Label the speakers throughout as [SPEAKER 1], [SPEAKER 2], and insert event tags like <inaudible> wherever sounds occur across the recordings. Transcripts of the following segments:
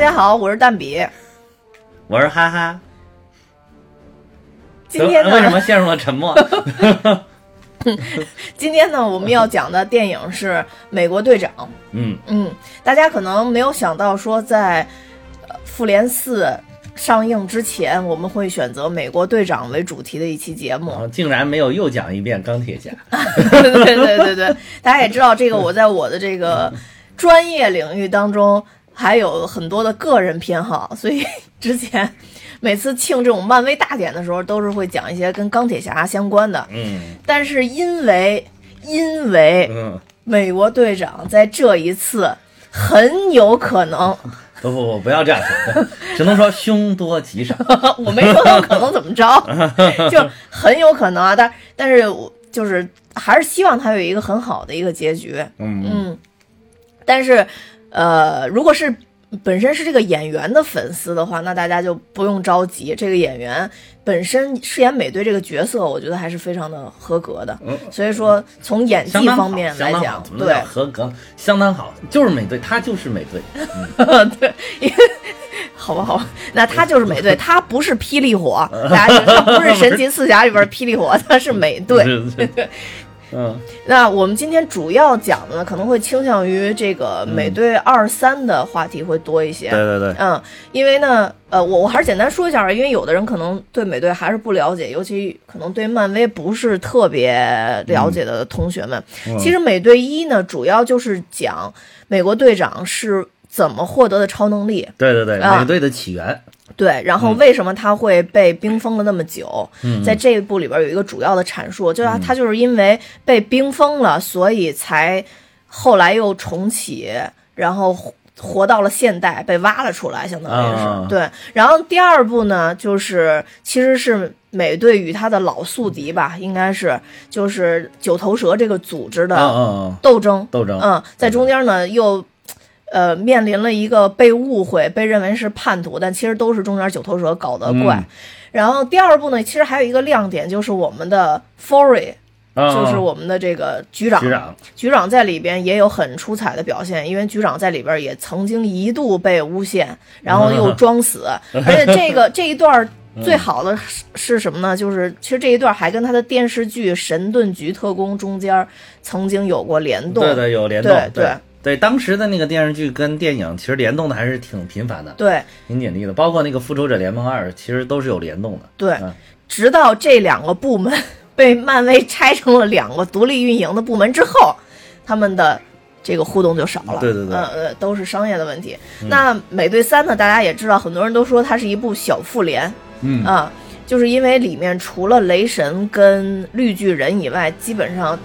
[SPEAKER 1] 家好，我是蛋比。
[SPEAKER 2] 我是哈哈。呃
[SPEAKER 1] 今天
[SPEAKER 2] 为什
[SPEAKER 1] 呢，
[SPEAKER 2] 么陷入了沉默？
[SPEAKER 1] <laughs>
[SPEAKER 2] <laughs>
[SPEAKER 1] 今天呢，我们要讲的电影是《美国队长》。
[SPEAKER 2] 嗯，
[SPEAKER 1] 嗯，大家可能没有想到说在，呃复联四上映之前，我们会选择美国队长为主题的一期节目
[SPEAKER 2] 然。 <laughs> 后哦竟然没有又讲一遍钢铁侠。
[SPEAKER 1] 对对对对对，大家也知道这个，我在我的这个专业领域当中还有很多的个人偏好，所以之前每次庆这种漫威大典的时候，都是会讲一些跟钢铁侠相关的。
[SPEAKER 2] 嗯
[SPEAKER 1] 但是因为因为
[SPEAKER 2] 嗯，
[SPEAKER 1] 美国队长在这一次很有可能， <laughs>
[SPEAKER 2] 不不不，不要这样说， <laughs> 只能说凶多
[SPEAKER 1] <laughs>
[SPEAKER 2] 吉少。
[SPEAKER 1] 啊我没说有可能怎么
[SPEAKER 2] <laughs>
[SPEAKER 1] 着，就是很有可能啊，但但是我就是还是希望他有一个很好的一个结局。
[SPEAKER 2] 嗯
[SPEAKER 1] 嗯，但是，呃，如果是本身是这个演员的粉丝的话，那大家就不用着急。这个演员本身饰演美队这个角色，我觉得还是非常的合格的。
[SPEAKER 2] 嗯，
[SPEAKER 1] 所以说，从演
[SPEAKER 2] 相
[SPEAKER 1] 技
[SPEAKER 2] 当好
[SPEAKER 1] 方面来
[SPEAKER 2] 相当
[SPEAKER 1] 讲
[SPEAKER 2] 好，怎嗯么
[SPEAKER 1] 对
[SPEAKER 2] 叫合格？相当好，就是美队，他就是美队。
[SPEAKER 1] <laughs> 对，因为好吧，好吧，那他就是美队，他不是霹雳
[SPEAKER 2] <laughs>
[SPEAKER 1] 火，大家就他不是神奇四侠里边的霹雳火，他是美
[SPEAKER 2] <laughs>
[SPEAKER 1] 队。<laughs>
[SPEAKER 2] 对对，嗯
[SPEAKER 1] 那我们今天主要讲的呢，可能会倾向于这个美队二三的话题会多一些。
[SPEAKER 2] 嗯对对对，
[SPEAKER 1] 嗯，因为呢，呃，我我还是简单说一下吧，因为有的人可能对美队还是不了解，尤其可能对漫威不是特别了解的同学们。
[SPEAKER 2] 嗯
[SPEAKER 1] 其实美队一呢，主要就是讲美国队长是怎么获得的超能力，
[SPEAKER 2] 对对对，
[SPEAKER 1] 啊
[SPEAKER 2] 美队的起源。
[SPEAKER 1] 对，然后为什么他会被冰封了那么久？
[SPEAKER 2] 嗯
[SPEAKER 1] 在这一部里边有一个主要的阐述，就是他他就是因为被冰封了，所以才后来又重启，然后活活到了现代，被挖了出来，相当于是、
[SPEAKER 2] 啊
[SPEAKER 1] 对。然后第二部呢，就是其实是美队与他的老宿敌吧，应该是就是九头蛇这个组织
[SPEAKER 2] 嗯
[SPEAKER 1] 的
[SPEAKER 2] 嗯嗯，
[SPEAKER 1] 斗争。
[SPEAKER 2] 斗争。
[SPEAKER 1] 嗯，在中间呢又。呃，面临了一个被误会、被认为是叛徒，但其实都是中间九头蛇搞的怪。
[SPEAKER 2] 嗯
[SPEAKER 1] 然后第二部呢，其实还有一个亮点，就是我们的 Fory，、
[SPEAKER 2] 嗯
[SPEAKER 1] 就是我们的这个局长
[SPEAKER 2] 局长。
[SPEAKER 1] 局长在里边也有很出彩的表现，因为局长在里边也曾经一度被诬陷，然后
[SPEAKER 2] <laughs>
[SPEAKER 1] 又装死，而且这个这一段儿
[SPEAKER 2] 嗯
[SPEAKER 1] 最好的是是什么呢？就是其实这一段还跟他的电视剧《神盾局特工》中间儿曾经有过联动，
[SPEAKER 2] 对对，有联动
[SPEAKER 1] 对。
[SPEAKER 2] 对对，当时的那个电视剧跟电影其实联动的还是挺频繁的，
[SPEAKER 1] 对
[SPEAKER 2] 挺紧密的，包括那个《复仇者联盟二》其实都是有联动的。
[SPEAKER 1] 对
[SPEAKER 2] 嗯
[SPEAKER 1] 直到这两个部门 <laughs> 被漫威拆成了两个独立运营的部门之后，他们的这个互动就少了。
[SPEAKER 2] 对对对嗯
[SPEAKER 1] 呃呃，都是商业的问题。那美队三呢？大家也知道，很多人都说它是一部小复联，
[SPEAKER 2] 嗯
[SPEAKER 1] 啊，就是因为里面除了雷神跟绿巨人以外，基本上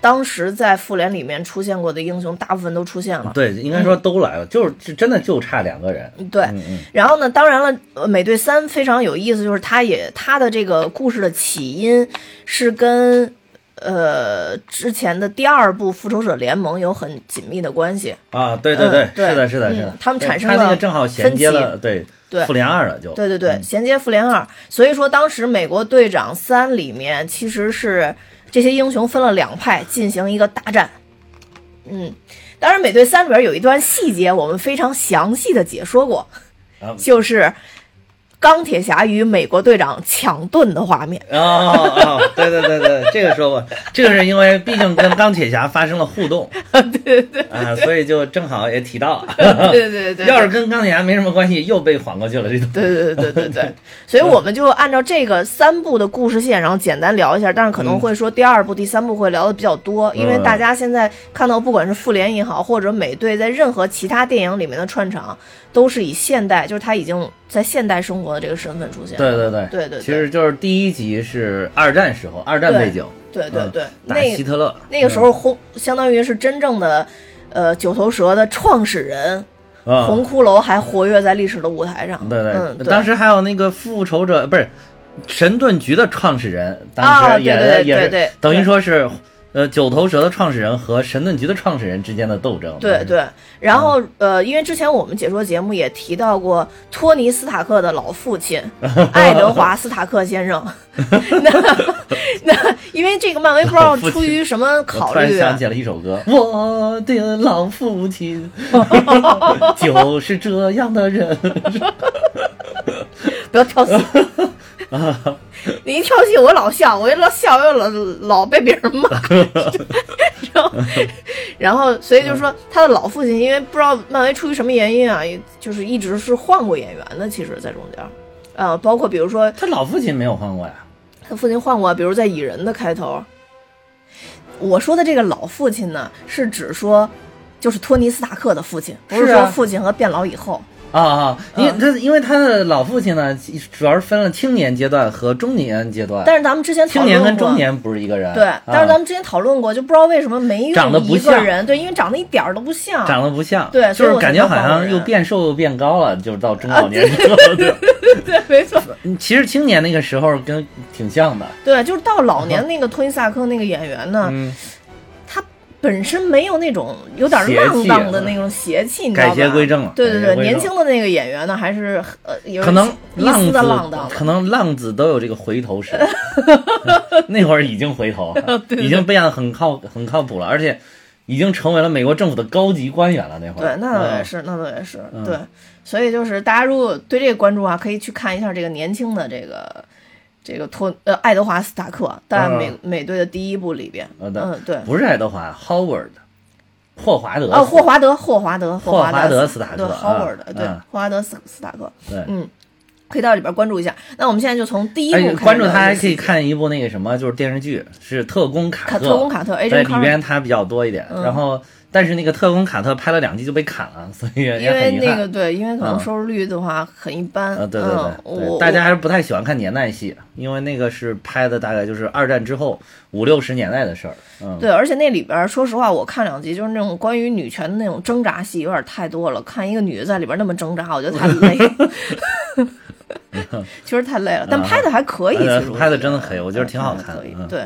[SPEAKER 1] 当时在复联里面出现过的英雄，大部分都出现了。
[SPEAKER 2] 对，应该说都来了，就是是真的就差两个人。
[SPEAKER 1] 嗯对，
[SPEAKER 2] 嗯嗯
[SPEAKER 1] 然后呢，当然了，呃美队三非常有意思，就是它也它的这个故事的起因是跟呃之前的第二部《复仇者联盟》有很紧密的关系。
[SPEAKER 2] 啊，对对
[SPEAKER 1] 嗯对
[SPEAKER 2] 是的，是的，是的
[SPEAKER 1] 嗯。他们
[SPEAKER 2] 对
[SPEAKER 1] 产生
[SPEAKER 2] 他那
[SPEAKER 1] 了
[SPEAKER 2] 个正好衔接了对
[SPEAKER 1] 对
[SPEAKER 2] 复联二了，就
[SPEAKER 1] 对对对，嗯衔接复联二，所以说当时美国队长三里面其实是这些英雄分了两派进行一个大战。嗯，当然，美队三里边有一段细节我们非常详细的解说过，
[SPEAKER 2] 啊
[SPEAKER 1] 就是钢铁侠与美国队长抢盾的画面。
[SPEAKER 2] 哦哦， <laughs> 哦对对对对，这个说过，这个是因为毕竟跟钢铁侠发生了互动，
[SPEAKER 1] <laughs> 对对
[SPEAKER 2] 啊，所以就正好也提到，
[SPEAKER 1] 对对对，
[SPEAKER 2] <laughs> 要是跟钢铁侠没什么关系，又被晃过去了这种。
[SPEAKER 1] 对对对对对，所以我们就按照这个三部的故事线，然后简单聊一下，但是可
[SPEAKER 2] 嗯
[SPEAKER 1] 能会说第二部、第三部会聊的比较多，因为大家现在看到，不管是复联也好，或者美队在任何其他电影里面的串场，都是以现代，就是他已经在现代生活的这个身份出现。
[SPEAKER 2] 对对对
[SPEAKER 1] 对对对
[SPEAKER 2] 其实就是第一集是二战时候，二战背景，
[SPEAKER 1] 对对对
[SPEAKER 2] 嗯，打
[SPEAKER 1] 那
[SPEAKER 2] 希特嗯勒
[SPEAKER 1] 那个时候红，相当于是真正的。呃，九头蛇的创始人
[SPEAKER 2] 啊，
[SPEAKER 1] 红骷髅还活跃在历史的舞台上。
[SPEAKER 2] 对对，
[SPEAKER 1] 嗯，对
[SPEAKER 2] 当时还有那个复仇者不是神盾局的创始人，当
[SPEAKER 1] 啊
[SPEAKER 2] 时也、
[SPEAKER 1] 对对对
[SPEAKER 2] 也是
[SPEAKER 1] 对对
[SPEAKER 2] 等于说是呃九头蛇的创始人和神盾局的创始人之间的斗争。
[SPEAKER 1] 对对，然后呃，因为之前我们解说节目也提到过托尼·斯塔克的老父亲
[SPEAKER 2] <laughs>
[SPEAKER 1] 爱德华·斯塔克先生。 <laughs> 那那因为这个漫威不知道
[SPEAKER 2] 老父亲
[SPEAKER 1] 出于什么考
[SPEAKER 2] 我突然
[SPEAKER 1] 虑，啊
[SPEAKER 2] 想起了一首
[SPEAKER 1] <laughs>
[SPEAKER 2] 歌，我的老父亲就是这样的人。
[SPEAKER 1] 不要
[SPEAKER 2] <laughs>
[SPEAKER 1] 跳戏。你一跳戏，我老笑，我一老笑，我又老老被别
[SPEAKER 2] <laughs>
[SPEAKER 1] 人骂，然后，然后，所以就是说，他的老父亲，因为不知道漫威出于什么原因啊，也就是一直是换过演员的，其实，在中间儿，呃，包括比如说
[SPEAKER 2] 他老父亲没有换过呀？
[SPEAKER 1] 他父亲换过，比如在《蚁人》的开头。我说的这个老父亲呢，是指说，就是托尼·斯塔克的父亲，不是
[SPEAKER 2] 是啊
[SPEAKER 1] 说父亲和变老以后。
[SPEAKER 2] 啊啊，因为
[SPEAKER 1] 嗯
[SPEAKER 2] 他因为他的老父亲呢，主要是分了青年阶段和中年阶段。
[SPEAKER 1] 但是咱们之前讨
[SPEAKER 2] 青
[SPEAKER 1] 论过，
[SPEAKER 2] 年跟中年不是一个人。
[SPEAKER 1] 对，
[SPEAKER 2] 啊
[SPEAKER 1] 但是咱们之前讨论过，就不知道为什么没
[SPEAKER 2] 长得
[SPEAKER 1] 有
[SPEAKER 2] 不
[SPEAKER 1] 一个
[SPEAKER 2] 像
[SPEAKER 1] 人对，因为长得一点儿都不像。
[SPEAKER 2] 长得不像，
[SPEAKER 1] 啊对
[SPEAKER 2] 就
[SPEAKER 1] 所以
[SPEAKER 2] 是
[SPEAKER 1] 我才
[SPEAKER 2] 感觉
[SPEAKER 1] 叫
[SPEAKER 2] 好
[SPEAKER 1] 黄
[SPEAKER 2] 像
[SPEAKER 1] 人啊
[SPEAKER 2] 又变瘦又变高了，就是到中老年之后。对 <laughs>
[SPEAKER 1] <laughs> 对，没错，
[SPEAKER 2] 其实青年那个时候跟挺像的，
[SPEAKER 1] 对，就是到老年那个托尼·斯塔克那个演员呢，
[SPEAKER 2] 嗯，
[SPEAKER 1] 他本身没有那种有点浪荡的那种邪气，你知道吧？
[SPEAKER 2] 改邪归正了
[SPEAKER 1] 对对
[SPEAKER 2] 改邪
[SPEAKER 1] 对，
[SPEAKER 2] 归正
[SPEAKER 1] 年轻的那个演员呢，还是呃有
[SPEAKER 2] 可能
[SPEAKER 1] 一丝的浪
[SPEAKER 2] 浪
[SPEAKER 1] 荡
[SPEAKER 2] 子，可能浪子都有这个回
[SPEAKER 1] <laughs>
[SPEAKER 2] 头时，那会儿已经回头了，已经变得很靠很靠谱了，而且已经成为了美国政府的高级官员了。那会儿，
[SPEAKER 1] 对，那倒也
[SPEAKER 2] 嗯
[SPEAKER 1] 是，那倒也是，对。所以就是大家如果对这个关注啊，可以去看一下这个年轻的这个这个托呃爱德华斯塔克在
[SPEAKER 2] 嗯
[SPEAKER 1] 美、美队的第一部里边，
[SPEAKER 2] 好
[SPEAKER 1] 嗯
[SPEAKER 2] 的
[SPEAKER 1] 对，
[SPEAKER 2] 呃不是爱哎德华，Howard，霍华德，
[SPEAKER 1] 啊霍华德霍华德
[SPEAKER 2] 霍
[SPEAKER 1] 华
[SPEAKER 2] 华德
[SPEAKER 1] 斯
[SPEAKER 2] 斯塔克
[SPEAKER 1] 对
[SPEAKER 2] 啊
[SPEAKER 1] Howard 对
[SPEAKER 2] 嗯
[SPEAKER 1] 霍华德斯斯塔克，
[SPEAKER 2] 对。
[SPEAKER 1] 嗯，可以到里边关注一下。那我们现在就从第一
[SPEAKER 2] 哎
[SPEAKER 1] 部开始，
[SPEAKER 2] 关注他还可以。看一部那个什么，就是电视剧，是特工
[SPEAKER 1] 卡
[SPEAKER 2] 卡
[SPEAKER 1] 特工卡特 a
[SPEAKER 2] 在
[SPEAKER 1] g
[SPEAKER 2] 里
[SPEAKER 1] e
[SPEAKER 2] 边他比较多一点。
[SPEAKER 1] 嗯
[SPEAKER 2] 然后，但是那个特工卡特拍了两季就被砍了，所以也
[SPEAKER 1] 因
[SPEAKER 2] 很
[SPEAKER 1] 为
[SPEAKER 2] 遗
[SPEAKER 1] 那
[SPEAKER 2] 憾。
[SPEAKER 1] 个对，因为可能
[SPEAKER 2] 嗯
[SPEAKER 1] 收视率的话很一般。
[SPEAKER 2] 啊，对对
[SPEAKER 1] 嗯
[SPEAKER 2] 对对，
[SPEAKER 1] 我
[SPEAKER 2] 大家还是不太喜欢看年代戏，因为那个是拍的大概就是二战之后五六十年代的事儿。嗯，
[SPEAKER 1] 对，而且那里边儿，说实话，我看两集就是那种关于女权的那种挣扎戏，有点太多了。看一个女的在里边儿那么挣扎，我觉得太累了， <laughs> 确实太累了。但拍的还可以，
[SPEAKER 2] 呃 <laughs>
[SPEAKER 1] 其实
[SPEAKER 2] 拍的真的可以
[SPEAKER 1] 以，
[SPEAKER 2] 我觉得挺好看
[SPEAKER 1] 拍得
[SPEAKER 2] 的
[SPEAKER 1] 可以
[SPEAKER 2] 嗯
[SPEAKER 1] 对，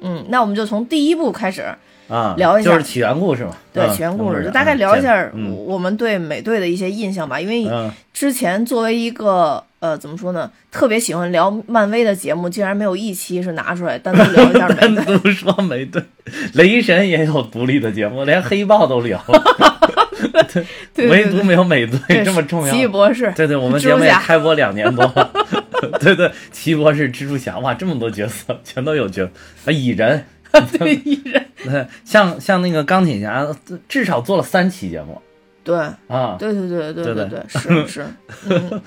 [SPEAKER 1] 嗯，那我们就从第一部开始，
[SPEAKER 2] 啊，
[SPEAKER 1] 聊一下
[SPEAKER 2] 就是起源故事嘛。
[SPEAKER 1] 对
[SPEAKER 2] 嗯
[SPEAKER 1] 起源故事，
[SPEAKER 2] 嗯
[SPEAKER 1] 就大概聊一下
[SPEAKER 2] 嗯
[SPEAKER 1] 我我们对美队的一些印象吧。因为
[SPEAKER 2] 嗯，
[SPEAKER 1] 之前作为一个呃，怎么说呢，特别喜欢聊漫威的节目，竟然没有一期是拿出来单独聊一下美
[SPEAKER 2] <laughs> 单
[SPEAKER 1] 队。
[SPEAKER 2] 独说美队，雷神也有独立的节目，连黑豹都聊，
[SPEAKER 1] <laughs> 对对
[SPEAKER 2] 唯
[SPEAKER 1] 对
[SPEAKER 2] 独没有美
[SPEAKER 1] 对
[SPEAKER 2] 队这么重要。
[SPEAKER 1] 奇异博士，
[SPEAKER 2] <laughs> 对对，我们
[SPEAKER 1] 蜘
[SPEAKER 2] 节
[SPEAKER 1] 蛛
[SPEAKER 2] 目也
[SPEAKER 1] 侠
[SPEAKER 2] 开播两年多了。 <laughs> 对对，奇异博士、蜘蛛侠，哇，这么多角色，全都有角色。啊，蚁人，
[SPEAKER 1] 对蚁人，
[SPEAKER 2] <laughs> 对像像那个钢铁侠，至少做了三期节目
[SPEAKER 1] <laughs> 对。
[SPEAKER 2] 啊。
[SPEAKER 1] 对对对对
[SPEAKER 2] 对
[SPEAKER 1] 对，是是，
[SPEAKER 2] <laughs>
[SPEAKER 1] 嗯，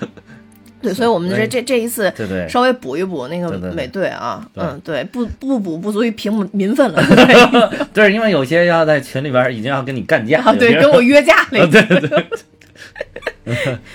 [SPEAKER 1] 对，所以我们这这这一次
[SPEAKER 2] 对哎对，
[SPEAKER 1] 稍微补一补那个
[SPEAKER 2] 对对对
[SPEAKER 1] 美队啊，
[SPEAKER 2] 对
[SPEAKER 1] 嗯，对，不不补不足以平民愤了， <laughs> 对
[SPEAKER 2] 对，因为有些要在群里边已经要跟你干架
[SPEAKER 1] 啊，
[SPEAKER 2] <laughs> 了。
[SPEAKER 1] 对，跟我约架了
[SPEAKER 2] 啊，
[SPEAKER 1] 已经。
[SPEAKER 2] 对对对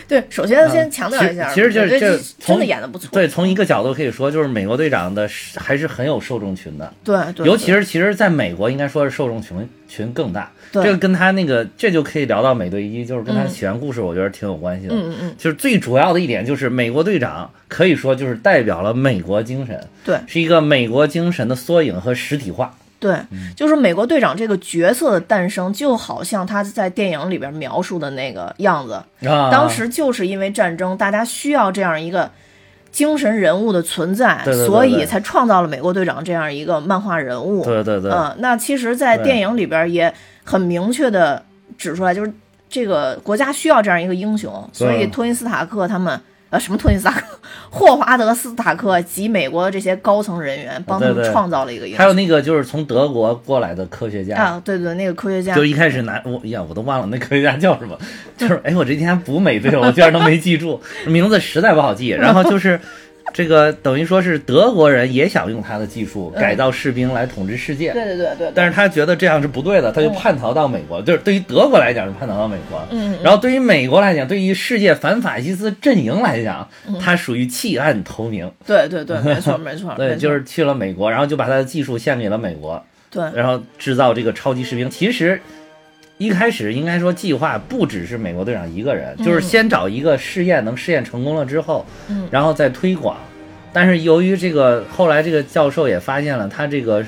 [SPEAKER 1] 对，首先先强调一下，
[SPEAKER 2] 啊其实其实就是
[SPEAKER 1] 美队
[SPEAKER 2] 这
[SPEAKER 1] 真
[SPEAKER 2] 从
[SPEAKER 1] 的演的不错，
[SPEAKER 2] 对，从一个角度可以说，就是美国队长的是还是很有受众群的。
[SPEAKER 1] 对对，
[SPEAKER 2] 尤其
[SPEAKER 1] 对
[SPEAKER 2] 是其实在美国，应该说是受众群群更大。
[SPEAKER 1] 对
[SPEAKER 2] 这个跟他那个，这就可以聊到美队一，就是跟他
[SPEAKER 1] 嗯
[SPEAKER 2] 起源故事，我觉得挺有关系的。
[SPEAKER 1] 嗯嗯嗯，
[SPEAKER 2] 就是最主要的一点就是美国队长可以说就是代表了美国精神，
[SPEAKER 1] 对
[SPEAKER 2] 是一个美国精神的缩影和实体化。
[SPEAKER 1] 对，
[SPEAKER 2] 嗯
[SPEAKER 1] 就是美国队长这个角色的诞生，就好像他在电影里边描述的那个样子，
[SPEAKER 2] 啊，
[SPEAKER 1] 当时就是因为战争，大家需要这样一个精神人物的存在，
[SPEAKER 2] 对对对
[SPEAKER 1] 所
[SPEAKER 2] 对
[SPEAKER 1] 以才创造了美国队长这样一个漫画人物。
[SPEAKER 2] 对对对，
[SPEAKER 1] 嗯，那其实，在
[SPEAKER 2] 对
[SPEAKER 1] 电影里边也很明确的指出来，就是这个国家需要这样一个英雄，所以
[SPEAKER 2] 对
[SPEAKER 1] 托尼斯塔克他们。呃，什么托尼斯塔克、霍华德斯塔克及美国的这些高层人员，帮他
[SPEAKER 2] 对
[SPEAKER 1] 们
[SPEAKER 2] 对
[SPEAKER 1] 创造了一个英雄
[SPEAKER 2] 还有那个就是从德国过来的科学家，
[SPEAKER 1] 啊，对对，那个科学家
[SPEAKER 2] 就一开始拿我哎呀，我都忘了那科学家叫什么，就是哎，我这几天补美队，我居然都没记住名字，实在不好记。然后就是这个等于说是德国人也想用他的技术改造士兵来统治世界，
[SPEAKER 1] 嗯对对嗯对对对，
[SPEAKER 2] 但是他觉得这样是不对的，他就叛逃到美国，就是对于德国来讲是叛逃到美国，嗯，然后对于美国来讲，对于世界反法西斯阵营来讲，
[SPEAKER 1] 嗯
[SPEAKER 2] 他属于弃暗投明，
[SPEAKER 1] 对对对，没错没错，嗯没
[SPEAKER 2] <laughs> 对，
[SPEAKER 1] 错
[SPEAKER 2] 就是去了美国，然后就把他的技术献给了美国，
[SPEAKER 1] 对
[SPEAKER 2] 然后制造这个超级士兵。其实一开始应该说计划不只是美国队长一个人，就是先找一个试验能试验成功了之后，
[SPEAKER 1] 嗯
[SPEAKER 2] 然后再推广。但是由于这个后来这个教授也发现了他这个。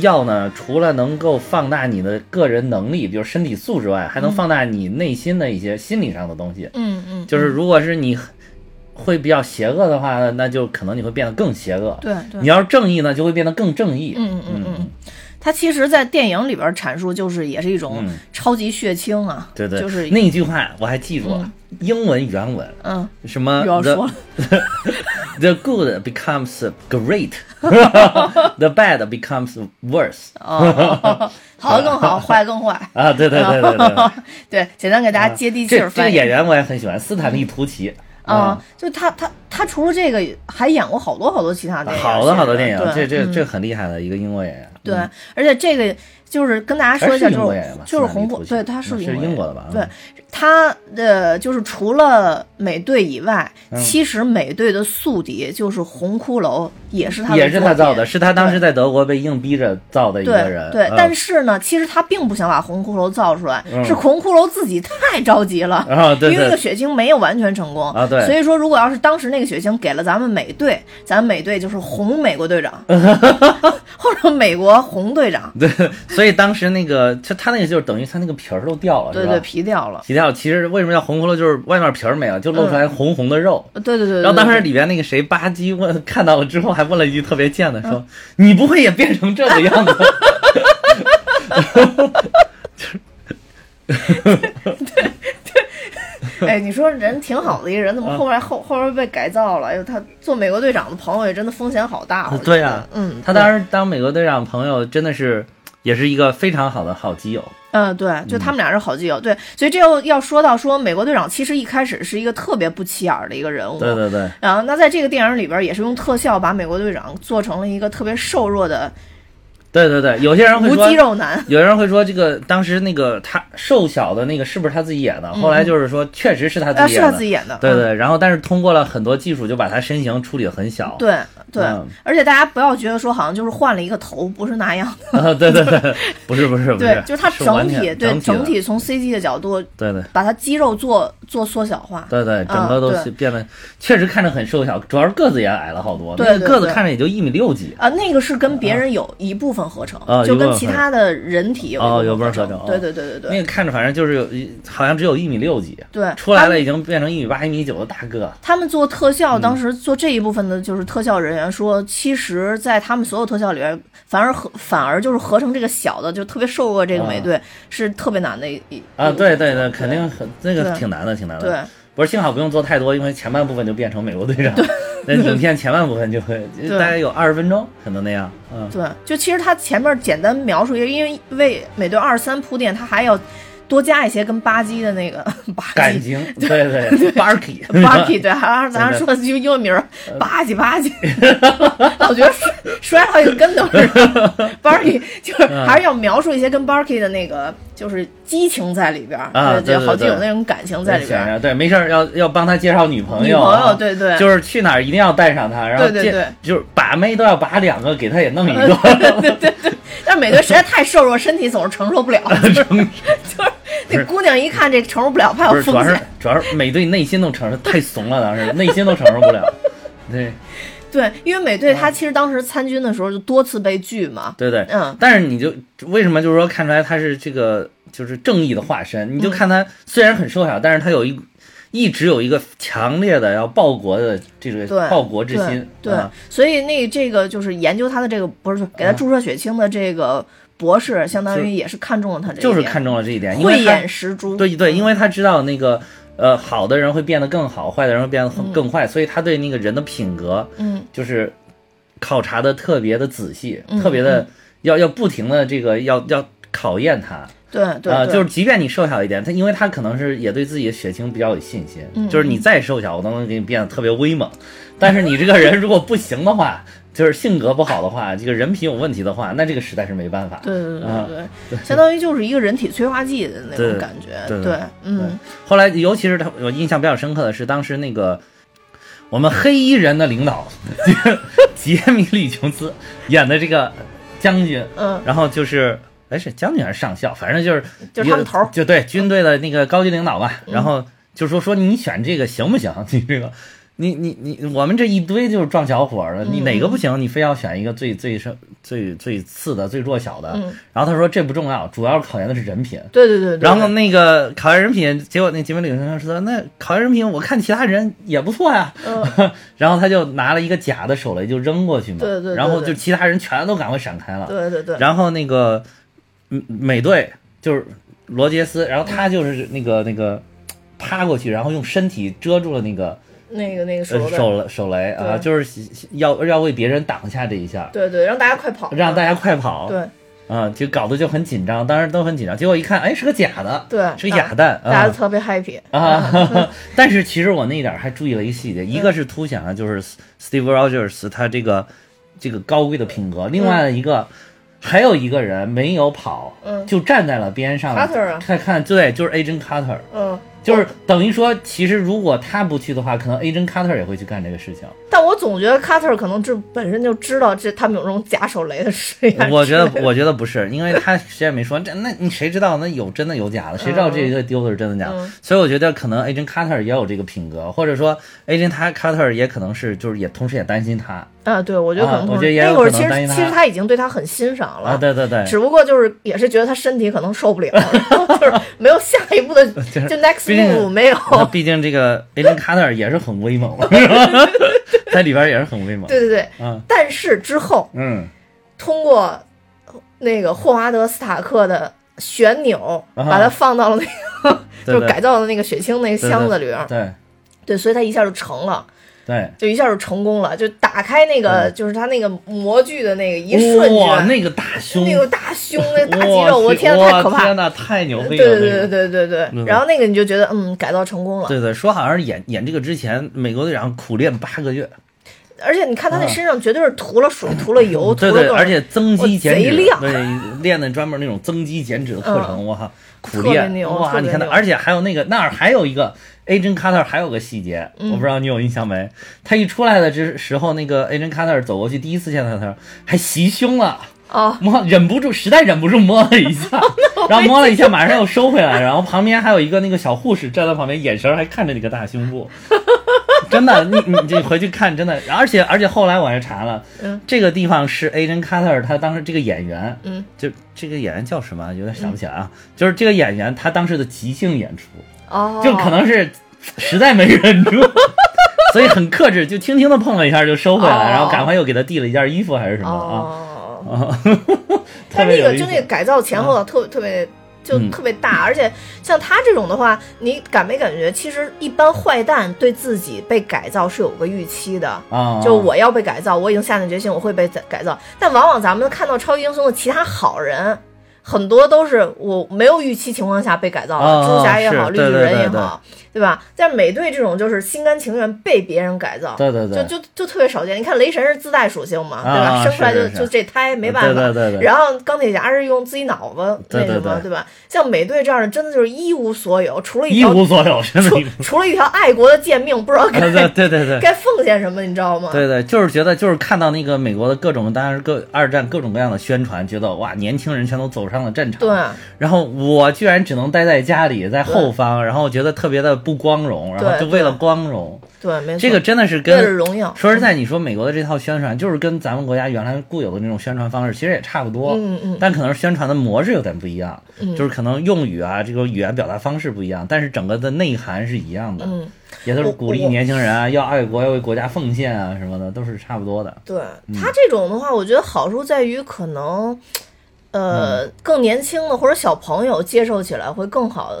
[SPEAKER 2] 药呢，除了能够放大你的个人能力，比如身体素质外，还能放大你内心的一些心理上的东西。
[SPEAKER 1] 嗯嗯，
[SPEAKER 2] 就是如果是你会比较邪恶的话，那就可能你会变得更邪恶。
[SPEAKER 1] 对对
[SPEAKER 2] 你。要是正义呢，就会变得更正义。
[SPEAKER 1] 嗯嗯嗯嗯，他其实，在电影里边阐述就是也是一种
[SPEAKER 2] 嗯
[SPEAKER 1] 超级血清啊，
[SPEAKER 2] 对对，
[SPEAKER 1] 就是
[SPEAKER 2] 那一句话我还记住了，英文原文
[SPEAKER 1] 嗯，
[SPEAKER 2] 什么
[SPEAKER 1] 又要
[SPEAKER 2] the
[SPEAKER 1] 说了，
[SPEAKER 2] The good becomes
[SPEAKER 1] <laughs>
[SPEAKER 2] great, the bad becomes worse
[SPEAKER 1] 哦， <laughs> 好更
[SPEAKER 2] <laughs>
[SPEAKER 1] 好，坏更坏，
[SPEAKER 2] 啊！对对对对
[SPEAKER 1] <laughs>
[SPEAKER 2] 对，
[SPEAKER 1] 对，简单给大家接地气
[SPEAKER 2] 这
[SPEAKER 1] 儿
[SPEAKER 2] 这个
[SPEAKER 1] 翻译
[SPEAKER 2] 演员我也嗯很喜欢，斯坦利·图奇
[SPEAKER 1] 啊，就他他他除了这个，还演过好多好多其他
[SPEAKER 2] 啊
[SPEAKER 1] 电影，
[SPEAKER 2] 好多好多电影，
[SPEAKER 1] 对嗯
[SPEAKER 2] 这这这很厉害的一个英国演员。
[SPEAKER 1] 对
[SPEAKER 2] 嗯，
[SPEAKER 1] 而且这个就是跟大家说一下，
[SPEAKER 2] 还是英
[SPEAKER 1] 就
[SPEAKER 2] 国
[SPEAKER 1] 是
[SPEAKER 2] 演员吧
[SPEAKER 1] 就是
[SPEAKER 2] 斯坦利
[SPEAKER 1] 红脖，
[SPEAKER 2] 图奇
[SPEAKER 1] 对，他
[SPEAKER 2] 是
[SPEAKER 1] 英国
[SPEAKER 2] 英
[SPEAKER 1] 演
[SPEAKER 2] 国
[SPEAKER 1] 员
[SPEAKER 2] 的吧嗯
[SPEAKER 1] 对他呃，就是除了美队以外，
[SPEAKER 2] 嗯
[SPEAKER 1] 其实美队的宿敌就是红骷髅，也是他的
[SPEAKER 2] 也是
[SPEAKER 1] 作
[SPEAKER 2] 他
[SPEAKER 1] 品
[SPEAKER 2] 造的，。是他当时在德国被硬逼着造的一个
[SPEAKER 1] 对
[SPEAKER 2] 人。嗯
[SPEAKER 1] 对，但
[SPEAKER 2] 是
[SPEAKER 1] 是呢，其实他并不想把红骷髅造出来，
[SPEAKER 2] 嗯
[SPEAKER 1] 是红骷髅自己太着急了，
[SPEAKER 2] 啊，对
[SPEAKER 1] 因为那个
[SPEAKER 2] 对
[SPEAKER 1] 血清没有完全成功
[SPEAKER 2] 啊对
[SPEAKER 1] 所以说如果要是当时那个血清给了咱们美队，咱们美队就是红美国队长，
[SPEAKER 2] <laughs>
[SPEAKER 1] 或者美国红队长，
[SPEAKER 2] 对，所以当时那个他他那个就是等于他那个皮儿都掉了，
[SPEAKER 1] 对
[SPEAKER 2] 是吧
[SPEAKER 1] 对，皮掉了。
[SPEAKER 2] 皮掉了。其实为什么叫红骷髅，就是外面皮儿没了，就露
[SPEAKER 1] 嗯
[SPEAKER 2] 出来红红的肉。
[SPEAKER 1] 呃对对对对，
[SPEAKER 2] 然后当时
[SPEAKER 1] 对
[SPEAKER 2] 里边那个谁吧唧问看到了之后，还问了一句特别贱的，
[SPEAKER 1] 嗯
[SPEAKER 2] 说：“你不会也变成这个样子
[SPEAKER 1] 对哎，你说人挺好的一个人，怎
[SPEAKER 2] 嗯
[SPEAKER 1] 么后来后后边被改造了？哎呦，他做美国队长的朋友也真的风险好大。我觉 <laughs> 得
[SPEAKER 2] 对啊
[SPEAKER 1] 嗯，？”
[SPEAKER 2] 他当时当美国队长朋友真的是也是一个非常好的好基友。
[SPEAKER 1] 嗯，对，就他们俩是好基友，对，所以这又要说到说美国队长其实一开始是一个特别不起眼儿的一个人物，
[SPEAKER 2] 对对对，
[SPEAKER 1] 然后那在这个电影里边也是用特效把美国队长做成了一个特别瘦弱的
[SPEAKER 2] 对对对，有些人会
[SPEAKER 1] 无
[SPEAKER 2] 说
[SPEAKER 1] 肌，肉男，
[SPEAKER 2] 有人会说这个当时那个他瘦小的那个是不是他自己演的？后来就是说确实是他
[SPEAKER 1] 呃，
[SPEAKER 2] 自
[SPEAKER 1] 嗯是
[SPEAKER 2] 己演
[SPEAKER 1] 他
[SPEAKER 2] 的。
[SPEAKER 1] 自己演的，
[SPEAKER 2] 对
[SPEAKER 1] 嗯
[SPEAKER 2] 对，然后但是通过了很多技术，就把他身形处理得很小。
[SPEAKER 1] 对对
[SPEAKER 2] 嗯，
[SPEAKER 1] 而且大家不要觉得说好像就是换了一个头，不是那样的，
[SPEAKER 2] 啊， <laughs> 对对对，不是不是不
[SPEAKER 1] 对
[SPEAKER 2] 是，，
[SPEAKER 1] 就是他
[SPEAKER 2] 完
[SPEAKER 1] 整
[SPEAKER 2] 全
[SPEAKER 1] 体对
[SPEAKER 2] 整
[SPEAKER 1] 整
[SPEAKER 2] 的
[SPEAKER 1] 体从 CG 的角度
[SPEAKER 2] 对对。
[SPEAKER 1] 把它肌肉做做缩小化。
[SPEAKER 2] 对对，整
[SPEAKER 1] 啊
[SPEAKER 2] 个都
[SPEAKER 1] 对
[SPEAKER 2] 是变得，确实看着很瘦小，主要是个子也矮了好多，
[SPEAKER 1] 对
[SPEAKER 2] 那个
[SPEAKER 1] 对
[SPEAKER 2] 个子
[SPEAKER 1] 对
[SPEAKER 2] 看着也就一米六几。
[SPEAKER 1] 啊，那个是跟别人有一部分合成，
[SPEAKER 2] 嗯啊
[SPEAKER 1] 就
[SPEAKER 2] 一部
[SPEAKER 1] 跟
[SPEAKER 2] 分
[SPEAKER 1] 其他的人体
[SPEAKER 2] 哦
[SPEAKER 1] 有一
[SPEAKER 2] 有
[SPEAKER 1] 部
[SPEAKER 2] 部分
[SPEAKER 1] 分
[SPEAKER 2] 合
[SPEAKER 1] 成。
[SPEAKER 2] 成
[SPEAKER 1] 对
[SPEAKER 2] 哦
[SPEAKER 1] 对对对
[SPEAKER 2] 那
[SPEAKER 1] 对
[SPEAKER 2] 个看着反正就是有，好像只有一米六几，
[SPEAKER 1] 对。
[SPEAKER 2] 出来了嗯已经变成一米八、一米九的大个。
[SPEAKER 1] 他们做特效，当时做这一部分的就是特效人员说，其实，在他们所有特效里边，反而合反而就是合成这个小的，就特别瘦弱这个美队是特别难的一一
[SPEAKER 2] 啊，
[SPEAKER 1] 一
[SPEAKER 2] 对
[SPEAKER 1] 个
[SPEAKER 2] 对对，肯定很那个
[SPEAKER 1] 嗯对
[SPEAKER 2] 挺难的，挺难的。
[SPEAKER 1] 对，
[SPEAKER 2] 不是幸好不用做太多，因为前半部分就变成美国队长， <laughs> 那影片前半部分就会
[SPEAKER 1] <laughs> 对哎
[SPEAKER 2] 大概有二十分钟，可能那样。
[SPEAKER 1] <laughs>
[SPEAKER 2] 嗯，
[SPEAKER 1] 对，就其实他前面简单描述一下，因为为美队二三铺垫，他还要多加一些跟巴基的那个巴
[SPEAKER 2] 感
[SPEAKER 1] 基
[SPEAKER 2] 情，对
[SPEAKER 1] <laughs>
[SPEAKER 2] 对，Barky <laughs>
[SPEAKER 1] Barky 对，还还咱
[SPEAKER 2] 真的呃
[SPEAKER 1] 说的就英文名儿吧唧吧
[SPEAKER 2] <laughs>
[SPEAKER 1] 唧，老觉得摔摔好几个跟头似
[SPEAKER 2] <laughs>
[SPEAKER 1] 的。Barky 就是
[SPEAKER 2] 嗯
[SPEAKER 1] 还是要描述一些跟 Barky 的那个就是激情在里边儿，
[SPEAKER 2] 啊对对
[SPEAKER 1] 好几
[SPEAKER 2] 对
[SPEAKER 1] 有那种感情在里边
[SPEAKER 2] 显
[SPEAKER 1] 儿。
[SPEAKER 2] 然对，没事儿要要帮他介绍女朋
[SPEAKER 1] 女
[SPEAKER 2] 友
[SPEAKER 1] 朋
[SPEAKER 2] 啊，
[SPEAKER 1] 友对对，
[SPEAKER 2] 就是去哪儿一定要带上他，然后
[SPEAKER 1] 对对
[SPEAKER 2] 见
[SPEAKER 1] 对
[SPEAKER 2] 就是把妹都要把两个，给他也
[SPEAKER 1] <laughs>
[SPEAKER 2] 弄一个，
[SPEAKER 1] 但美队实在太瘦弱，身体总是承受不了，就是就是那姑娘一看这承受不了，怕
[SPEAKER 2] 不
[SPEAKER 1] 有
[SPEAKER 2] 是，主要
[SPEAKER 1] 风
[SPEAKER 2] 是
[SPEAKER 1] 险。
[SPEAKER 2] 主要是美队内心都承受太怂了，当时内心都承受不
[SPEAKER 1] <laughs>
[SPEAKER 2] 了。对
[SPEAKER 1] 对，因为美
[SPEAKER 2] 啊
[SPEAKER 1] 队他其实当时参军的时候就多次被拒嘛，
[SPEAKER 2] 对对，
[SPEAKER 1] 嗯
[SPEAKER 2] 但是你就为什么就是说看出来他是这个就是正义的化身？你就看他虽然很瘦小，但是他有一一直有一个强烈的要报国的这个
[SPEAKER 1] 对，
[SPEAKER 2] 报国之心。
[SPEAKER 1] 对，对
[SPEAKER 2] 啊
[SPEAKER 1] 所以那这个就是研究他的这个不是给他注射血清的这个博士，相当于也是看中了他这一点，
[SPEAKER 2] 就是看中了这一点，因
[SPEAKER 1] 慧
[SPEAKER 2] 为他
[SPEAKER 1] 眼识珠。
[SPEAKER 2] 对对，因为他知道那个呃好的人会变得更好，坏的人会变得更坏，所以他对那个人的品格
[SPEAKER 1] 嗯，
[SPEAKER 2] 就是考察的特别的仔细，
[SPEAKER 1] 嗯
[SPEAKER 2] 特别的要要不停的这个要要考验他。
[SPEAKER 1] 对对对、
[SPEAKER 2] 啊、就是即便你瘦小一点，他因为他可能是也对自己的血清比较有信心，
[SPEAKER 1] 嗯
[SPEAKER 2] 就是你再瘦小，我都能给你变得特别威猛。但是你这个人如果不行的话，就是性格不好的话，这个人品有问题的话，那这个实在是没办法。
[SPEAKER 1] 对对对
[SPEAKER 2] 啊
[SPEAKER 1] 对对，相当于就是一个人体催化剂的那种
[SPEAKER 2] 对
[SPEAKER 1] 感觉。
[SPEAKER 2] 对对
[SPEAKER 1] 对
[SPEAKER 2] 对，
[SPEAKER 1] 嗯，
[SPEAKER 2] 后来，尤其是他，我印象比较深刻的是，当时那个我们黑衣人的领导 <laughs> 杰米·里琼斯演的这个将军，
[SPEAKER 1] 嗯
[SPEAKER 2] 然后就是。哎，是将军还是上校？反正就是
[SPEAKER 1] 就是他们头儿
[SPEAKER 2] <laughs> 就对军队的那个高级领导吧。然后就说说你选这个行不行？你这个，你你你，我们这一堆就是撞小伙
[SPEAKER 1] 嗯
[SPEAKER 2] 儿的，你哪个不行，你非要选一个最最是最最次的、最弱小的。
[SPEAKER 1] 嗯
[SPEAKER 2] 然后他说这不重要，主要考研的是人品。
[SPEAKER 1] 对对对对。
[SPEAKER 2] 然后那个考研人品，结果那节目领先说，那考研人品我看其他人也不错呀。
[SPEAKER 1] 呃
[SPEAKER 2] 然后他就拿了一个假的手雷就扔过去嘛，
[SPEAKER 1] 对对对对
[SPEAKER 2] 然后就其他人全都赶快闪开了。
[SPEAKER 1] 对对对，
[SPEAKER 2] 然后那个嗯美队就是罗杰斯，然后他就是那个那个趴过去，然后用身体遮住了那个
[SPEAKER 1] 那个那个手
[SPEAKER 2] 呃
[SPEAKER 1] 榴弹
[SPEAKER 2] 手雷手雷啊，
[SPEAKER 1] 对
[SPEAKER 2] 就是要要为别人挡下这一下，
[SPEAKER 1] 对对，让大家快跑，
[SPEAKER 2] 让大家快跑。
[SPEAKER 1] 对
[SPEAKER 2] 啊，就搞得就很紧张，当时都很紧张。结果一看，哎，是个假的，
[SPEAKER 1] 对
[SPEAKER 2] 是个哑弹
[SPEAKER 1] 大家
[SPEAKER 2] 啊
[SPEAKER 1] 都特别 happy，
[SPEAKER 2] 啊！但是其实我那一点儿还注意了一个细
[SPEAKER 1] 嗯
[SPEAKER 2] 节，一个是凸显了就是 Steve Rogers 他这个这个高贵的品
[SPEAKER 1] 嗯
[SPEAKER 2] 格，另外一个。还有一个人没有跑，
[SPEAKER 1] 嗯
[SPEAKER 2] 就站在了边上。
[SPEAKER 1] Carter 啊
[SPEAKER 2] 看看对，就是 Agent Carter，
[SPEAKER 1] 嗯，
[SPEAKER 2] 就是等于说，其实如果他不去的话，可能 Agent Carter 也会去干这个事情。
[SPEAKER 1] 但我总觉得卡特尔可能这本身就知道这他们有这种假手雷的实验，
[SPEAKER 2] 我觉得，我觉得不是，因为他谁也没说，这那你谁知道那有真的有假的？谁知道这个丢的是真的假的？
[SPEAKER 1] 嗯
[SPEAKER 2] 所以我觉得可能 Agent Carter 也有这个品格，或者说 Agent 他 Carter 也可能是就是也同时也担心他
[SPEAKER 1] 啊，对我觉得可能
[SPEAKER 2] 啊我
[SPEAKER 1] 同
[SPEAKER 2] 觉得
[SPEAKER 1] 时
[SPEAKER 2] 也有
[SPEAKER 1] 那会儿
[SPEAKER 2] 可
[SPEAKER 1] 其
[SPEAKER 2] 能
[SPEAKER 1] 实
[SPEAKER 2] 担心他
[SPEAKER 1] 其实他已经对他很欣赏了，
[SPEAKER 2] 啊，对对对，
[SPEAKER 1] 只不过就是也是觉得他身体可能受不了，然后就是没有下一
[SPEAKER 2] <laughs>
[SPEAKER 1] 步的，就是 next
[SPEAKER 2] 毕竟嗯
[SPEAKER 1] move 没有。
[SPEAKER 2] 那毕竟这个 Agent Carter 也是很威猛， <laughs> 是吧？在里边也是很威猛，
[SPEAKER 1] 对对对，
[SPEAKER 2] 嗯
[SPEAKER 1] 但是之后
[SPEAKER 2] 嗯
[SPEAKER 1] 通过那个霍华德·斯塔克的旋钮，
[SPEAKER 2] 啊
[SPEAKER 1] 把它放到了那个
[SPEAKER 2] 对
[SPEAKER 1] 就是
[SPEAKER 2] 对
[SPEAKER 1] 改造的那个血清那个箱子里边儿，
[SPEAKER 2] 对
[SPEAKER 1] 对，所以他一下就成了。
[SPEAKER 2] 对。
[SPEAKER 1] 就一下就成功了，就打开那个，就是他那个模具的那个一瞬
[SPEAKER 2] 嗯哇，
[SPEAKER 1] 间，
[SPEAKER 2] 那个大胸，
[SPEAKER 1] 那个大胸、那大肌
[SPEAKER 2] 哇
[SPEAKER 1] 肉，我的
[SPEAKER 2] 去
[SPEAKER 1] 天，啊
[SPEAKER 2] 哇
[SPEAKER 1] 太可怕
[SPEAKER 2] 天
[SPEAKER 1] 了！
[SPEAKER 2] 呐，太牛
[SPEAKER 1] 对
[SPEAKER 2] 逼了！
[SPEAKER 1] 对
[SPEAKER 2] 那个
[SPEAKER 1] 对对对对对。
[SPEAKER 2] 嗯
[SPEAKER 1] 然后那个你就觉得，嗯，改造成功了。
[SPEAKER 2] 对对，说好像是演演这个之前，美国队长苦练八个月，
[SPEAKER 1] 而且你看他那
[SPEAKER 2] 啊
[SPEAKER 1] 身上绝对是涂了水、涂了油、涂
[SPEAKER 2] 嗯对
[SPEAKER 1] 了
[SPEAKER 2] 对，
[SPEAKER 1] 各种
[SPEAKER 2] 而且增肌减脂，
[SPEAKER 1] 哦贼亮嗯
[SPEAKER 2] 对，练的专门那种增肌减脂的课程，哇，苦
[SPEAKER 1] 特别
[SPEAKER 2] 练，
[SPEAKER 1] 牛
[SPEAKER 2] 哇，
[SPEAKER 1] 特别
[SPEAKER 2] 你看他，
[SPEAKER 1] 牛
[SPEAKER 2] 而且还有那个那儿还有一个 Agent Carter 还有个细节，我不
[SPEAKER 1] 嗯
[SPEAKER 2] 知道你有印象没？他一出来的之时候，那个 Agent Carter 走过去，第一次见到他，还袭胸了。
[SPEAKER 1] 啊，
[SPEAKER 2] 摸忍不住，实在忍不住摸了
[SPEAKER 1] <laughs>
[SPEAKER 2] 一下，然后摸了一下，马上又收回来，然后旁边还有一个那个小护士站在旁边，眼神还看着那个大胸
[SPEAKER 1] <laughs>
[SPEAKER 2] 部，真的，你你这回去看，真的，而且而且后来我还查了，
[SPEAKER 1] 嗯
[SPEAKER 2] 这个地方是 Agent Carter 他当时这个演员，
[SPEAKER 1] 嗯，
[SPEAKER 2] 就这个演员叫什么，有点想不起来啊，就是这个演员他当时的即兴演出，
[SPEAKER 1] 哦，
[SPEAKER 2] 就可能是实在没
[SPEAKER 1] <laughs>
[SPEAKER 2] 忍住。所以很克制，就轻轻的碰了一下就收回来，
[SPEAKER 1] 哦
[SPEAKER 2] 然后赶快又给他递了一件衣服还是什么啊？
[SPEAKER 1] 哦。
[SPEAKER 2] 啊，
[SPEAKER 1] 他
[SPEAKER 2] 特
[SPEAKER 1] 那
[SPEAKER 2] 别有
[SPEAKER 1] 个
[SPEAKER 2] 意
[SPEAKER 1] 就
[SPEAKER 2] 思
[SPEAKER 1] 那个改造前后特特别。就
[SPEAKER 2] 嗯
[SPEAKER 1] 特别大，而且像他这种的话，你感没感觉？其实一般坏蛋对自己被改造是有个预期的，
[SPEAKER 2] 啊，
[SPEAKER 1] 就我要被改造，我已经下定决心我会被改造。但往往咱们看到超级英雄的其他好人，很多都是我没有预期情况下被改造
[SPEAKER 2] 啊
[SPEAKER 1] 的，
[SPEAKER 2] 啊
[SPEAKER 1] 蜘蛛侠也
[SPEAKER 2] 是
[SPEAKER 1] 好，绿巨
[SPEAKER 2] 对对
[SPEAKER 1] 人也
[SPEAKER 2] 对对
[SPEAKER 1] 好，对吧？但美队这种就是心甘情愿被别人改造，
[SPEAKER 2] 对对对，
[SPEAKER 1] 就就就特别少见。你看雷神是自带属性嘛，
[SPEAKER 2] 啊
[SPEAKER 1] 对吧？
[SPEAKER 2] 啊
[SPEAKER 1] 生出来就
[SPEAKER 2] 是
[SPEAKER 1] 是
[SPEAKER 2] 是
[SPEAKER 1] 就这胎，没办法。
[SPEAKER 2] 对对对对
[SPEAKER 1] 然后钢铁侠是用自己脑子那
[SPEAKER 2] 对对
[SPEAKER 1] 什么，
[SPEAKER 2] 对
[SPEAKER 1] 吧？像美队这样的，真的就是一无所有，除了一
[SPEAKER 2] 一
[SPEAKER 1] 条
[SPEAKER 2] 无
[SPEAKER 1] <laughs>
[SPEAKER 2] 所有，真的
[SPEAKER 1] 除
[SPEAKER 2] 一无。
[SPEAKER 1] 除了一条爱国的贱命，不知道
[SPEAKER 2] <laughs> 对
[SPEAKER 1] 该
[SPEAKER 2] 对对对
[SPEAKER 1] <laughs>
[SPEAKER 2] 对。
[SPEAKER 1] 该奉献什么，你知道吗？
[SPEAKER 2] 对对，就是觉得，就是看到那个美国的各种，当然是各二战各种各样的宣传，觉得哇，年轻人全都走上了战场。
[SPEAKER 1] 对。
[SPEAKER 2] 然后我居然只能待在家里，在后方，然后觉得特别的不光荣，然后
[SPEAKER 1] 对
[SPEAKER 2] 就为了光荣，
[SPEAKER 1] 对，没错，
[SPEAKER 2] 这个真的是
[SPEAKER 1] 为了
[SPEAKER 2] 跟
[SPEAKER 1] 荣耀，
[SPEAKER 2] 说实在，你说美国的这套宣传，就是跟咱们国家原来固有的那种宣传方式，其实也差不多。
[SPEAKER 1] 嗯嗯
[SPEAKER 2] 但可能宣传的模式有点不一样，
[SPEAKER 1] 嗯
[SPEAKER 2] 就是可能用语啊，这个语言表达方式不一样，但是整个的内涵是一样的，
[SPEAKER 1] 嗯，
[SPEAKER 2] 也都是
[SPEAKER 1] 我
[SPEAKER 2] 鼓励
[SPEAKER 1] 我
[SPEAKER 2] 年轻人啊，要爱国，要为国家奉献啊什么的，都是差不多的。
[SPEAKER 1] 嗯对
[SPEAKER 2] 嗯
[SPEAKER 1] 他这种的话，我觉得好处在于可能，
[SPEAKER 2] 嗯
[SPEAKER 1] 呃，更年轻的或者小朋友接受起来会更好，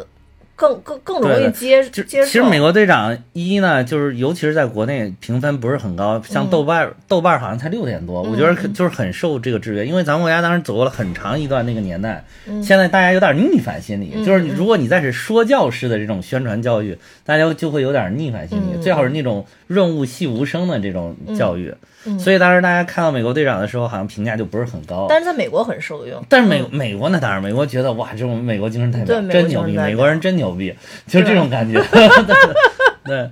[SPEAKER 1] 更更更容易
[SPEAKER 2] 对对
[SPEAKER 1] 接
[SPEAKER 2] 就
[SPEAKER 1] 接
[SPEAKER 2] 其
[SPEAKER 1] 受。
[SPEAKER 2] 实美国队长一呢，就是尤其是在国内评分不是很高，
[SPEAKER 1] 嗯
[SPEAKER 2] 像豆瓣、豆瓣好像才六点多，我觉得可就是很受这个制约，因为咱们国家当时走过了很长一段那个年代，
[SPEAKER 1] 嗯
[SPEAKER 2] 现在大家有点逆反心理，就是你如果你再是说教式的这种宣传教育，大家就会有点逆反心
[SPEAKER 1] 嗯
[SPEAKER 2] 理，最好是那种润物细无声的这种教育，
[SPEAKER 1] 嗯
[SPEAKER 2] 所以当时大家看到美国队长的时候，好像评价就不是很高。
[SPEAKER 1] 但是在美国很受用。嗯
[SPEAKER 2] 但是美美国那当然，美国觉得哇，这种美国精神代表
[SPEAKER 1] 对美国
[SPEAKER 2] 真牛
[SPEAKER 1] 精神
[SPEAKER 2] 逼，
[SPEAKER 1] 代表
[SPEAKER 2] 美国人真牛逼，就是这种感觉。对嗯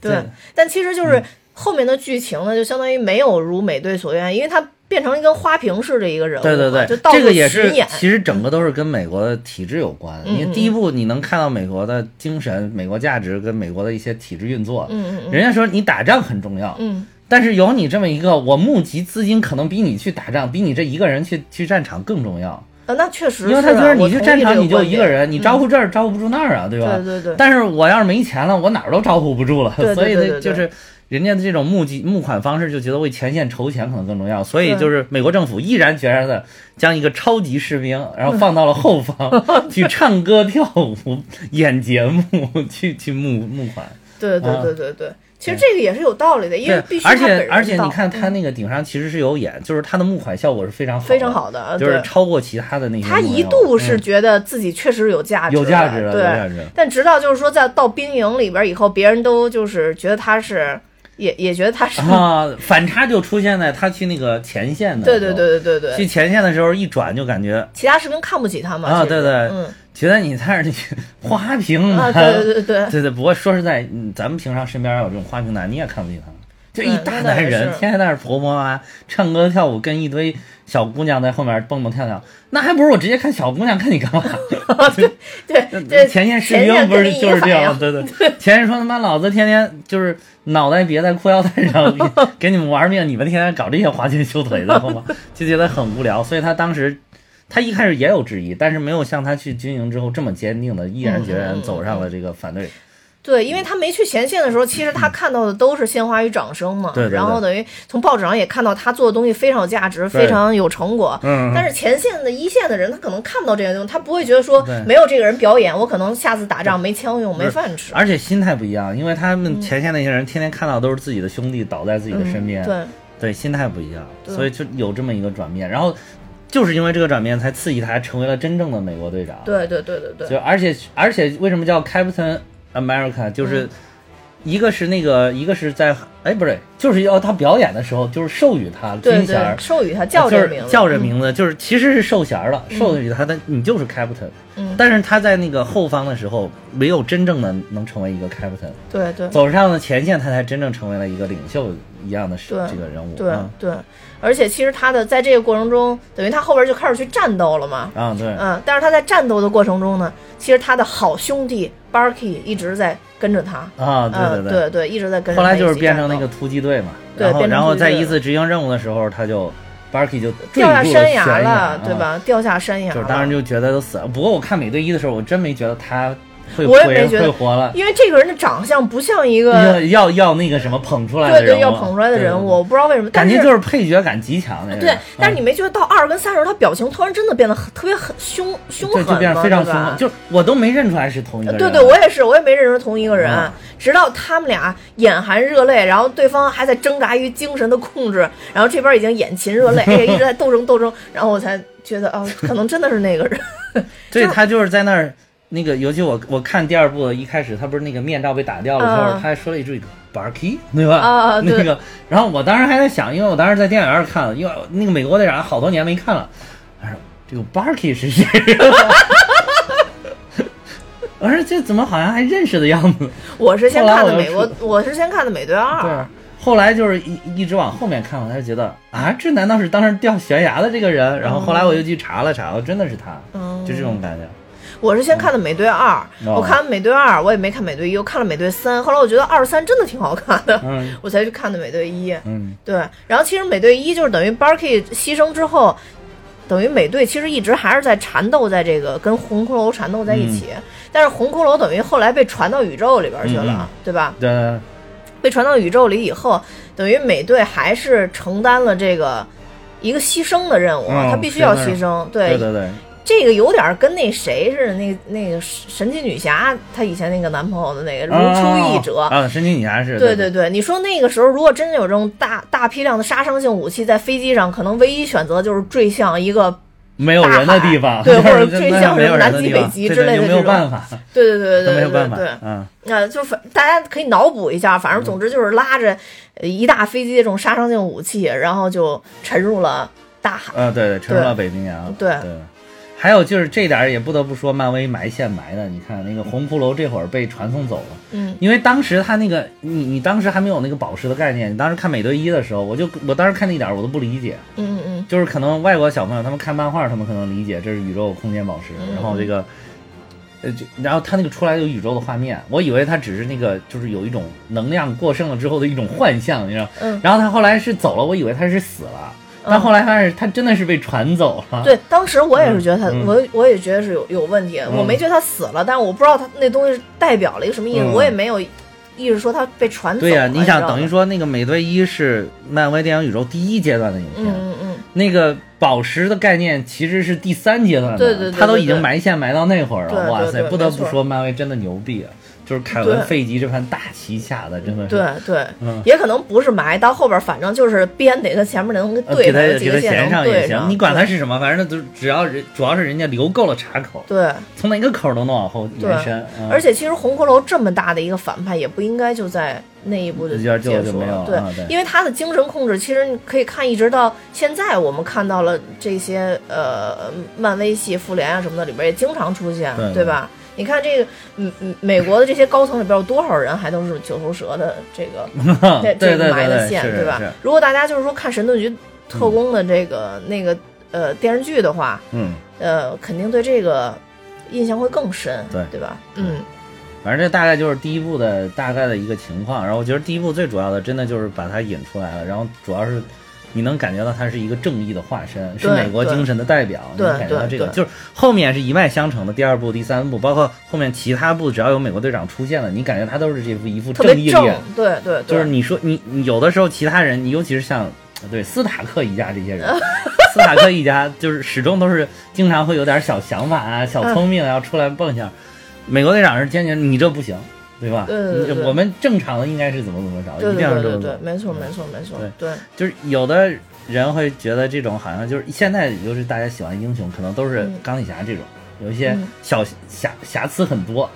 [SPEAKER 1] 对，但其实就是后面的剧情呢，就相当于没有如美队所愿，因为他变成一跟花瓶似的一个人物嘛，
[SPEAKER 2] 对对对，
[SPEAKER 1] 就到
[SPEAKER 2] 这
[SPEAKER 1] 处
[SPEAKER 2] 个也是
[SPEAKER 1] 巡演，
[SPEAKER 2] 其实整个都是跟美国的体制有关。
[SPEAKER 1] 嗯
[SPEAKER 2] 你第一步你能看到美国的精神、美国价值跟美国的一些体制运作。
[SPEAKER 1] 嗯嗯
[SPEAKER 2] 人家说你打仗很重要，
[SPEAKER 1] 嗯
[SPEAKER 2] 但是有你这么一个，我募集资金可能比你去打仗，比你这一个人去去战场更重要。
[SPEAKER 1] 呃，那确实
[SPEAKER 2] 因
[SPEAKER 1] 是啊，
[SPEAKER 2] 为他觉得
[SPEAKER 1] 我
[SPEAKER 2] 你去
[SPEAKER 1] 同
[SPEAKER 2] 战
[SPEAKER 1] 意
[SPEAKER 2] 场
[SPEAKER 1] 这
[SPEAKER 2] 你就
[SPEAKER 1] 观
[SPEAKER 2] 一个
[SPEAKER 1] 点，嗯
[SPEAKER 2] 人，你招呼这儿招呼不住那儿啊，对吧？
[SPEAKER 1] 对对对，
[SPEAKER 2] 但是我要是没钱了，我哪儿都招呼不住了，
[SPEAKER 1] 对对
[SPEAKER 2] 所以
[SPEAKER 1] 对
[SPEAKER 2] 呢，
[SPEAKER 1] 对对
[SPEAKER 2] 就是人家的这种募集募款方式，就觉得为前线筹钱可能更重要，所以
[SPEAKER 1] 对
[SPEAKER 2] 就是美国政府毅然决然的将一个超级士兵，然后放到了后
[SPEAKER 1] <laughs>
[SPEAKER 2] 方去唱歌跳舞、演节目，去去募募款。
[SPEAKER 1] 对对
[SPEAKER 2] 啊
[SPEAKER 1] 对对对，其实这个也是有道理的，因为必
[SPEAKER 2] 对，
[SPEAKER 1] 须
[SPEAKER 2] 而
[SPEAKER 1] 他本
[SPEAKER 2] 且
[SPEAKER 1] 人嗯
[SPEAKER 2] 而且
[SPEAKER 1] 到
[SPEAKER 2] 你看他那个顶上其实是有演，就是他的募款效果是非常好，
[SPEAKER 1] 非常，好的，呃
[SPEAKER 2] 就是
[SPEAKER 1] 对
[SPEAKER 2] 超过其他的那些募
[SPEAKER 1] 他
[SPEAKER 2] 款效果。
[SPEAKER 1] 一度是
[SPEAKER 2] 嗯
[SPEAKER 1] 觉得自己确实有价值的，
[SPEAKER 2] 有价值的，有
[SPEAKER 1] 对。
[SPEAKER 2] 价值的。
[SPEAKER 1] 但直到就是说，在到兵营里边以后，别人都就是觉得他是，也也觉得他是，
[SPEAKER 2] 啊，反差就出现在他去那个前线的时候，
[SPEAKER 1] <laughs> 对对对对对对，
[SPEAKER 2] 去前线的时候一转就感觉
[SPEAKER 1] 其他士兵看不起他嘛。
[SPEAKER 2] 啊，
[SPEAKER 1] 其实
[SPEAKER 2] 对对，
[SPEAKER 1] 嗯
[SPEAKER 2] 觉得你在那儿花瓶
[SPEAKER 1] 啊，
[SPEAKER 2] 男，
[SPEAKER 1] 对对对对，
[SPEAKER 2] <laughs> 对对不过说实在，嗯咱们平常身边要有这种花瓶男，你也看不起他。就一
[SPEAKER 1] 嗯
[SPEAKER 2] 大
[SPEAKER 1] 那倒
[SPEAKER 2] 男
[SPEAKER 1] 也
[SPEAKER 2] 人，
[SPEAKER 1] 是
[SPEAKER 2] 天天在那儿婆婆啊，唱歌跳舞，跟一堆小姑娘在后面蹦蹦跳跳，那还不如我直接看小姑娘，看你干嘛？ <laughs>
[SPEAKER 1] 对对，
[SPEAKER 2] 呃前线士
[SPEAKER 1] 前
[SPEAKER 2] 兵
[SPEAKER 1] 线
[SPEAKER 2] 不
[SPEAKER 1] 跟
[SPEAKER 2] 是
[SPEAKER 1] 你一
[SPEAKER 2] 就
[SPEAKER 1] 个
[SPEAKER 2] 是这
[SPEAKER 1] 反
[SPEAKER 2] 样，
[SPEAKER 1] 应
[SPEAKER 2] 对对。
[SPEAKER 1] <laughs>
[SPEAKER 2] 前线说他妈老子天天就是脑袋别在裤腰带上，给
[SPEAKER 1] <laughs>
[SPEAKER 2] 给你们玩命，你们天天搞这些花拳绣腿的，好吗？就觉得很无聊。所以他当时他一开始也有质疑，但是没有像他去军营之后这么坚定的，毅
[SPEAKER 1] 嗯
[SPEAKER 2] 然决然走上了这个反对。
[SPEAKER 1] 对，因为他没去前线的时候，其实他看到的都是鲜花与掌声嘛。
[SPEAKER 2] 嗯对对对
[SPEAKER 1] 然后等于从报纸上也看到他做的东西非常有价值，
[SPEAKER 2] 对
[SPEAKER 1] 非常有成果。
[SPEAKER 2] 嗯
[SPEAKER 1] 但是前线的一线的人，他可能看不到这些东西，他不会觉得说
[SPEAKER 2] 对
[SPEAKER 1] 没有这个人表演，我可能下次打仗没枪用，
[SPEAKER 2] 是
[SPEAKER 1] 没饭吃。
[SPEAKER 2] 而且心态不一样，因为他
[SPEAKER 1] 嗯
[SPEAKER 2] 们前线那些人天天看到都是自己的兄弟倒在自己的身边，
[SPEAKER 1] 对，
[SPEAKER 2] 对，心态不一样，
[SPEAKER 1] 对
[SPEAKER 2] 所以就有这么一个转变。然后就是因为这个转变，才刺激他成为了真正的美国队长。
[SPEAKER 1] 对对对对对，
[SPEAKER 2] <laughs> 就而且而且为什么叫 Captain America？就是
[SPEAKER 1] 嗯
[SPEAKER 2] 一个是那个，一个是在哎不对，就是要他表演的时候，就是授予他
[SPEAKER 1] 对
[SPEAKER 2] 军衔
[SPEAKER 1] 对
[SPEAKER 2] 儿，，
[SPEAKER 1] 授予他叫
[SPEAKER 2] 就
[SPEAKER 1] 这个
[SPEAKER 2] 是
[SPEAKER 1] 名字，
[SPEAKER 2] 叫这名字，就是其实是授衔儿了，授予他的你就是 Captain。
[SPEAKER 1] 嗯
[SPEAKER 2] 但是他在那个后方的时候，没有真正的能成为一个 Captain，
[SPEAKER 1] 对对。
[SPEAKER 2] 走上了前线，他才真正成为了一个领袖一样的是
[SPEAKER 1] 对
[SPEAKER 2] 这个人物。
[SPEAKER 1] 对
[SPEAKER 2] 嗯
[SPEAKER 1] 对，而且其实他的在这个过程中，等于他后边就开始去战斗了嘛，
[SPEAKER 2] 啊，对，
[SPEAKER 1] 嗯，但是他在战斗的过程中呢，其实他的好兄弟 Barky 一直在跟着他，
[SPEAKER 2] 啊，对
[SPEAKER 1] 嗯，
[SPEAKER 2] 对
[SPEAKER 1] 对对，一直在跟着
[SPEAKER 2] 后
[SPEAKER 1] 他
[SPEAKER 2] 来就
[SPEAKER 1] 一
[SPEAKER 2] 是
[SPEAKER 1] 起
[SPEAKER 2] 变
[SPEAKER 1] 战
[SPEAKER 2] 成那
[SPEAKER 1] 斗
[SPEAKER 2] 个突击队嘛，
[SPEAKER 1] 对
[SPEAKER 2] 然后
[SPEAKER 1] 变成
[SPEAKER 2] 然后
[SPEAKER 1] 突击
[SPEAKER 2] 在
[SPEAKER 1] 队
[SPEAKER 2] 一次执行任务的时候，他就 Barky 就坠
[SPEAKER 1] 掉下
[SPEAKER 2] 入了
[SPEAKER 1] 山
[SPEAKER 2] 悬
[SPEAKER 1] 崖了，对
[SPEAKER 2] 啊？
[SPEAKER 1] 吧？掉下山崖
[SPEAKER 2] 就
[SPEAKER 1] 了，
[SPEAKER 2] 是当时就觉得都死了。不过我看美队一的时候，我真没觉得他会
[SPEAKER 1] 我也
[SPEAKER 2] 回
[SPEAKER 1] 没觉得
[SPEAKER 2] 会活了，
[SPEAKER 1] 因为这个人的长相不像一
[SPEAKER 2] 要
[SPEAKER 1] 个
[SPEAKER 2] 要要那个什么捧出来的
[SPEAKER 1] 对
[SPEAKER 2] 人
[SPEAKER 1] 对
[SPEAKER 2] 物，
[SPEAKER 1] 要捧出来的人物，
[SPEAKER 2] 对，对
[SPEAKER 1] 我不知道为什么，
[SPEAKER 2] 对感
[SPEAKER 1] 但
[SPEAKER 2] 觉就是配角感极强那个人。
[SPEAKER 1] 对，但是
[SPEAKER 2] 嗯
[SPEAKER 1] 你没觉得到二跟三时候，他表情突然真的变得很特别很凶凶
[SPEAKER 2] 对
[SPEAKER 1] 狠
[SPEAKER 2] 就变得
[SPEAKER 1] 吗
[SPEAKER 2] 非常
[SPEAKER 1] 对
[SPEAKER 2] 凶
[SPEAKER 1] 吧
[SPEAKER 2] 狠，就是我都没认出来是同一个人。啊
[SPEAKER 1] 对对，我也是，我也没认识同一个人，
[SPEAKER 2] 嗯
[SPEAKER 1] 直到他们俩眼含热泪，然后对方还在挣扎于精神的控制，然后这边已经眼噙
[SPEAKER 2] <laughs>
[SPEAKER 1] 热泪，哎呀，一直在斗争斗争，然后我才觉得哦，可能真的是那个人。
[SPEAKER 2] 对
[SPEAKER 1] 就
[SPEAKER 2] 他就是在那儿。那个，尤其我我看第二部的一开始，他不是那个面罩被打掉了之后，
[SPEAKER 1] 嗯
[SPEAKER 2] 他还说了一句 “barky”，对吧？
[SPEAKER 1] 啊对
[SPEAKER 2] 那个，然后我当时还在想，因为我当时在电影院看了，因为那个美国队长好多年没看了，我说这个 barky 是谁？ <laughs> 我说这怎么好像还认识的样子？
[SPEAKER 1] 我是先
[SPEAKER 2] 后来
[SPEAKER 1] 看的
[SPEAKER 2] 我就
[SPEAKER 1] 美国
[SPEAKER 2] 说，
[SPEAKER 1] 我是先看的美队二
[SPEAKER 2] 对，，后来就是一一直往后面看，我才觉得啊，这难道是当时掉悬崖的这个人？然后后来我又去查了查，我真的是他，
[SPEAKER 1] 嗯
[SPEAKER 2] 就这种感觉。
[SPEAKER 1] 我是先看的美队二，
[SPEAKER 2] 哦
[SPEAKER 1] 我看完美队二，我也没看美队一，我看了美队三，后来我觉得二三真的挺好看的，
[SPEAKER 2] 嗯
[SPEAKER 1] 我才去看的美队一。
[SPEAKER 2] 嗯，
[SPEAKER 1] 对，然后其实美队一就是等于 Barky 牺牲之后，等于美队其实一直还是在缠斗在这个跟红骷髅缠斗在一起，但是红骷髅等于后来被传到宇宙里边去了，
[SPEAKER 2] 嗯嗯嗯
[SPEAKER 1] 对吧？
[SPEAKER 2] 对对。对
[SPEAKER 1] 被传到宇宙里以后，等于美队还是承担了这个一个牺牲的任务，啊
[SPEAKER 2] 嗯
[SPEAKER 1] 他必须要牺牲。
[SPEAKER 2] 对对对，
[SPEAKER 1] 这个有点跟那谁似的，那那个神奇女侠她以前那个男朋友的那个如出一辙。
[SPEAKER 2] 啊，啊神奇女侠是，
[SPEAKER 1] 对
[SPEAKER 2] 对
[SPEAKER 1] 对对，你说那个时候如果真的有这种大大批量的杀伤性武器在飞机上，可能唯一选择就是坠向一个，
[SPEAKER 2] 没有人的地
[SPEAKER 1] 大
[SPEAKER 2] 方，
[SPEAKER 1] 海对
[SPEAKER 2] <laughs> 就是
[SPEAKER 1] 或者追像
[SPEAKER 2] 没有
[SPEAKER 1] 什么
[SPEAKER 2] 人
[SPEAKER 1] 南
[SPEAKER 2] 的
[SPEAKER 1] 极
[SPEAKER 2] 地方
[SPEAKER 1] 北极
[SPEAKER 2] 对
[SPEAKER 1] 之类
[SPEAKER 2] 对
[SPEAKER 1] 的
[SPEAKER 2] 就没有
[SPEAKER 1] 这种
[SPEAKER 2] 办法，
[SPEAKER 1] 对对对
[SPEAKER 2] <laughs> 都没
[SPEAKER 1] 对
[SPEAKER 2] 有
[SPEAKER 1] 对
[SPEAKER 2] 办法
[SPEAKER 1] 对，，
[SPEAKER 2] 嗯，
[SPEAKER 1] 那就反大家可以脑补一下，反正总之就是拉着一大飞机这种杀伤性武器，然后就沉入了大海。
[SPEAKER 2] 呃，对对，沉入了北冰洋，
[SPEAKER 1] 对
[SPEAKER 2] 对。还有就是这点儿也不得不说，漫威埋线埋的，你看那个红骷髅这会儿被传送走了，
[SPEAKER 1] 嗯，
[SPEAKER 2] 因为当时他那个你你当时还没有那个宝石的概念，你当时看美队一的时候，我就我当时看那点儿我都不理解，
[SPEAKER 1] 嗯嗯
[SPEAKER 2] 就是可能外国小朋友他们看漫画，他们可能理解这是宇宙空间宝石，然后这个，呃，就然后它那个出来有宇宙的画面，我以为它只是那个就是有一种能量过剩了之后的一种幻象，你知道？
[SPEAKER 1] 嗯
[SPEAKER 2] 然后他后来是走了，我以为他是死了，但后来发现他真嗯的是被传走了。
[SPEAKER 1] 嗯，对，当时我也是觉得他，
[SPEAKER 2] 嗯嗯嗯
[SPEAKER 1] 我我也觉得是有有问题，我没觉得他死了，但是我不知道他那东西代表了一个什么意思，
[SPEAKER 2] 嗯
[SPEAKER 1] 我也没有意识说他被传走了。
[SPEAKER 2] 对呀、你
[SPEAKER 1] 知
[SPEAKER 2] 想
[SPEAKER 1] 道
[SPEAKER 2] 等于
[SPEAKER 1] 吗
[SPEAKER 2] 说那个美队一是漫威电影宇宙第一阶段的影片，
[SPEAKER 1] 嗯嗯
[SPEAKER 2] 那个宝石的概念其实是第三阶段的，
[SPEAKER 1] 对对对对
[SPEAKER 2] 他都已经埋线埋到那会儿了，
[SPEAKER 1] 对对对
[SPEAKER 2] 哇塞，
[SPEAKER 1] 没错
[SPEAKER 2] 不得不说漫威真的牛逼啊！就是凯文
[SPEAKER 1] 对
[SPEAKER 2] ·费吉这盘大棋下的，真的
[SPEAKER 1] 嗯，
[SPEAKER 2] 是
[SPEAKER 1] 对对。
[SPEAKER 2] 嗯
[SPEAKER 1] 也可能不是埋到后边，反正就是编得跟前面能
[SPEAKER 2] 呃
[SPEAKER 1] 对
[SPEAKER 2] 给他
[SPEAKER 1] 上，
[SPEAKER 2] 给
[SPEAKER 1] 几
[SPEAKER 2] 他
[SPEAKER 1] 个线
[SPEAKER 2] 衔
[SPEAKER 1] 能
[SPEAKER 2] 上
[SPEAKER 1] 对
[SPEAKER 2] 也行，
[SPEAKER 1] 上。
[SPEAKER 2] 你管他是什么，反正那都只要人主要是人家留够了岔口，
[SPEAKER 1] 对，
[SPEAKER 2] 从哪个口都能往后延伸，嗯
[SPEAKER 1] 而且其实红骷髅这么大的一个反派，也不应该就在那一部就
[SPEAKER 2] 就就
[SPEAKER 1] 结
[SPEAKER 2] 就
[SPEAKER 1] 束
[SPEAKER 2] 没有了
[SPEAKER 1] 对
[SPEAKER 2] 啊，对
[SPEAKER 1] 因为他的精神控制，其实你可以看一直到现在，我们看到了这些呃漫威系、复联啊什么的里边也经常出现，
[SPEAKER 2] 对
[SPEAKER 1] 对吧？你看这个，嗯嗯，美国的这些高层里边有多少人还都是九头蛇的这个这
[SPEAKER 2] <laughs> 对嗯啊对
[SPEAKER 1] 这个
[SPEAKER 2] 对
[SPEAKER 1] 埋的
[SPEAKER 2] 对，
[SPEAKER 1] 线，
[SPEAKER 2] 是
[SPEAKER 1] 对吧
[SPEAKER 2] 是，？
[SPEAKER 1] 如果大家就是说看《神盾局特工》的这个那个呃电视剧的话，
[SPEAKER 2] 嗯，
[SPEAKER 1] 呃，肯定对这个印象会更深，
[SPEAKER 2] 对
[SPEAKER 1] 对吧？嗯
[SPEAKER 2] 反正这大概就是第一部的大概的一个情况。然后我觉得第一部最主要的，真的就是把它引出来了。然后主要是你能感觉到它是一个正义的化身，是
[SPEAKER 1] 对
[SPEAKER 2] 美国精神的代表。你
[SPEAKER 1] 对
[SPEAKER 2] 能感觉到这个
[SPEAKER 1] 对对
[SPEAKER 2] 就是后面是一脉相承的。第二部、第三部，包括后面其他部，只要有美国队长出现了，你感觉他都是这副一副
[SPEAKER 1] 特
[SPEAKER 2] 正
[SPEAKER 1] 别
[SPEAKER 2] 义
[SPEAKER 1] 正
[SPEAKER 2] 脸。，
[SPEAKER 1] 对对对，
[SPEAKER 2] 就是你说你你有的时候其他人，你尤其是像对斯塔克一家这些人， <laughs> 斯塔克一家就是始终都是经常会有点小想法啊、小聪明啊，要出来蹦一下。美国队长是坚决你这不行，对吧？
[SPEAKER 1] 对对对
[SPEAKER 2] 你这我们正常的应该是怎么怎么着，
[SPEAKER 1] 对
[SPEAKER 2] 一定
[SPEAKER 1] 对
[SPEAKER 2] 要
[SPEAKER 1] 对
[SPEAKER 2] 是这
[SPEAKER 1] 对
[SPEAKER 2] 么
[SPEAKER 1] 对
[SPEAKER 2] 做，。
[SPEAKER 1] 没错没错没错，对
[SPEAKER 2] 就是有的人会觉得这种好像就是现在，尤其是大家喜欢英雄，可能都是
[SPEAKER 1] 嗯
[SPEAKER 2] 钢铁侠这种，有一些
[SPEAKER 1] 嗯
[SPEAKER 2] 小瑕瑕疵很多。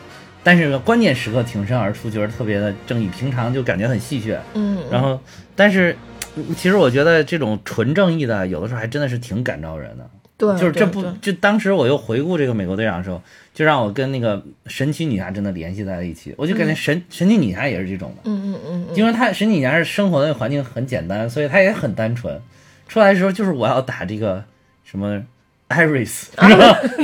[SPEAKER 2] 但是关键时刻挺身而出，觉得特别的正义。平常就感觉很戏谑，
[SPEAKER 1] 嗯，
[SPEAKER 2] 然后，但是嗯其实我觉得这种纯正义的，有的时候还真的是挺感召人的。
[SPEAKER 1] 对，
[SPEAKER 2] 就是这
[SPEAKER 1] 对
[SPEAKER 2] 不
[SPEAKER 1] 对
[SPEAKER 2] 就当时我又回顾这个美国队长的时候，就让我跟那个神奇女侠真的联系在了一起。我就感觉神、神奇女侠也是这种的，
[SPEAKER 1] 嗯嗯嗯
[SPEAKER 2] <laughs>
[SPEAKER 1] 嗯，
[SPEAKER 2] 因为她神奇女侠是生活的环境很简单，所以她也很单纯。出来的时候就是我要打这个什么
[SPEAKER 1] <laughs>
[SPEAKER 2] Iris，、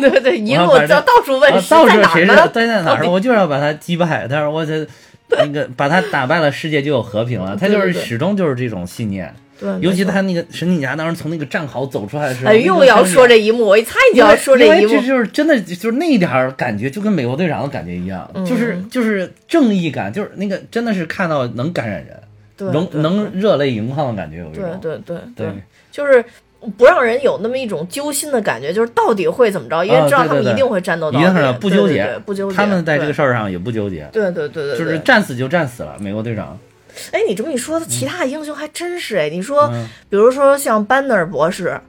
[SPEAKER 1] 对对，一
[SPEAKER 2] 我要
[SPEAKER 1] 路
[SPEAKER 2] 把这
[SPEAKER 1] 到到处问
[SPEAKER 2] 啊，
[SPEAKER 1] 是
[SPEAKER 2] 到
[SPEAKER 1] 啊在
[SPEAKER 2] 时
[SPEAKER 1] 哪
[SPEAKER 2] 候
[SPEAKER 1] 儿
[SPEAKER 2] 谁是
[SPEAKER 1] 呢？
[SPEAKER 2] 待在哪儿，我就要把他击败。但是我这那个把他打败了，世界就有和平了。他
[SPEAKER 1] 嗯
[SPEAKER 2] 就
[SPEAKER 1] 对对
[SPEAKER 2] 是
[SPEAKER 1] 对
[SPEAKER 2] 始终就是这种信念，
[SPEAKER 1] 对，
[SPEAKER 2] 尤其
[SPEAKER 1] 嗯没错
[SPEAKER 2] 他那个神奇侠当时从那个战壕走出来的时候，
[SPEAKER 1] 哎，又要说
[SPEAKER 2] 这。
[SPEAKER 1] 这一幕，我一猜你就要说这一
[SPEAKER 2] 因为
[SPEAKER 1] 幕
[SPEAKER 2] 这，就是真的，就是那一点儿感觉，就跟美国队长的感觉一样，
[SPEAKER 1] 嗯
[SPEAKER 2] 就是就是正义感，就是那个真的是看到能感染人，
[SPEAKER 1] 对，
[SPEAKER 2] 能
[SPEAKER 1] 对
[SPEAKER 2] 能热泪盈眶的感觉有一
[SPEAKER 1] 对
[SPEAKER 2] 种。
[SPEAKER 1] 对对对，
[SPEAKER 2] 对
[SPEAKER 1] 就是。不让人有那么一种揪心的感觉，就是到底会怎么着？因为
[SPEAKER 2] 啊
[SPEAKER 1] 知道
[SPEAKER 2] 对
[SPEAKER 1] 他们
[SPEAKER 2] 对
[SPEAKER 1] 一
[SPEAKER 2] 对
[SPEAKER 1] 定会战斗到
[SPEAKER 2] 一
[SPEAKER 1] 底，
[SPEAKER 2] 定是不纠
[SPEAKER 1] 对对
[SPEAKER 2] 结
[SPEAKER 1] 对不纠结。
[SPEAKER 2] 他们在这个
[SPEAKER 1] 对
[SPEAKER 2] 事儿上也不纠结，
[SPEAKER 1] 对对对对，
[SPEAKER 2] 就
[SPEAKER 1] 对
[SPEAKER 2] 是战死就战死了。美国队长，
[SPEAKER 1] 哎，你这么一说，其他英雄还真是哎。你说，
[SPEAKER 2] 嗯
[SPEAKER 1] 比如说像班纳尔博士，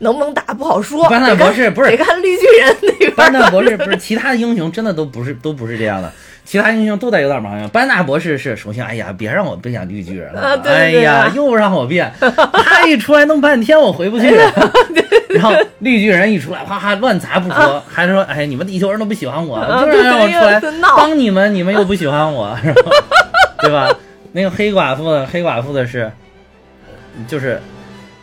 [SPEAKER 1] 能不能打不好说。
[SPEAKER 2] 班纳尔
[SPEAKER 1] 得看
[SPEAKER 2] 博士不是
[SPEAKER 1] 得看绿巨人那边儿。
[SPEAKER 2] 班纳博士不是，其他英雄真的都不是都不是这样的，其他英雄都得有点毛病。班纳博士是首先，哎呀，别让我变成绿巨人了，
[SPEAKER 1] 啊对对对
[SPEAKER 2] 哎呀
[SPEAKER 1] 啊，
[SPEAKER 2] 又让我变，他一出来弄半天我回
[SPEAKER 1] <laughs>
[SPEAKER 2] 不去了。然后绿巨人一出来，哗哗乱砸不说，还说，哎，你们地球人都不喜欢我，
[SPEAKER 1] 啊
[SPEAKER 2] 就是让我
[SPEAKER 1] 对
[SPEAKER 2] 出
[SPEAKER 1] 对
[SPEAKER 2] 来
[SPEAKER 1] 对闹
[SPEAKER 2] 帮你们，你们又不喜欢我，然后对吧？那个黑寡妇的黑寡妇的是，就是，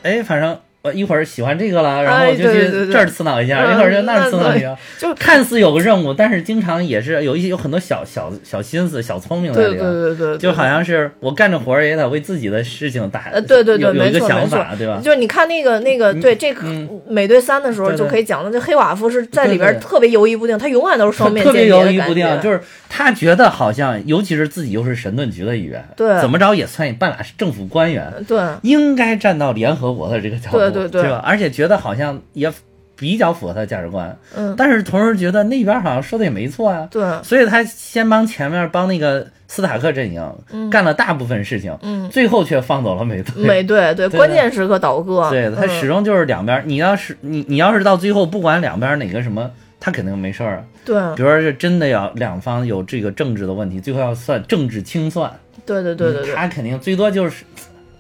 [SPEAKER 2] 哎，反正。我一会儿喜欢这个了，然后
[SPEAKER 1] 哎
[SPEAKER 2] 我就
[SPEAKER 1] 对对对
[SPEAKER 2] 去
[SPEAKER 1] 对
[SPEAKER 2] 这儿刺挠一下，
[SPEAKER 1] 嗯
[SPEAKER 2] 一会儿就那
[SPEAKER 1] 那
[SPEAKER 2] 儿刺挠一
[SPEAKER 1] 对
[SPEAKER 2] 下，
[SPEAKER 1] 就是
[SPEAKER 2] 看似有个任务，但是经常也是有一些有很多小小小心思、小聪明在
[SPEAKER 1] 对
[SPEAKER 2] 里
[SPEAKER 1] 对
[SPEAKER 2] 边。
[SPEAKER 1] 对对对，
[SPEAKER 2] 就好像是我干着活儿也得为自己的事情打，
[SPEAKER 1] 呃对对对
[SPEAKER 2] 有有一
[SPEAKER 1] 没
[SPEAKER 2] 个
[SPEAKER 1] 错
[SPEAKER 2] 想
[SPEAKER 1] 没错
[SPEAKER 2] 法，对吧？
[SPEAKER 1] 就是你看那个那个，对这个
[SPEAKER 2] 嗯
[SPEAKER 1] 美队三的时候
[SPEAKER 2] 对对
[SPEAKER 1] 就可以讲到，这黑寡妇是在里
[SPEAKER 2] 对
[SPEAKER 1] 边
[SPEAKER 2] 对对
[SPEAKER 1] 特别游移不定，她永远都是双面
[SPEAKER 2] 特
[SPEAKER 1] 间谍
[SPEAKER 2] 别
[SPEAKER 1] 的
[SPEAKER 2] 犹
[SPEAKER 1] 感觉。
[SPEAKER 2] 豫不定，就是他觉得好像，尤其是自己又是神盾局的一员，
[SPEAKER 1] 对
[SPEAKER 2] 怎么着也算半拉政府官员，
[SPEAKER 1] 对
[SPEAKER 2] 应该站到联合国的这个角度，
[SPEAKER 1] 对对对
[SPEAKER 2] 吧？而且觉得好像也比较符合他的价值观，
[SPEAKER 1] 嗯
[SPEAKER 2] 但是同时觉得那边好像说的也没错啊，
[SPEAKER 1] 对，
[SPEAKER 2] 所以他先帮前面帮那个斯塔克阵营、干了大部分事情，
[SPEAKER 1] 嗯
[SPEAKER 2] 最后却放走了美队。
[SPEAKER 1] 美队对
[SPEAKER 2] 对
[SPEAKER 1] 关键时刻倒戈，
[SPEAKER 2] <laughs> 对他
[SPEAKER 1] 嗯
[SPEAKER 2] 始终就是两边，你要是你你要是到最后不管两边哪个什么，他肯定没事儿啊。
[SPEAKER 1] 对
[SPEAKER 2] 比如说是真的要两方有这个政治的问题，最后要算政治清算，
[SPEAKER 1] 对对对对对，
[SPEAKER 2] 他肯定最多就是。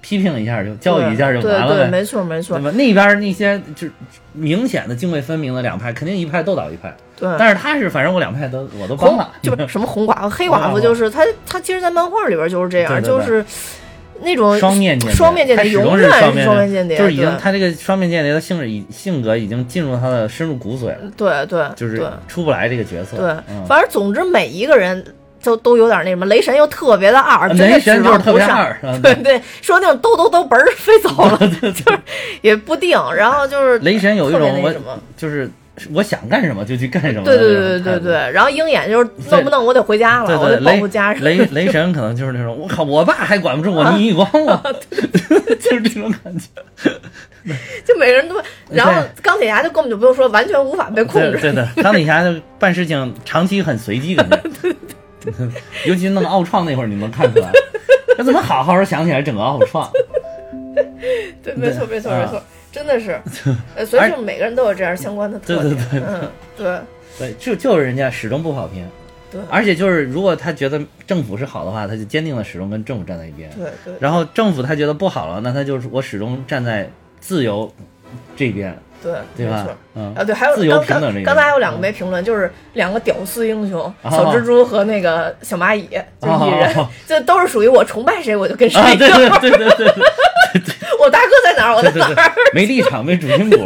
[SPEAKER 2] 批评一下就教育一下就
[SPEAKER 1] 对
[SPEAKER 2] 完了
[SPEAKER 1] 对，
[SPEAKER 2] 呗，
[SPEAKER 1] 没错没错
[SPEAKER 2] 对，吧？那边儿那些就是明显的泾渭分明的两派，肯定一派斗倒一派。
[SPEAKER 1] 对。
[SPEAKER 2] 但是他是反正我两派都我都帮
[SPEAKER 1] 嗯红
[SPEAKER 2] 了， <laughs>
[SPEAKER 1] 就是什么红寡妇、黑寡
[SPEAKER 2] 红寡
[SPEAKER 1] 妇，
[SPEAKER 2] 妇
[SPEAKER 1] 就是他他其实，在漫画里边就是这样，
[SPEAKER 2] 对对
[SPEAKER 1] 就
[SPEAKER 2] 对
[SPEAKER 1] 是那种
[SPEAKER 2] 双面间谍，
[SPEAKER 1] 呃双面间谍
[SPEAKER 2] 他始终
[SPEAKER 1] 永
[SPEAKER 2] 是
[SPEAKER 1] 远
[SPEAKER 2] 双
[SPEAKER 1] 是
[SPEAKER 2] 面
[SPEAKER 1] 双面间谍，
[SPEAKER 2] 就是已经
[SPEAKER 1] 对
[SPEAKER 2] 他这个双面间谍的性质已性格已经进入他的深入骨髓了，
[SPEAKER 1] 对对，
[SPEAKER 2] 就是
[SPEAKER 1] 对
[SPEAKER 2] 出不来这个角色。
[SPEAKER 1] 对
[SPEAKER 2] 嗯，
[SPEAKER 1] 反正总之每一个人就都有点那什么，雷神又特别的二，真的
[SPEAKER 2] 呃雷神
[SPEAKER 1] 指
[SPEAKER 2] 就是
[SPEAKER 1] 望
[SPEAKER 2] 特
[SPEAKER 1] 不
[SPEAKER 2] 别
[SPEAKER 1] 上。
[SPEAKER 2] 二，嗯
[SPEAKER 1] 对对，说那种兜兜兜嘣儿飞走了，
[SPEAKER 2] <laughs>
[SPEAKER 1] 就是也不定。然后就是
[SPEAKER 2] 雷神有一
[SPEAKER 1] 特别
[SPEAKER 2] 种
[SPEAKER 1] 那
[SPEAKER 2] 我
[SPEAKER 1] 什么，
[SPEAKER 2] 就是我想干什么就去干什么
[SPEAKER 1] 对
[SPEAKER 2] 的那种态
[SPEAKER 1] 对
[SPEAKER 2] 度。
[SPEAKER 1] 对对对对。然后鹰眼就是弄不弄我得回家了，我
[SPEAKER 2] 对对，
[SPEAKER 1] 得保
[SPEAKER 2] 雷
[SPEAKER 1] 护家人。
[SPEAKER 2] 雷雷神可能就是那种，我靠，我爸还管不
[SPEAKER 1] <laughs>
[SPEAKER 2] 住我逆光
[SPEAKER 1] 啊
[SPEAKER 2] 了， <laughs> 就是这种感觉。
[SPEAKER 1] 就每个人都，然后
[SPEAKER 2] 对
[SPEAKER 1] 钢铁侠就根本就不用说，完全无法被 <laughs> 控
[SPEAKER 2] 对
[SPEAKER 1] 制。
[SPEAKER 2] 对的，钢铁侠就办事情长期很随机，感
[SPEAKER 1] <laughs>
[SPEAKER 2] 觉。 <laughs> 尤其弄奥创那会儿，你能看出来， <laughs> 那怎么好好想起来整个奥创？
[SPEAKER 1] 对，没错
[SPEAKER 2] 对
[SPEAKER 1] 没错
[SPEAKER 2] 啊
[SPEAKER 1] 没错，真的
[SPEAKER 2] <laughs>
[SPEAKER 1] 是。呃所以就是每个人都有这样相关的特
[SPEAKER 2] 对
[SPEAKER 1] 点
[SPEAKER 2] 对。对
[SPEAKER 1] 嗯，对
[SPEAKER 2] 对，就就是人家始终不跑偏。
[SPEAKER 1] 对
[SPEAKER 2] 而且就是如果他觉得政府是好的话，他就坚定的始终跟政府站在一边。
[SPEAKER 1] 对对。
[SPEAKER 2] 然后政府他觉得不好了，那他就是我始终站在自由这边，
[SPEAKER 1] 对，
[SPEAKER 2] 对
[SPEAKER 1] 没错
[SPEAKER 2] 吧？嗯
[SPEAKER 1] 啊，对，还有
[SPEAKER 2] 自由
[SPEAKER 1] 刚
[SPEAKER 2] 平等
[SPEAKER 1] 刚
[SPEAKER 2] 这个
[SPEAKER 1] 刚才还有两个
[SPEAKER 2] 嗯
[SPEAKER 1] 没评论，就是两个屌丝英雄，
[SPEAKER 2] 啊
[SPEAKER 1] 小蜘蛛和那个小蚂蚁，就
[SPEAKER 2] 啊
[SPEAKER 1] 是蚁人
[SPEAKER 2] 啊啊，
[SPEAKER 1] 就都是属于我崇拜谁我就跟谁
[SPEAKER 2] 啊，对对
[SPEAKER 1] 斗。
[SPEAKER 2] 对对对对
[SPEAKER 1] <laughs> 我大哥在哪儿我在
[SPEAKER 2] 对
[SPEAKER 1] 哪
[SPEAKER 2] 对
[SPEAKER 1] 儿，
[SPEAKER 2] 对，没立场，没主心骨。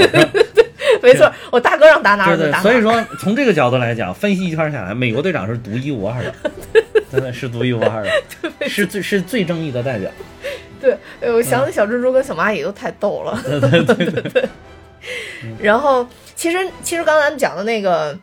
[SPEAKER 1] 没错，我大哥让打哪儿
[SPEAKER 2] 对
[SPEAKER 1] 我就
[SPEAKER 2] 对
[SPEAKER 1] 打，哪儿。
[SPEAKER 2] 所以说从这个角度来讲，分析一圈下来，美国队长是独一无二
[SPEAKER 1] <laughs>
[SPEAKER 2] 的，真的是独一无二的，是最是最正义的代表。
[SPEAKER 1] <laughs> 对，哎我想起小蜘蛛跟小蚂蚁都太逗了。
[SPEAKER 2] 嗯 <laughs> 对对对
[SPEAKER 1] <laughs>
[SPEAKER 2] 嗯对，
[SPEAKER 1] 然后其实其实刚才咱们讲的那个，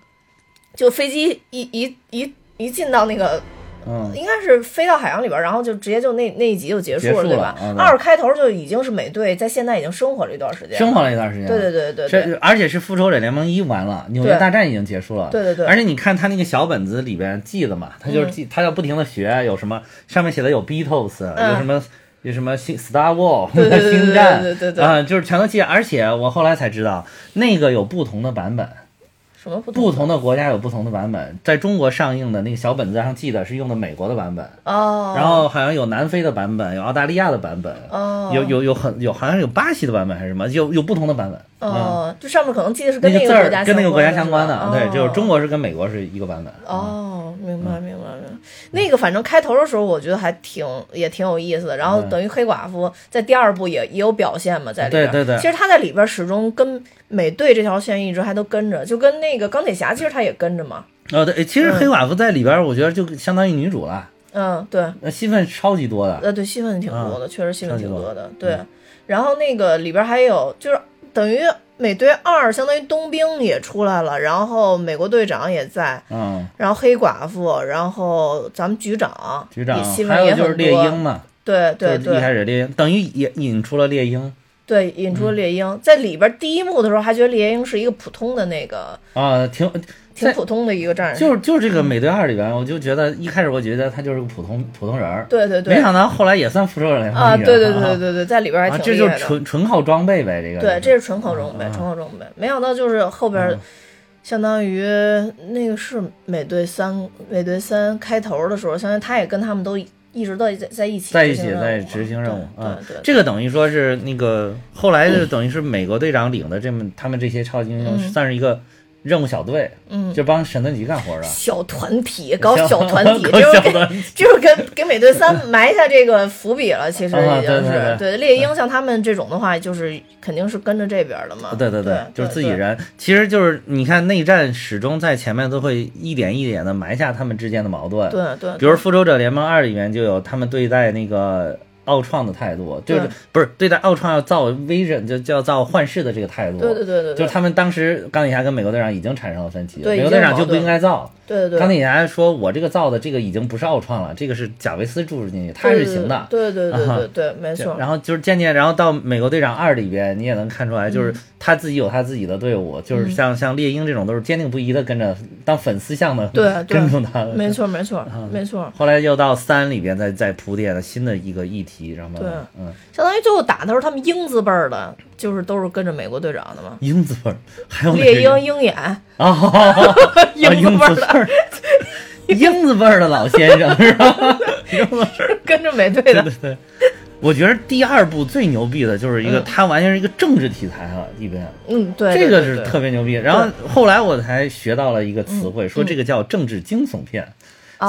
[SPEAKER 1] 就飞机一一一一进到那个
[SPEAKER 2] 嗯，
[SPEAKER 1] 应该是飞到海洋里边儿，然后就直接就那那一集就结束
[SPEAKER 2] 结束
[SPEAKER 1] 对
[SPEAKER 2] 了
[SPEAKER 1] 吧
[SPEAKER 2] 啊？对
[SPEAKER 1] 二开头就已经是美队在现在已经生活了一段时间，
[SPEAKER 2] 生活了一段时间。
[SPEAKER 1] 对对对对对
[SPEAKER 2] 这而且是复仇者联盟一完了，纽约
[SPEAKER 1] 对
[SPEAKER 2] 大战已经结束了。
[SPEAKER 1] 对对对嗯
[SPEAKER 2] 而且你看他那个小本子里边记的嘛，他就是记，他要不停的学，有什么上面写的有 Beatles，、
[SPEAKER 1] 嗯
[SPEAKER 2] 有什么。有什么星 Star War
[SPEAKER 1] 对对对对
[SPEAKER 2] 星战
[SPEAKER 1] 对对对对
[SPEAKER 2] 啊、就是全都记。而且我后来才知道，那个有不同的版本，
[SPEAKER 1] 什么不
[SPEAKER 2] 不同的国家有不同的版本。在中国上映的那个小本子上记的是用的美国的版本，
[SPEAKER 1] 哦，
[SPEAKER 2] 然后好像有南非的版本，有澳大利亚的版本，
[SPEAKER 1] 哦
[SPEAKER 2] 有有有很有好像有巴西的版本还是什么，有有不同的版本。嗯
[SPEAKER 1] 哦，就上面可能记得是
[SPEAKER 2] 那
[SPEAKER 1] 跟那
[SPEAKER 2] 字
[SPEAKER 1] 个国
[SPEAKER 2] 儿
[SPEAKER 1] 家
[SPEAKER 2] 跟那个国家
[SPEAKER 1] 相
[SPEAKER 2] 相关
[SPEAKER 1] 的
[SPEAKER 2] 的，
[SPEAKER 1] 是吧，哦
[SPEAKER 2] 对，就是中
[SPEAKER 1] 国。
[SPEAKER 2] 国是跟美国是一个版本。
[SPEAKER 1] 哦，明
[SPEAKER 2] 嗯
[SPEAKER 1] 白明白明白。那个反正开头的时候，我觉得还挺也挺有意思的。然后
[SPEAKER 2] 对
[SPEAKER 1] 等于黑寡妇在第二部也也有表现嘛，在里边。
[SPEAKER 2] 对对对
[SPEAKER 1] 其实她在里边始终跟美队这条线一直还都跟着，就跟那个钢铁侠其实她也跟着嘛。
[SPEAKER 2] 哦，对，其实黑寡妇在里边，我觉得就相当于女主了，
[SPEAKER 1] 嗯，对。
[SPEAKER 2] 那戏份超级多的。
[SPEAKER 1] 呃，对，戏份挺多的，确实戏份
[SPEAKER 2] 啊超级
[SPEAKER 1] 挺
[SPEAKER 2] 多嗯
[SPEAKER 1] 多的。对，然后那个里边还有就是等于美队二相当于冬兵也出来了，然后美国队长也在，
[SPEAKER 2] 嗯，
[SPEAKER 1] 然后黑寡妇，然后咱们局长，
[SPEAKER 2] 局长
[SPEAKER 1] 也戏，
[SPEAKER 2] 还
[SPEAKER 1] 份也
[SPEAKER 2] 有就是
[SPEAKER 1] 很
[SPEAKER 2] 猎鹰
[SPEAKER 1] 多。
[SPEAKER 2] 嘛，
[SPEAKER 1] 对
[SPEAKER 2] 就
[SPEAKER 1] 对
[SPEAKER 2] 是一
[SPEAKER 1] 对
[SPEAKER 2] 开始猎鹰，等于也引出了猎鹰
[SPEAKER 1] 对，引出了猎
[SPEAKER 2] 嗯
[SPEAKER 1] 鹰，在里边第一幕的时候还觉得猎鹰是一个普通的那个
[SPEAKER 2] 啊，挺
[SPEAKER 1] 挺
[SPEAKER 2] 在
[SPEAKER 1] 普通的一个战士，
[SPEAKER 2] 就是就是这个美队二里边，我就觉得一开始我觉得他就是个普通普通人儿，
[SPEAKER 1] 对对对
[SPEAKER 2] 没想到后来也算复仇者联盟
[SPEAKER 1] 啊，
[SPEAKER 2] 里
[SPEAKER 1] 对对
[SPEAKER 2] 边
[SPEAKER 1] 对对
[SPEAKER 2] 啊
[SPEAKER 1] 对对，在里边还
[SPEAKER 2] 啊，
[SPEAKER 1] 挺
[SPEAKER 2] 这
[SPEAKER 1] 厉
[SPEAKER 2] 就
[SPEAKER 1] 害
[SPEAKER 2] 是
[SPEAKER 1] 的。
[SPEAKER 2] 纯啊纯靠装备呗，这个
[SPEAKER 1] 对，这
[SPEAKER 2] 就
[SPEAKER 1] 是纯靠装备，纯靠装备。没想到就是后边
[SPEAKER 2] 嗯
[SPEAKER 1] 儿，相当于那个是美队三，美队三开头的时候，相当于他也跟他们都一直都在在一起
[SPEAKER 2] 在一
[SPEAKER 1] 执行
[SPEAKER 2] 起
[SPEAKER 1] 任务嘛，
[SPEAKER 2] 在执行任务
[SPEAKER 1] 对
[SPEAKER 2] 啊
[SPEAKER 1] 对，对，
[SPEAKER 2] 这个等于说是那个后来就等于是美国队长领的这么他们这些超级英雄
[SPEAKER 1] 嗯
[SPEAKER 2] 算是一个任务小队，
[SPEAKER 1] 嗯，
[SPEAKER 2] 就帮神盾局干活的，
[SPEAKER 1] 小团
[SPEAKER 2] <laughs>
[SPEAKER 1] 体搞
[SPEAKER 2] 小
[SPEAKER 1] 小团体，
[SPEAKER 2] 搞
[SPEAKER 1] 就是
[SPEAKER 2] 小
[SPEAKER 1] 给
[SPEAKER 2] 团体
[SPEAKER 1] <laughs> 就是给给美队三埋下这个伏笔了，其实
[SPEAKER 2] 啊
[SPEAKER 1] 已
[SPEAKER 2] 对
[SPEAKER 1] 经
[SPEAKER 2] 对
[SPEAKER 1] 是
[SPEAKER 2] 对
[SPEAKER 1] 对猎鹰像他们这种的话，就是肯定是跟着这边儿的嘛，
[SPEAKER 2] 对
[SPEAKER 1] 对
[SPEAKER 2] 对，就是自己。人。其实就是你看内战始终在前面都会一点一点的埋下他们之间的矛盾，
[SPEAKER 1] 对对对，
[SPEAKER 2] 比如《复仇者联盟二》里面就有他们对待那个奥创的态度，就是
[SPEAKER 1] 对
[SPEAKER 2] 不是对待奥创要造 vision 就就要造幻视的这个态度，
[SPEAKER 1] 对对对对对，
[SPEAKER 2] 就是他们当时钢铁侠跟美国队长已经产生了分歧，
[SPEAKER 1] 对
[SPEAKER 2] 美国队长就不应该造。
[SPEAKER 1] 对对
[SPEAKER 2] 钢
[SPEAKER 1] 对，
[SPEAKER 2] 铁侠说：“我这个造的这个已经不是奥创了，这个是贾维斯注入进去，它是行的。
[SPEAKER 1] 对对对对
[SPEAKER 2] 啊
[SPEAKER 1] 对对，没
[SPEAKER 2] 就
[SPEAKER 1] 错。
[SPEAKER 2] 然后就是渐渐，然后到美国队长二里边，你也能看出来，
[SPEAKER 1] 嗯
[SPEAKER 2] 就是他自己有他自己的队伍，就是像像猎鹰这种都是坚定不移的跟着，当粉丝像的
[SPEAKER 1] 对对
[SPEAKER 2] 跟踪他的。啊
[SPEAKER 1] 没错，没错，没错。
[SPEAKER 2] 后来又到三里边再再铺垫了新的一个议题，然后慢慢嗯，
[SPEAKER 1] 相当于最后打的时候，他们英字辈儿的，就是都是跟着美国队长的嘛。
[SPEAKER 2] 鹰字辈儿还有哪
[SPEAKER 1] 猎
[SPEAKER 2] 个
[SPEAKER 1] 鹰、鹰眼、
[SPEAKER 2] 啊，
[SPEAKER 1] <laughs>
[SPEAKER 2] 啊
[SPEAKER 1] 鹰字辈儿的，
[SPEAKER 2] 鹰字辈 <laughs> 儿，鹰字辈儿的老先生是吧？
[SPEAKER 1] 跟着美队的。
[SPEAKER 2] 对，我觉得第二部最牛逼的就是一个，它完全是一个政治题材啊，一边
[SPEAKER 1] 嗯，对，
[SPEAKER 2] 这个
[SPEAKER 1] 对
[SPEAKER 2] 是
[SPEAKER 1] 对嗯
[SPEAKER 2] 特别牛逼。然后后来我才学到了一个词汇，说这个叫政治惊悚片。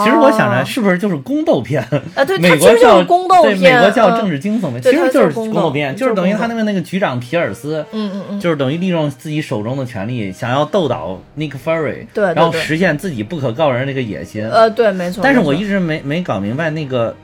[SPEAKER 2] 其实我想着
[SPEAKER 1] 哦
[SPEAKER 2] 是不是就是宫斗片？
[SPEAKER 1] 啊，对，它
[SPEAKER 2] 美
[SPEAKER 1] 其
[SPEAKER 2] 国
[SPEAKER 1] 实就
[SPEAKER 2] 叫
[SPEAKER 1] 是宫斗
[SPEAKER 2] 对，
[SPEAKER 1] 片，
[SPEAKER 2] 美国叫
[SPEAKER 1] 嗯
[SPEAKER 2] 政治惊悚片，其
[SPEAKER 1] 对它
[SPEAKER 2] 实
[SPEAKER 1] 就是是宫
[SPEAKER 2] 宫
[SPEAKER 1] 斗
[SPEAKER 2] 斗片，
[SPEAKER 1] 就是
[SPEAKER 2] 就是等于
[SPEAKER 1] 宫
[SPEAKER 2] 他
[SPEAKER 1] 斗
[SPEAKER 2] 那个那个局长皮尔斯，
[SPEAKER 1] 嗯嗯嗯，
[SPEAKER 2] 就是等于利用自己手中的权力，想要斗倒 Nick Fury，
[SPEAKER 1] 对对
[SPEAKER 2] 然后
[SPEAKER 1] 对
[SPEAKER 2] 实现自己不可告人的这个野心。
[SPEAKER 1] 呃，对，没错。
[SPEAKER 2] 但是
[SPEAKER 1] 没
[SPEAKER 2] 我
[SPEAKER 1] 错
[SPEAKER 2] 一直没没搞明白那个，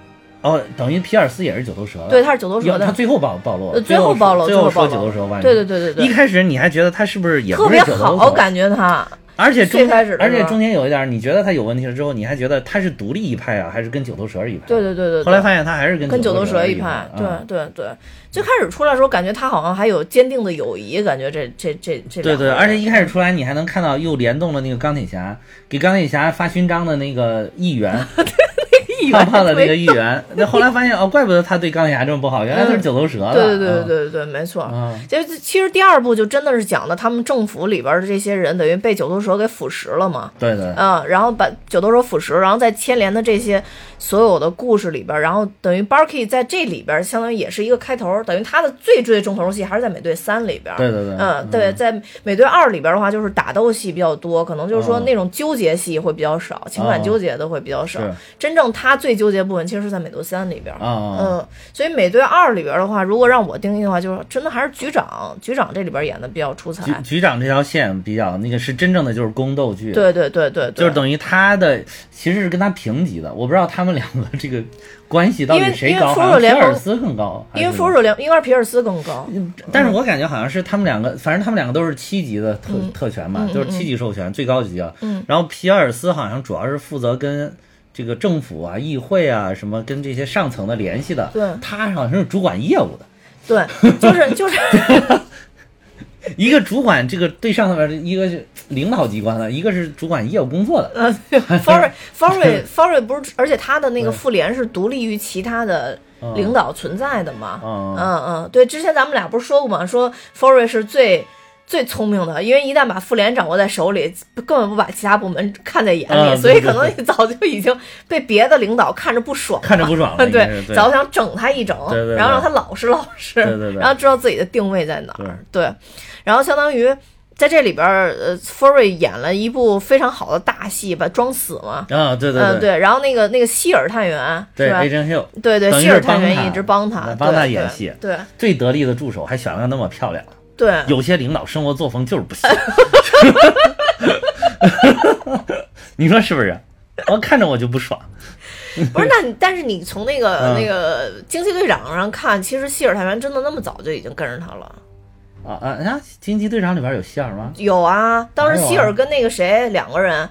[SPEAKER 2] 哦，等于皮尔斯也是九头蛇了，
[SPEAKER 1] 对他是九头
[SPEAKER 2] 有
[SPEAKER 1] 蛇的
[SPEAKER 2] 他，最后暴暴露了，
[SPEAKER 1] 呃最后暴露
[SPEAKER 2] 最
[SPEAKER 1] 最
[SPEAKER 2] 后
[SPEAKER 1] 后
[SPEAKER 2] 说
[SPEAKER 1] 暴
[SPEAKER 2] 九
[SPEAKER 1] 露
[SPEAKER 2] 头蛇完，
[SPEAKER 1] 对对对对对
[SPEAKER 2] 一开始你还觉得他是不是也
[SPEAKER 1] 特
[SPEAKER 2] 不是
[SPEAKER 1] 别
[SPEAKER 2] 九头
[SPEAKER 1] 好，
[SPEAKER 2] 蛇，
[SPEAKER 1] 感觉他
[SPEAKER 2] 而且中
[SPEAKER 1] 最开始的
[SPEAKER 2] 而且
[SPEAKER 1] 时候
[SPEAKER 2] 中间有一点，你觉得他有问题了之后，你还觉得他是独立一派啊，还是跟九头蛇一派？
[SPEAKER 1] 对对对对对。
[SPEAKER 2] 后来发现他还是
[SPEAKER 1] 跟
[SPEAKER 2] 跟
[SPEAKER 1] 九头蛇
[SPEAKER 2] 一
[SPEAKER 1] 一派，
[SPEAKER 2] 嗯
[SPEAKER 1] 对对对，最开始出来的时候，感觉他好像还有坚定的友谊，感觉这这这这
[SPEAKER 2] 对
[SPEAKER 1] 两个
[SPEAKER 2] 对，
[SPEAKER 1] 人
[SPEAKER 2] 而且一开始出来，你还能看到又联动了那个钢铁侠，给钢铁侠发勋章的那个议
[SPEAKER 1] <laughs>
[SPEAKER 2] 员，胖胖的那个议员。那后来发现哦，怪不得他对钢铁侠这么不好，原来他是九头蛇了。啊
[SPEAKER 1] 对对对对对对，没错。
[SPEAKER 2] 嗯
[SPEAKER 1] 就是其实第二部就真的是讲的他们政府里边的这些人等于被九头蛇给腐蚀了嘛，
[SPEAKER 2] 对对对
[SPEAKER 1] 嗯，然后把九头蛇腐蚀，然后在牵连的这些所有的故事里边，然后等于 Barky 在这里边相当于也是一个开头，等于他的最最重头戏还是在美队三里边。
[SPEAKER 2] 对对对
[SPEAKER 1] 嗯，对，在美队二里边的话，就是打斗戏比较多，可能就是说
[SPEAKER 2] 嗯
[SPEAKER 1] 那种纠结戏会比较少，情感
[SPEAKER 2] 嗯
[SPEAKER 1] 纠结的会比较少
[SPEAKER 2] 是。
[SPEAKER 1] 真正他最纠结部分其实是在美队三里边。
[SPEAKER 2] 啊
[SPEAKER 1] 嗯，所以美队二里边的话，如果让我定义的话，就是真的还是局长，局长这里边演的比较出彩
[SPEAKER 2] 局。局长这条线比较那个是真正的就是宫斗剧，
[SPEAKER 1] 对对对对对，
[SPEAKER 2] 就是等于他的其实是跟他平级的，我不知道他们两个这个关系到
[SPEAKER 1] 因
[SPEAKER 2] 底
[SPEAKER 1] 为
[SPEAKER 2] 谁
[SPEAKER 1] 因为
[SPEAKER 2] 高，
[SPEAKER 1] 复
[SPEAKER 2] 好
[SPEAKER 1] 仇
[SPEAKER 2] 像皮
[SPEAKER 1] 联盟
[SPEAKER 2] 尔斯更高，
[SPEAKER 1] 因为嗯
[SPEAKER 2] 还是
[SPEAKER 1] 复仇联应该是皮尔斯更高。
[SPEAKER 2] 但是我感觉好像是他们两个，反正他们两个都是七级的
[SPEAKER 1] 嗯
[SPEAKER 2] 特、特权嘛，就是七级授权、最高级啊。嗯，然后皮尔斯好像主要是负责跟这个政府啊、议会啊什么跟这些上层的联系的。
[SPEAKER 1] 对
[SPEAKER 2] 他好像是主管业务的，
[SPEAKER 1] 对，就是就是 <laughs>
[SPEAKER 2] 一个主管这个对上面的一个是领导机关的，一个是主管业务工作的。
[SPEAKER 1] Fory Fory Fory 不是，而且他的那个妇联是独立于其他的领导存在的嘛。
[SPEAKER 2] 嗯
[SPEAKER 1] 嗯嗯，对，之前咱们俩不是说过嘛，说 Fory 是最。最聪明的，因为一旦把妇联掌握在手里，根本不把其他部门看在眼里，
[SPEAKER 2] 嗯
[SPEAKER 1] 所以
[SPEAKER 2] 对对
[SPEAKER 1] 可能你早就已经被别的领导看着不爽了，
[SPEAKER 2] 看着不
[SPEAKER 1] <laughs>
[SPEAKER 2] 爽了应该是对
[SPEAKER 1] 早就想整他一整，
[SPEAKER 2] 对对对
[SPEAKER 1] 然后让他老实老实，
[SPEAKER 2] 对对对
[SPEAKER 1] 然后知道自己的定位在哪儿，对，然后相当于在这里边儿，呃，Fury 演了一部非常好的大戏吧，装死嘛，
[SPEAKER 2] 啊，对对
[SPEAKER 1] 嗯、
[SPEAKER 2] 对、
[SPEAKER 1] 对，然后那个那个希尔探员
[SPEAKER 2] 对
[SPEAKER 1] 是吧？
[SPEAKER 2] ，Agent Hill
[SPEAKER 1] 对对，
[SPEAKER 2] 等于
[SPEAKER 1] 希
[SPEAKER 2] 是
[SPEAKER 1] 尔探
[SPEAKER 2] 帮
[SPEAKER 1] 员
[SPEAKER 2] 他
[SPEAKER 1] 一直帮他，
[SPEAKER 2] 帮他
[SPEAKER 1] 对
[SPEAKER 2] 演戏
[SPEAKER 1] 对
[SPEAKER 2] 最得力的助手，还选了个那么漂亮。
[SPEAKER 1] 对对
[SPEAKER 2] 有些领导生活作风就是
[SPEAKER 1] <laughs>
[SPEAKER 2] 不行， <laughs> 你说是不是？我看着我就不爽。
[SPEAKER 1] 不是，那你但是你从那个、
[SPEAKER 2] 嗯
[SPEAKER 1] 那个惊奇队长上看，其实希尔探员真的那么早就已经跟着他了。
[SPEAKER 2] 啊啊啊！惊奇队长里边有希尔吗？
[SPEAKER 1] 有啊，当时
[SPEAKER 2] 还有啊
[SPEAKER 1] 希尔跟那个谁两个人，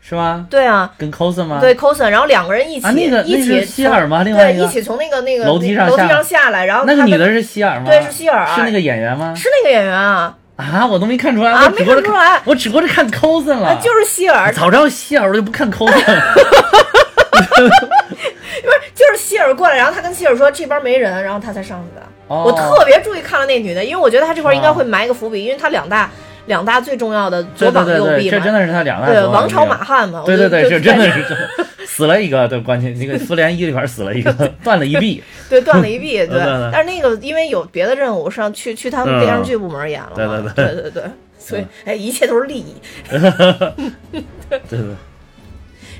[SPEAKER 2] 是吗？
[SPEAKER 1] 对啊，
[SPEAKER 2] 跟 cos 吗？
[SPEAKER 1] 对 cosen，然后两个人一起、
[SPEAKER 2] 啊那个
[SPEAKER 1] 一起
[SPEAKER 2] 那是希尔吗
[SPEAKER 1] 从
[SPEAKER 2] 另外一
[SPEAKER 1] 对，
[SPEAKER 2] 个
[SPEAKER 1] 一起从那个那个
[SPEAKER 2] 楼梯上
[SPEAKER 1] 楼梯
[SPEAKER 2] 下
[SPEAKER 1] 上下来，然后
[SPEAKER 2] 那个
[SPEAKER 1] 他
[SPEAKER 2] 女
[SPEAKER 1] 跟
[SPEAKER 2] 的是希尔吗？
[SPEAKER 1] 对是希尔啊
[SPEAKER 2] 是那个演员吗？
[SPEAKER 1] 是那个演员啊，
[SPEAKER 2] 啊，我都没看出来，
[SPEAKER 1] 啊
[SPEAKER 2] 我只顾着
[SPEAKER 1] 没看出来
[SPEAKER 2] 我只顾着看 cos 了。
[SPEAKER 1] 啊就是希尔，
[SPEAKER 2] 早知道希尔，我就不看 cos 了。
[SPEAKER 1] 就是希尔过来，然后他跟希尔说这边没人，然后他才上去的。
[SPEAKER 2] 哦
[SPEAKER 1] <laughs> 我特别注意看了那女的，因为我觉得她这块
[SPEAKER 2] 是
[SPEAKER 1] 应
[SPEAKER 2] 吗
[SPEAKER 1] 该会埋一个伏笔，因为她两大两大最重要的左
[SPEAKER 2] 对对
[SPEAKER 1] 膀
[SPEAKER 2] 对
[SPEAKER 1] 右
[SPEAKER 2] 对，
[SPEAKER 1] 臂
[SPEAKER 2] 这真
[SPEAKER 1] 嘛，
[SPEAKER 2] 的是他两大
[SPEAKER 1] 对
[SPEAKER 2] 国
[SPEAKER 1] 王朝马
[SPEAKER 2] 王
[SPEAKER 1] 汉嘛，
[SPEAKER 2] 对
[SPEAKER 1] 我
[SPEAKER 2] 对
[SPEAKER 1] 就
[SPEAKER 2] 对，
[SPEAKER 1] 就是
[SPEAKER 2] 真的是真的死了一个，对，关键那个复联一里边死了一个，断了一
[SPEAKER 1] <laughs>
[SPEAKER 2] 臂。
[SPEAKER 1] 对断了
[SPEAKER 2] <laughs>
[SPEAKER 1] 一臂，对
[SPEAKER 2] 对对。嗯
[SPEAKER 1] 但是那个因为有别的任务，上去去他们电视剧部门演了
[SPEAKER 2] 对嗯
[SPEAKER 1] 嘛，
[SPEAKER 2] 对
[SPEAKER 1] 对对对，所以哎，一切都是利益。
[SPEAKER 2] 对对，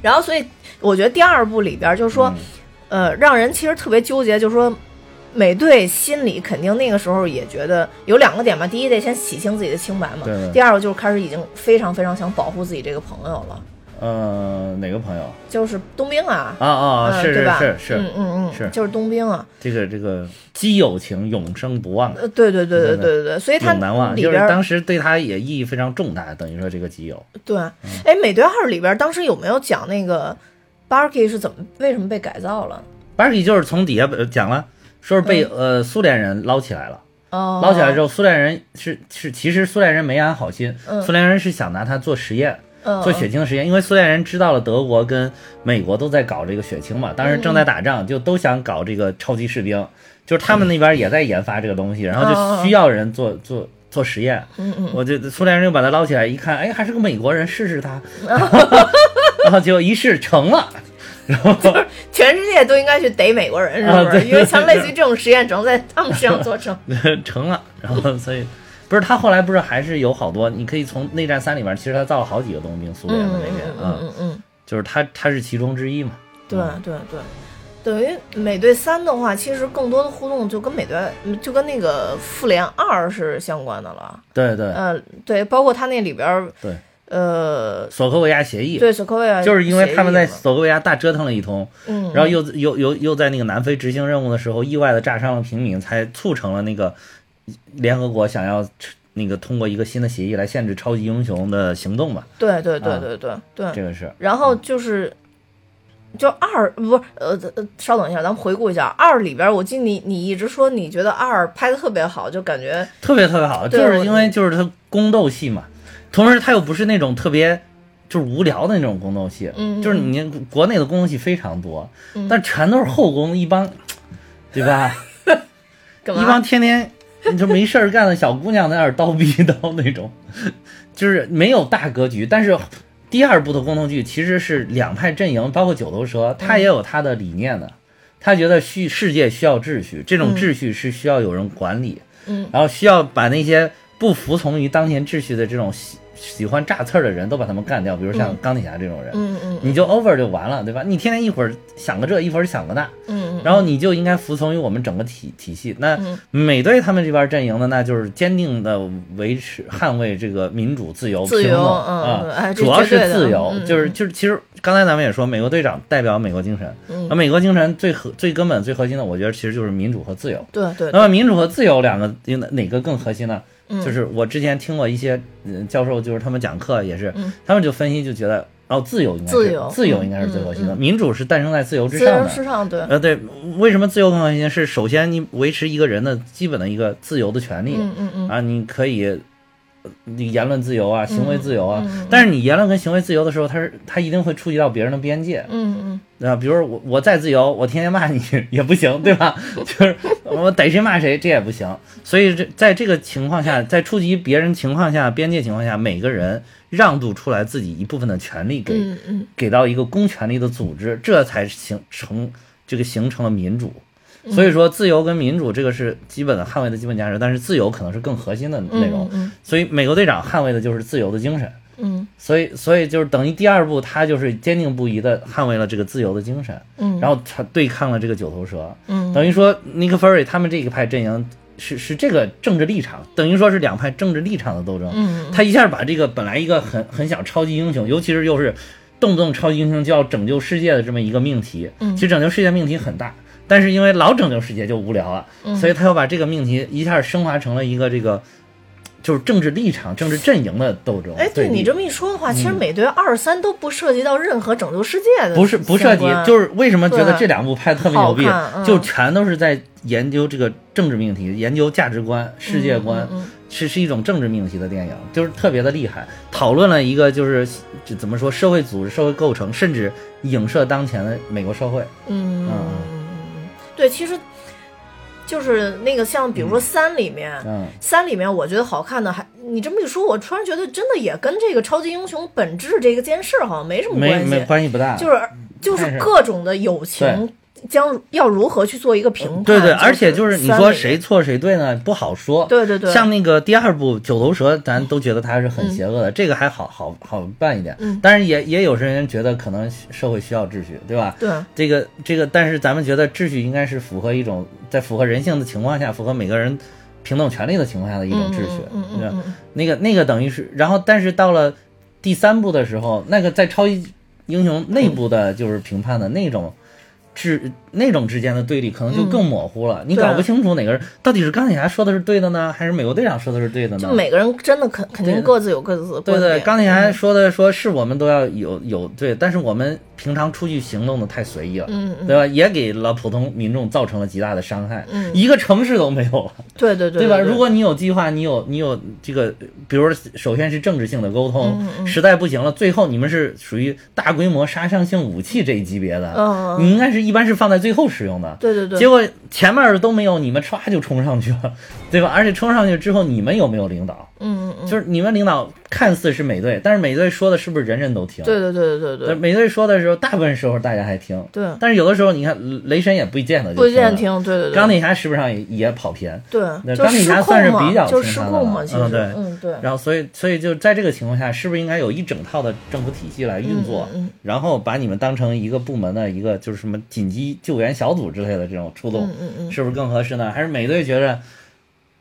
[SPEAKER 1] 然后，所以我觉得第二部里边就是
[SPEAKER 2] 嗯
[SPEAKER 1] 说，呃，让人其实特别纠结，就是说，美队心里肯定那个时候也觉得有两个点嘛，第一得先洗清自己的清白嘛
[SPEAKER 2] 对对，
[SPEAKER 1] 第二个就是开始已经非常非常想保护自己这个朋友了，
[SPEAKER 2] 呃，哪个朋友？
[SPEAKER 1] 就是冬兵啊，
[SPEAKER 2] 啊啊，
[SPEAKER 1] 嗯
[SPEAKER 2] 是
[SPEAKER 1] 对
[SPEAKER 2] 是
[SPEAKER 1] 吧
[SPEAKER 2] 是是，
[SPEAKER 1] 嗯嗯嗯，
[SPEAKER 2] 是
[SPEAKER 1] 就是冬兵啊，
[SPEAKER 2] 这个这个基友情永生不忘，
[SPEAKER 1] 呃，对对对对
[SPEAKER 2] 对
[SPEAKER 1] 对对对，所以他
[SPEAKER 2] 永难忘，
[SPEAKER 1] 里
[SPEAKER 2] 就是
[SPEAKER 1] 边
[SPEAKER 2] 当时对他也意义非常重大。等于说这个基友，
[SPEAKER 1] 对，
[SPEAKER 2] 嗯
[SPEAKER 1] 哎，美队二里边当时有没有讲那个 Barky 是怎么为什么被改造了？
[SPEAKER 2] 巴尔就是从底下呃讲了，说是被呃苏联人捞起来了，
[SPEAKER 1] 嗯哦，
[SPEAKER 2] 捞起来之后，苏联人是是其实苏联人没安好心，苏联人是想拿他做实验。
[SPEAKER 1] 嗯
[SPEAKER 2] 做血清实验，因为苏联人知道了德国跟美国都在搞这个血清嘛，当时
[SPEAKER 1] 嗯
[SPEAKER 2] 正在打仗，就都想搞这个超级士兵，就是他们那边也在研发这个东西，然后就需要人
[SPEAKER 1] 嗯
[SPEAKER 2] 做做做实验。嗯嗯，我就苏联人就把他
[SPEAKER 1] <laughs>
[SPEAKER 2] 捞起来一看，哎，还是个美国人，试试他，然后结果一试成了。然后
[SPEAKER 1] 全世界都应该去逮美国人，是
[SPEAKER 2] 啊
[SPEAKER 1] 不
[SPEAKER 2] 对
[SPEAKER 1] 是？
[SPEAKER 2] 对
[SPEAKER 1] 因为像类似于这种实验，只能在他们身上做 <laughs>
[SPEAKER 2] <laughs>
[SPEAKER 1] 成。
[SPEAKER 2] 成了，然后所以不是他后来不是还是有好多，你可以从内战三里面，其实他造了好几个冬兵，苏联的
[SPEAKER 1] 嗯
[SPEAKER 2] 那边
[SPEAKER 1] 嗯嗯
[SPEAKER 2] 啊，
[SPEAKER 1] 嗯嗯，
[SPEAKER 2] 就是他他是其中之一嘛。嗯
[SPEAKER 1] 对对对。等于美队三的话，其实更多的互动就跟美队，就跟那个复联二是相关的了。
[SPEAKER 2] 对对
[SPEAKER 1] 嗯，对，包括他那里边儿，
[SPEAKER 2] 对，
[SPEAKER 1] 呃，
[SPEAKER 2] 索科维亚协议，
[SPEAKER 1] 对，索科维亚
[SPEAKER 2] 就是因为他们在
[SPEAKER 1] 哎协议嘛
[SPEAKER 2] 索科维亚大折腾了一通，
[SPEAKER 1] 嗯，
[SPEAKER 2] 然后又又又又在那个南非执行任务的时候意外的炸伤了平民，才促成了那个联合国想要那个通过一个新的协议来限制超级英雄的行动嘛，
[SPEAKER 1] 对对对
[SPEAKER 2] 啊
[SPEAKER 1] 对对对，
[SPEAKER 2] 这个是
[SPEAKER 1] 然后就是，就二不是呃呃，稍等一下，咱们回顾一下二里边儿，我记得你你一直说你觉得二拍的特别好，就感觉
[SPEAKER 2] 特别特别好，
[SPEAKER 1] 对
[SPEAKER 2] 就是
[SPEAKER 1] 我
[SPEAKER 2] 因为就是它宫斗戏嘛，同时它又不是那种特别。就是无聊的那种宫斗戏，
[SPEAKER 1] 嗯
[SPEAKER 2] 就是你国内的宫斗戏非常多，
[SPEAKER 1] 嗯
[SPEAKER 2] 但全都是后宫一帮，对吧？
[SPEAKER 1] 干
[SPEAKER 2] 一帮
[SPEAKER 1] 嘛？
[SPEAKER 2] 天天你就没事儿干的小姑娘在那儿叨逼叨那种， <laughs> 就是没有大格局。但是第二部的宫斗剧其实是两派阵营，包括九头蛇，他也有他的理念的。他觉得需世界需要秩序，这种秩序是需要有人管理，
[SPEAKER 1] 嗯
[SPEAKER 2] 然后需要把那些不服从于当前秩序的这种喜喜欢炸刺儿的人都把他们干掉，比如像
[SPEAKER 1] 嗯
[SPEAKER 2] 钢铁侠这种人，
[SPEAKER 1] 嗯嗯
[SPEAKER 2] 你就 over 就完了，对吧？你天天一会儿想个这，一会儿想个那，
[SPEAKER 1] 嗯嗯
[SPEAKER 2] 然后你就应该服从于我们整个体体系。那
[SPEAKER 1] 嗯
[SPEAKER 2] 美队他们这边阵营呢，那就是坚定的维持捍卫这个民主、自由、
[SPEAKER 1] 自由
[SPEAKER 2] 平等
[SPEAKER 1] 嗯
[SPEAKER 2] 啊、
[SPEAKER 1] 哎这
[SPEAKER 2] 主要
[SPEAKER 1] 绝
[SPEAKER 2] 是
[SPEAKER 1] 对的
[SPEAKER 2] 自由，
[SPEAKER 1] 嗯
[SPEAKER 2] 就是就是其实刚才咱们也说，美国队长代表美国精神，
[SPEAKER 1] 嗯
[SPEAKER 2] 那美国精神最核最根本最核心的，我觉得其实就是民主和自由。
[SPEAKER 1] 对对，
[SPEAKER 2] 那么民主和自由两个哪哪个更核心呢？
[SPEAKER 1] 嗯
[SPEAKER 2] 就是我之前听过一些嗯教授，就是他们讲课也是
[SPEAKER 1] 嗯，
[SPEAKER 2] 他们就分析就觉得哦，自由应该是
[SPEAKER 1] 自由嗯
[SPEAKER 2] 自由应该是最核心的，民主是诞生在自由之
[SPEAKER 1] 自
[SPEAKER 2] 上的
[SPEAKER 1] 由，至上，对，
[SPEAKER 2] 呃，对，为什么自由更核心？是首先你维持一个人的基本的一个自由的权利、
[SPEAKER 1] 嗯嗯嗯
[SPEAKER 2] 啊，你可以呃你言论自由啊，行为自由啊。
[SPEAKER 1] 嗯嗯
[SPEAKER 2] 但是你言论跟行为自由的时候，它是它一定会触及到别人的边界
[SPEAKER 1] 嗯
[SPEAKER 2] 啊。比如说我我再自由，我天天骂你 <laughs> 也不行，对吧？ <laughs> 就是我逮谁骂谁，这也不行。所以这在这个情况下，在触及别人情况下、边界情况下，每个人让渡出来自己一部分的权利给、
[SPEAKER 1] 嗯嗯
[SPEAKER 2] 给到一个公权力的组织，这才形成这个形成了民主。
[SPEAKER 1] 嗯
[SPEAKER 2] 所以说，自由跟民主这个是基本的捍卫的基本价值，但是自由可能是更核心的
[SPEAKER 1] 嗯，
[SPEAKER 2] 内容。
[SPEAKER 1] 嗯
[SPEAKER 2] 所以，美国队长捍卫的就是自由的精神。
[SPEAKER 1] 嗯
[SPEAKER 2] 所以，所以就是等于第二部，他就是坚定不移的捍卫了这个自由的精神，
[SPEAKER 1] 嗯，
[SPEAKER 2] 然后他对抗了这个九头蛇。
[SPEAKER 1] 嗯
[SPEAKER 2] 等于说，尼克弗瑞他们这一派阵营是是这个政治立场，等于说是两派政治立场的斗争。
[SPEAKER 1] 嗯
[SPEAKER 2] 他一下把这个本来一个很很想超级英雄，尤其是又是动不动超级英雄就要拯救世界的这么一个命题，
[SPEAKER 1] 嗯
[SPEAKER 2] 其实拯救世界命题很大，但是因为老拯救世界就无聊了，
[SPEAKER 1] 嗯
[SPEAKER 2] 所以他又把这个命题一下升华成了一个这个就是政治立场、政治阵营的斗争。
[SPEAKER 1] 哎，对你
[SPEAKER 2] 立
[SPEAKER 1] 这么一说的话，其实美队二三都不涉及到任何拯救世界的相关，
[SPEAKER 2] 嗯不是不涉及，就是为什么觉得
[SPEAKER 1] 对
[SPEAKER 2] 这两部拍得特别牛逼
[SPEAKER 1] 好看，嗯
[SPEAKER 2] 就全都是在研究这个政治命题、研究价值观、世界观，
[SPEAKER 1] 嗯嗯嗯
[SPEAKER 2] 是是一种政治命题的电影，就是特别的厉害，讨论了一个就是这怎么说社会组织、社会构成，甚至影射当前的美国社会。
[SPEAKER 1] 嗯，对，其实就是那个像比如说三里面。
[SPEAKER 2] 嗯，
[SPEAKER 1] 三里面我觉得好看的还，你这么一说，我突然觉得真的也跟这个超级英雄本质这个件事好像没什么
[SPEAKER 2] 没
[SPEAKER 1] 关系，
[SPEAKER 2] 没关系不大，
[SPEAKER 1] 就是就是各种的友情将要如何去做一个评判，
[SPEAKER 2] 对对，而且就是你说
[SPEAKER 1] 三里
[SPEAKER 2] 谁，错谁对呢，不好说。
[SPEAKER 1] 对对对，
[SPEAKER 2] 像那个第二部《九头蛇》，咱都觉得它是很邪恶的，这个还好好好办一点。
[SPEAKER 1] 嗯
[SPEAKER 2] 但是也也有些人觉得可能社会需要秩序，对吧？
[SPEAKER 1] 对，
[SPEAKER 2] 这个这个，但是咱们觉得秩序应该是符合一种在符合人性的情况下，符合每个人平等权利的情况下的一种秩序，
[SPEAKER 1] 嗯嗯
[SPEAKER 2] 对吧
[SPEAKER 1] 嗯嗯，
[SPEAKER 2] 那个那个等于是，然后但是到了第三部的时候，那个在超级英雄内部
[SPEAKER 1] 嗯
[SPEAKER 2] 的就是评判的那种。之那种之间的对立可能就更模糊了，你
[SPEAKER 1] 嗯对
[SPEAKER 2] 搞不清楚哪个人到底是钢铁侠说的是对的呢，还是美国队长说的是对的呢？
[SPEAKER 1] 就每个人真的肯肯定各自有各自的
[SPEAKER 2] 对
[SPEAKER 1] 观
[SPEAKER 2] 对，
[SPEAKER 1] 点，
[SPEAKER 2] 钢铁侠说的说是我们都要有有对，但是我们平常出去行动的太随意了，
[SPEAKER 1] 嗯
[SPEAKER 2] 对吧？也给了普通民众造成了极大的伤害，
[SPEAKER 1] 嗯
[SPEAKER 2] 一个城市都没有了，
[SPEAKER 1] 对对对
[SPEAKER 2] 吧？如果你有计划，你有你有这个，比如说首先是政治性的沟通，
[SPEAKER 1] 嗯
[SPEAKER 2] 实在不行了，最后你们是属于大规模杀伤性武器这一级别的，
[SPEAKER 1] 嗯嗯
[SPEAKER 2] 你应该是一般是放在最后使用的。
[SPEAKER 1] 对对对，
[SPEAKER 2] 结果前面都没有，你们歘就冲上去了，对吧？而且冲上去之后，你们有没有领导？
[SPEAKER 1] 嗯嗯嗯，
[SPEAKER 2] 就是你们领导看似是美队，但是美队说的是不是人人都听？
[SPEAKER 1] 对对对对对
[SPEAKER 2] 但
[SPEAKER 1] 对
[SPEAKER 2] 美队说的时候，大部分时候大家还听，
[SPEAKER 1] 对，
[SPEAKER 2] 但是有的时候你看雷神也不见得就
[SPEAKER 1] 不见
[SPEAKER 2] 了
[SPEAKER 1] 听，对对对，
[SPEAKER 2] 钢铁侠是不是上也也跑偏？
[SPEAKER 1] 对
[SPEAKER 2] 那
[SPEAKER 1] 就
[SPEAKER 2] 钢铁
[SPEAKER 1] 失
[SPEAKER 2] 侠
[SPEAKER 1] 控
[SPEAKER 2] 算是
[SPEAKER 1] 嘛
[SPEAKER 2] 比较
[SPEAKER 1] 就
[SPEAKER 2] 清
[SPEAKER 1] 失
[SPEAKER 2] 淡的
[SPEAKER 1] 控
[SPEAKER 2] 了
[SPEAKER 1] 嘛，其实
[SPEAKER 2] 嗯对
[SPEAKER 1] 嗯对，
[SPEAKER 2] 然后所以所以就在这个情况下，是不是应该有一整套的政府体系来运作，
[SPEAKER 1] 嗯嗯嗯
[SPEAKER 2] 然后把你们当成一个部门的一个就是什么紧急救援小组之类的这种出动，
[SPEAKER 1] 嗯嗯嗯
[SPEAKER 2] 是不是更合适呢？还是美队觉着，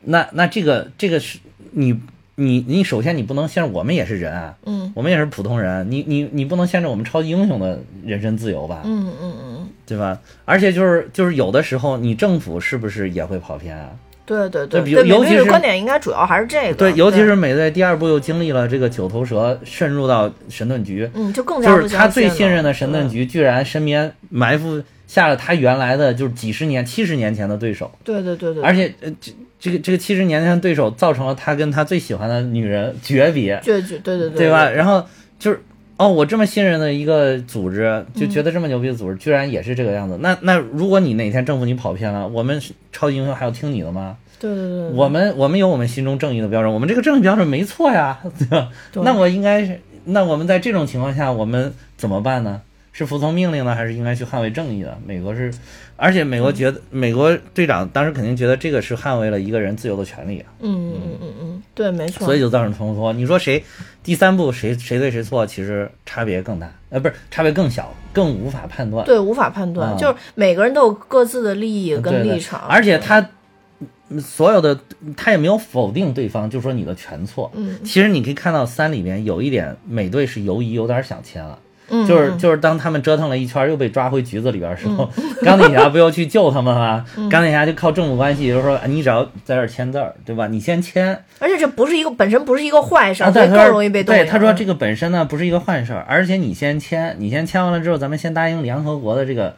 [SPEAKER 2] 那那这个这个是你你你首先你不能限制我们也是人啊，
[SPEAKER 1] 嗯
[SPEAKER 2] 我们也是普通人，啊你你你不能限制我们超级英雄的人身自由吧，
[SPEAKER 1] 嗯嗯嗯，
[SPEAKER 2] 对吧？而且就是就是有的时候你政府是不是也会跑偏啊？
[SPEAKER 1] 对对
[SPEAKER 2] 对
[SPEAKER 1] 对，
[SPEAKER 2] 比
[SPEAKER 1] 对
[SPEAKER 2] 尤
[SPEAKER 1] 美
[SPEAKER 2] 其
[SPEAKER 1] 队的
[SPEAKER 2] 是
[SPEAKER 1] 观点应该主要还是这个，
[SPEAKER 2] 对，尤其是美队第二部又经历了这个九头蛇渗入到神盾局，
[SPEAKER 1] 嗯，就更加不
[SPEAKER 2] 就是他
[SPEAKER 1] 相
[SPEAKER 2] 最
[SPEAKER 1] 了
[SPEAKER 2] 信任的神盾，局，居然身边埋伏下了他原来的就是几十年、七十年前的对手，
[SPEAKER 1] 对对对对对，
[SPEAKER 2] 而且呃这这个这个七十年前的对手造成了他跟他最喜欢的女人诀别，
[SPEAKER 1] 对对对对
[SPEAKER 2] <laughs> 对吧？？然后就是。哦，我这么信任的一个组织，就觉得这么牛逼的组织，居然也是这个样子。那那如果你哪天政府你跑偏了，我们是超级英雄还要听你的吗？
[SPEAKER 1] 对对对，对
[SPEAKER 2] 我们我们有我们心中正义的标准，我们这个正义标准没错呀，对吧？
[SPEAKER 1] <laughs> 对
[SPEAKER 2] 那我应该是，那我们在这种情况下，我们怎么办呢？是服从命令呢，还是应该去捍卫正义的？美国是，而且美国觉得，
[SPEAKER 1] 嗯
[SPEAKER 2] 美国队长当时肯定觉得这个是捍卫了一个人自由的权利啊，
[SPEAKER 1] 嗯嗯嗯嗯，对，没错，
[SPEAKER 2] 所以就造成冲突。你说谁第三步谁谁对谁错，其实差别更大，呃，不是差别更小，更无法判断。
[SPEAKER 1] 对无法判断，
[SPEAKER 2] 啊嗯
[SPEAKER 1] 就是每个人都有各自的利益
[SPEAKER 2] 对
[SPEAKER 1] 跟
[SPEAKER 2] 对
[SPEAKER 1] 立场，
[SPEAKER 2] 而且他嗯所有的他也没有否定对方，就说你的全错。
[SPEAKER 1] 嗯，
[SPEAKER 2] 其实你可以看到三里面有一点，美队是犹疑，有点想签了。
[SPEAKER 1] 嗯嗯
[SPEAKER 2] 就是就是当他们折腾了一圈又被抓回局子里边的时候， <laughs> 钢铁侠不又去救他们吗？钢铁侠就靠政府关系，就是说啊你只要在这儿签字儿，对吧？你先签，
[SPEAKER 1] 而且这不是一个本身不是一个坏事
[SPEAKER 2] 啊，
[SPEAKER 1] 儿，所
[SPEAKER 2] 对，
[SPEAKER 1] 以
[SPEAKER 2] 他
[SPEAKER 1] 更
[SPEAKER 2] 说
[SPEAKER 1] 容易被动啊摇。
[SPEAKER 2] 对，他说这个本身呢不是一个坏事儿，而且你先签，你先签完了之后，咱们先答应联合国的这个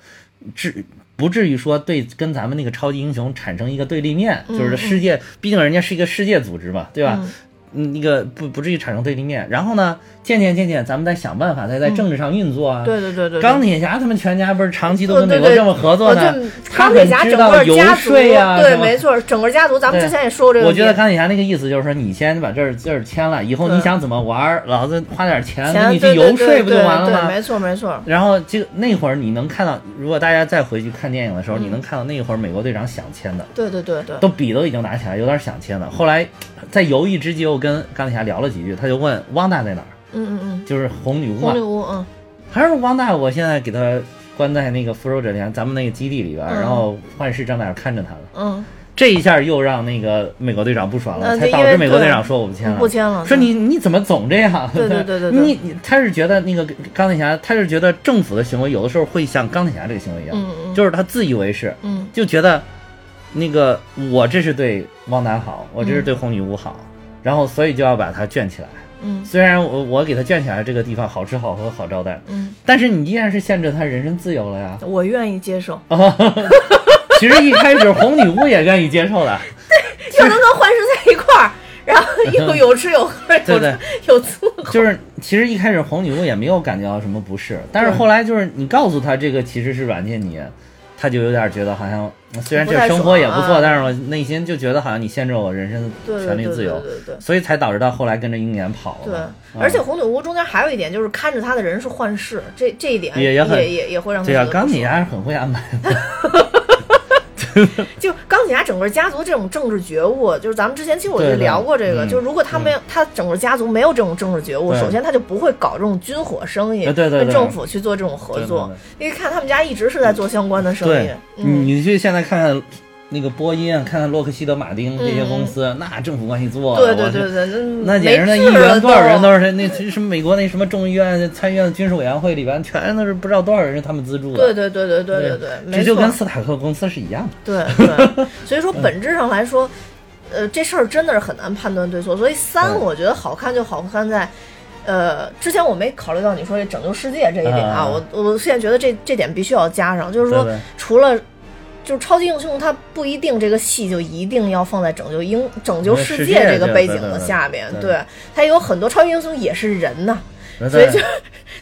[SPEAKER 2] 至不至于说对跟咱们那个超级英雄产生一个对立面，
[SPEAKER 1] 嗯
[SPEAKER 2] 就是世界，毕竟人家是一个世界组织嘛，对吧？嗯那个不不至于产生对立面，然后呢，渐渐渐渐，咱们再想办法，再在政治上运作
[SPEAKER 1] 嗯
[SPEAKER 2] 啊。
[SPEAKER 1] 对对对对，对
[SPEAKER 2] 钢铁侠他们全家不是长期都
[SPEAKER 1] 对
[SPEAKER 2] 跟美
[SPEAKER 1] 对
[SPEAKER 2] 国
[SPEAKER 1] 对
[SPEAKER 2] 这么合作
[SPEAKER 1] 哦
[SPEAKER 2] 呢
[SPEAKER 1] 对？
[SPEAKER 2] 他
[SPEAKER 1] 钢铁
[SPEAKER 2] 很
[SPEAKER 1] 侠
[SPEAKER 2] 知
[SPEAKER 1] 整
[SPEAKER 2] 道
[SPEAKER 1] 个
[SPEAKER 2] 游
[SPEAKER 1] 家族，
[SPEAKER 2] 说呀，
[SPEAKER 1] 对
[SPEAKER 2] 什，么
[SPEAKER 1] 没错，整个家族，咱们
[SPEAKER 2] 对
[SPEAKER 1] 之前也说过这个
[SPEAKER 2] 我
[SPEAKER 1] 问题。
[SPEAKER 2] 觉得钢铁侠那个意思就是说，你先把这儿这儿签了，以后
[SPEAKER 1] 对
[SPEAKER 2] 你想怎么玩儿，老子花点钱
[SPEAKER 1] 钱
[SPEAKER 2] 给你去
[SPEAKER 1] 对对
[SPEAKER 2] 游说，
[SPEAKER 1] 对
[SPEAKER 2] 不就
[SPEAKER 1] 对
[SPEAKER 2] 完了
[SPEAKER 1] 对
[SPEAKER 2] 吗？
[SPEAKER 1] 没错没错，
[SPEAKER 2] 然后这个那会儿你能看到，如果大家再回去看电影的时
[SPEAKER 1] 嗯
[SPEAKER 2] 候，你能看到那会儿美国队长想签的，
[SPEAKER 1] 对对对对
[SPEAKER 2] 都笔都已经拿起来，有点想签的。后来在犹豫之际，又跟钢铁侠聊了几句，他就问汪大在哪儿，
[SPEAKER 1] 嗯嗯嗯，
[SPEAKER 2] 就是红女巫嘛
[SPEAKER 1] 红女。巫，嗯
[SPEAKER 2] 还是汪大，我现在给他关在那个复仇者联咱们那个基地里边儿，
[SPEAKER 1] 嗯
[SPEAKER 2] 然后幻视正在那儿看着他呢。
[SPEAKER 1] 嗯，
[SPEAKER 2] 这一下又让那个美国队长不爽了，
[SPEAKER 1] 嗯
[SPEAKER 2] 才
[SPEAKER 1] 就
[SPEAKER 2] 导
[SPEAKER 1] 因为
[SPEAKER 2] 致美国队长说我不签了，
[SPEAKER 1] 不签了
[SPEAKER 2] 啊说你你怎么总这样？
[SPEAKER 1] 嗯对对对对对
[SPEAKER 2] 你你他是觉得那个钢铁侠，他是觉得政府的行为有的时候会像钢铁侠这个行为一样，
[SPEAKER 1] 嗯嗯
[SPEAKER 2] 就是他自以为是，
[SPEAKER 1] 嗯
[SPEAKER 2] 就觉得那个我这是对汪楠好，我这是对红女巫好，然后所以就要把他圈起来。
[SPEAKER 1] 嗯
[SPEAKER 2] 虽然我我给他圈起来，这个地方好吃好喝好招待，
[SPEAKER 1] 嗯，
[SPEAKER 2] 但是你依然是限制他人身自由了呀。
[SPEAKER 1] 我愿意接受，
[SPEAKER 2] 哦其实一开始红女巫也愿意接受的。
[SPEAKER 1] 又能跟幻视在一块
[SPEAKER 2] <laughs>
[SPEAKER 1] 儿，然后又有吃有喝，有
[SPEAKER 2] 对对
[SPEAKER 1] 有住 <laughs>
[SPEAKER 2] 就是其实一开始红女巫也没有感觉到什么不适，但是后来就是你告诉她这个其实是软禁你，她就有点觉得好像虽然这生活也不
[SPEAKER 1] 不太爽
[SPEAKER 2] 错，
[SPEAKER 1] 啊
[SPEAKER 2] 但是我内心就觉得好像你限制我人身
[SPEAKER 1] 对
[SPEAKER 2] 权
[SPEAKER 1] 对
[SPEAKER 2] 利
[SPEAKER 1] 对
[SPEAKER 2] 自
[SPEAKER 1] 对
[SPEAKER 2] 由，哦
[SPEAKER 1] 对对。
[SPEAKER 2] 所以才导致到后来跟着鹰眼跑
[SPEAKER 1] 对
[SPEAKER 2] 了嘛。，
[SPEAKER 1] 而且红女巫中间还有一点，就是看着她的人是幻视，这这一点
[SPEAKER 2] 也也
[SPEAKER 1] 也
[SPEAKER 2] 很
[SPEAKER 1] 也也会让她
[SPEAKER 2] 对呀、啊
[SPEAKER 1] 觉得
[SPEAKER 2] 钢
[SPEAKER 1] 不
[SPEAKER 2] 铁
[SPEAKER 1] 爽
[SPEAKER 2] 侠是很会安排的，
[SPEAKER 1] 就钢铁侠整个家族这种政治觉悟，就是咱们之前其实我就
[SPEAKER 2] 对对
[SPEAKER 1] 聊过这个，
[SPEAKER 2] 嗯
[SPEAKER 1] 就是如果他没有、他整个家族没有这种政治觉悟，
[SPEAKER 2] 对
[SPEAKER 1] 首先他就不会搞这种军火生意，
[SPEAKER 2] 对对对
[SPEAKER 1] 跟政府去做这种合作。因为看他们家一直是在做相关的生意
[SPEAKER 2] 对，，
[SPEAKER 1] 嗯，
[SPEAKER 2] 你去现在看看那个波音，看看洛克希德马丁这些公司，那政府关系做
[SPEAKER 1] 嗯
[SPEAKER 2] 的，
[SPEAKER 1] 对对
[SPEAKER 2] 我去
[SPEAKER 1] 对对，嗯
[SPEAKER 2] 那简直那
[SPEAKER 1] 没
[SPEAKER 2] 议
[SPEAKER 1] 治了
[SPEAKER 2] 员多少人
[SPEAKER 1] 都
[SPEAKER 2] 都是那什么美国那什么众议院、参议院的军事委员会里边，全都是不知道多少人是他们资助的。
[SPEAKER 1] 对对对对对对对，没
[SPEAKER 2] 这就
[SPEAKER 1] 错
[SPEAKER 2] 跟嗯斯塔克公司是一样的。
[SPEAKER 1] 对
[SPEAKER 2] <laughs>
[SPEAKER 1] 对，所以说本质上来说，呃，这事儿真的是很难判断对错。所以三，
[SPEAKER 2] 对
[SPEAKER 1] 我觉得好看就好看在，呃，之前我没考虑到你说这拯救世界这一点啊，
[SPEAKER 2] 啊
[SPEAKER 1] 我我现在觉得这这点必须要加上，就是说
[SPEAKER 2] 对对
[SPEAKER 1] 除了。就是超级英雄，他不一定这个戏就一定要放在拯救英拯救世界这个背景的下边，
[SPEAKER 2] 世界这个对对对
[SPEAKER 1] 对，他有很多超级英雄也是人呐、
[SPEAKER 2] 对
[SPEAKER 1] 所以就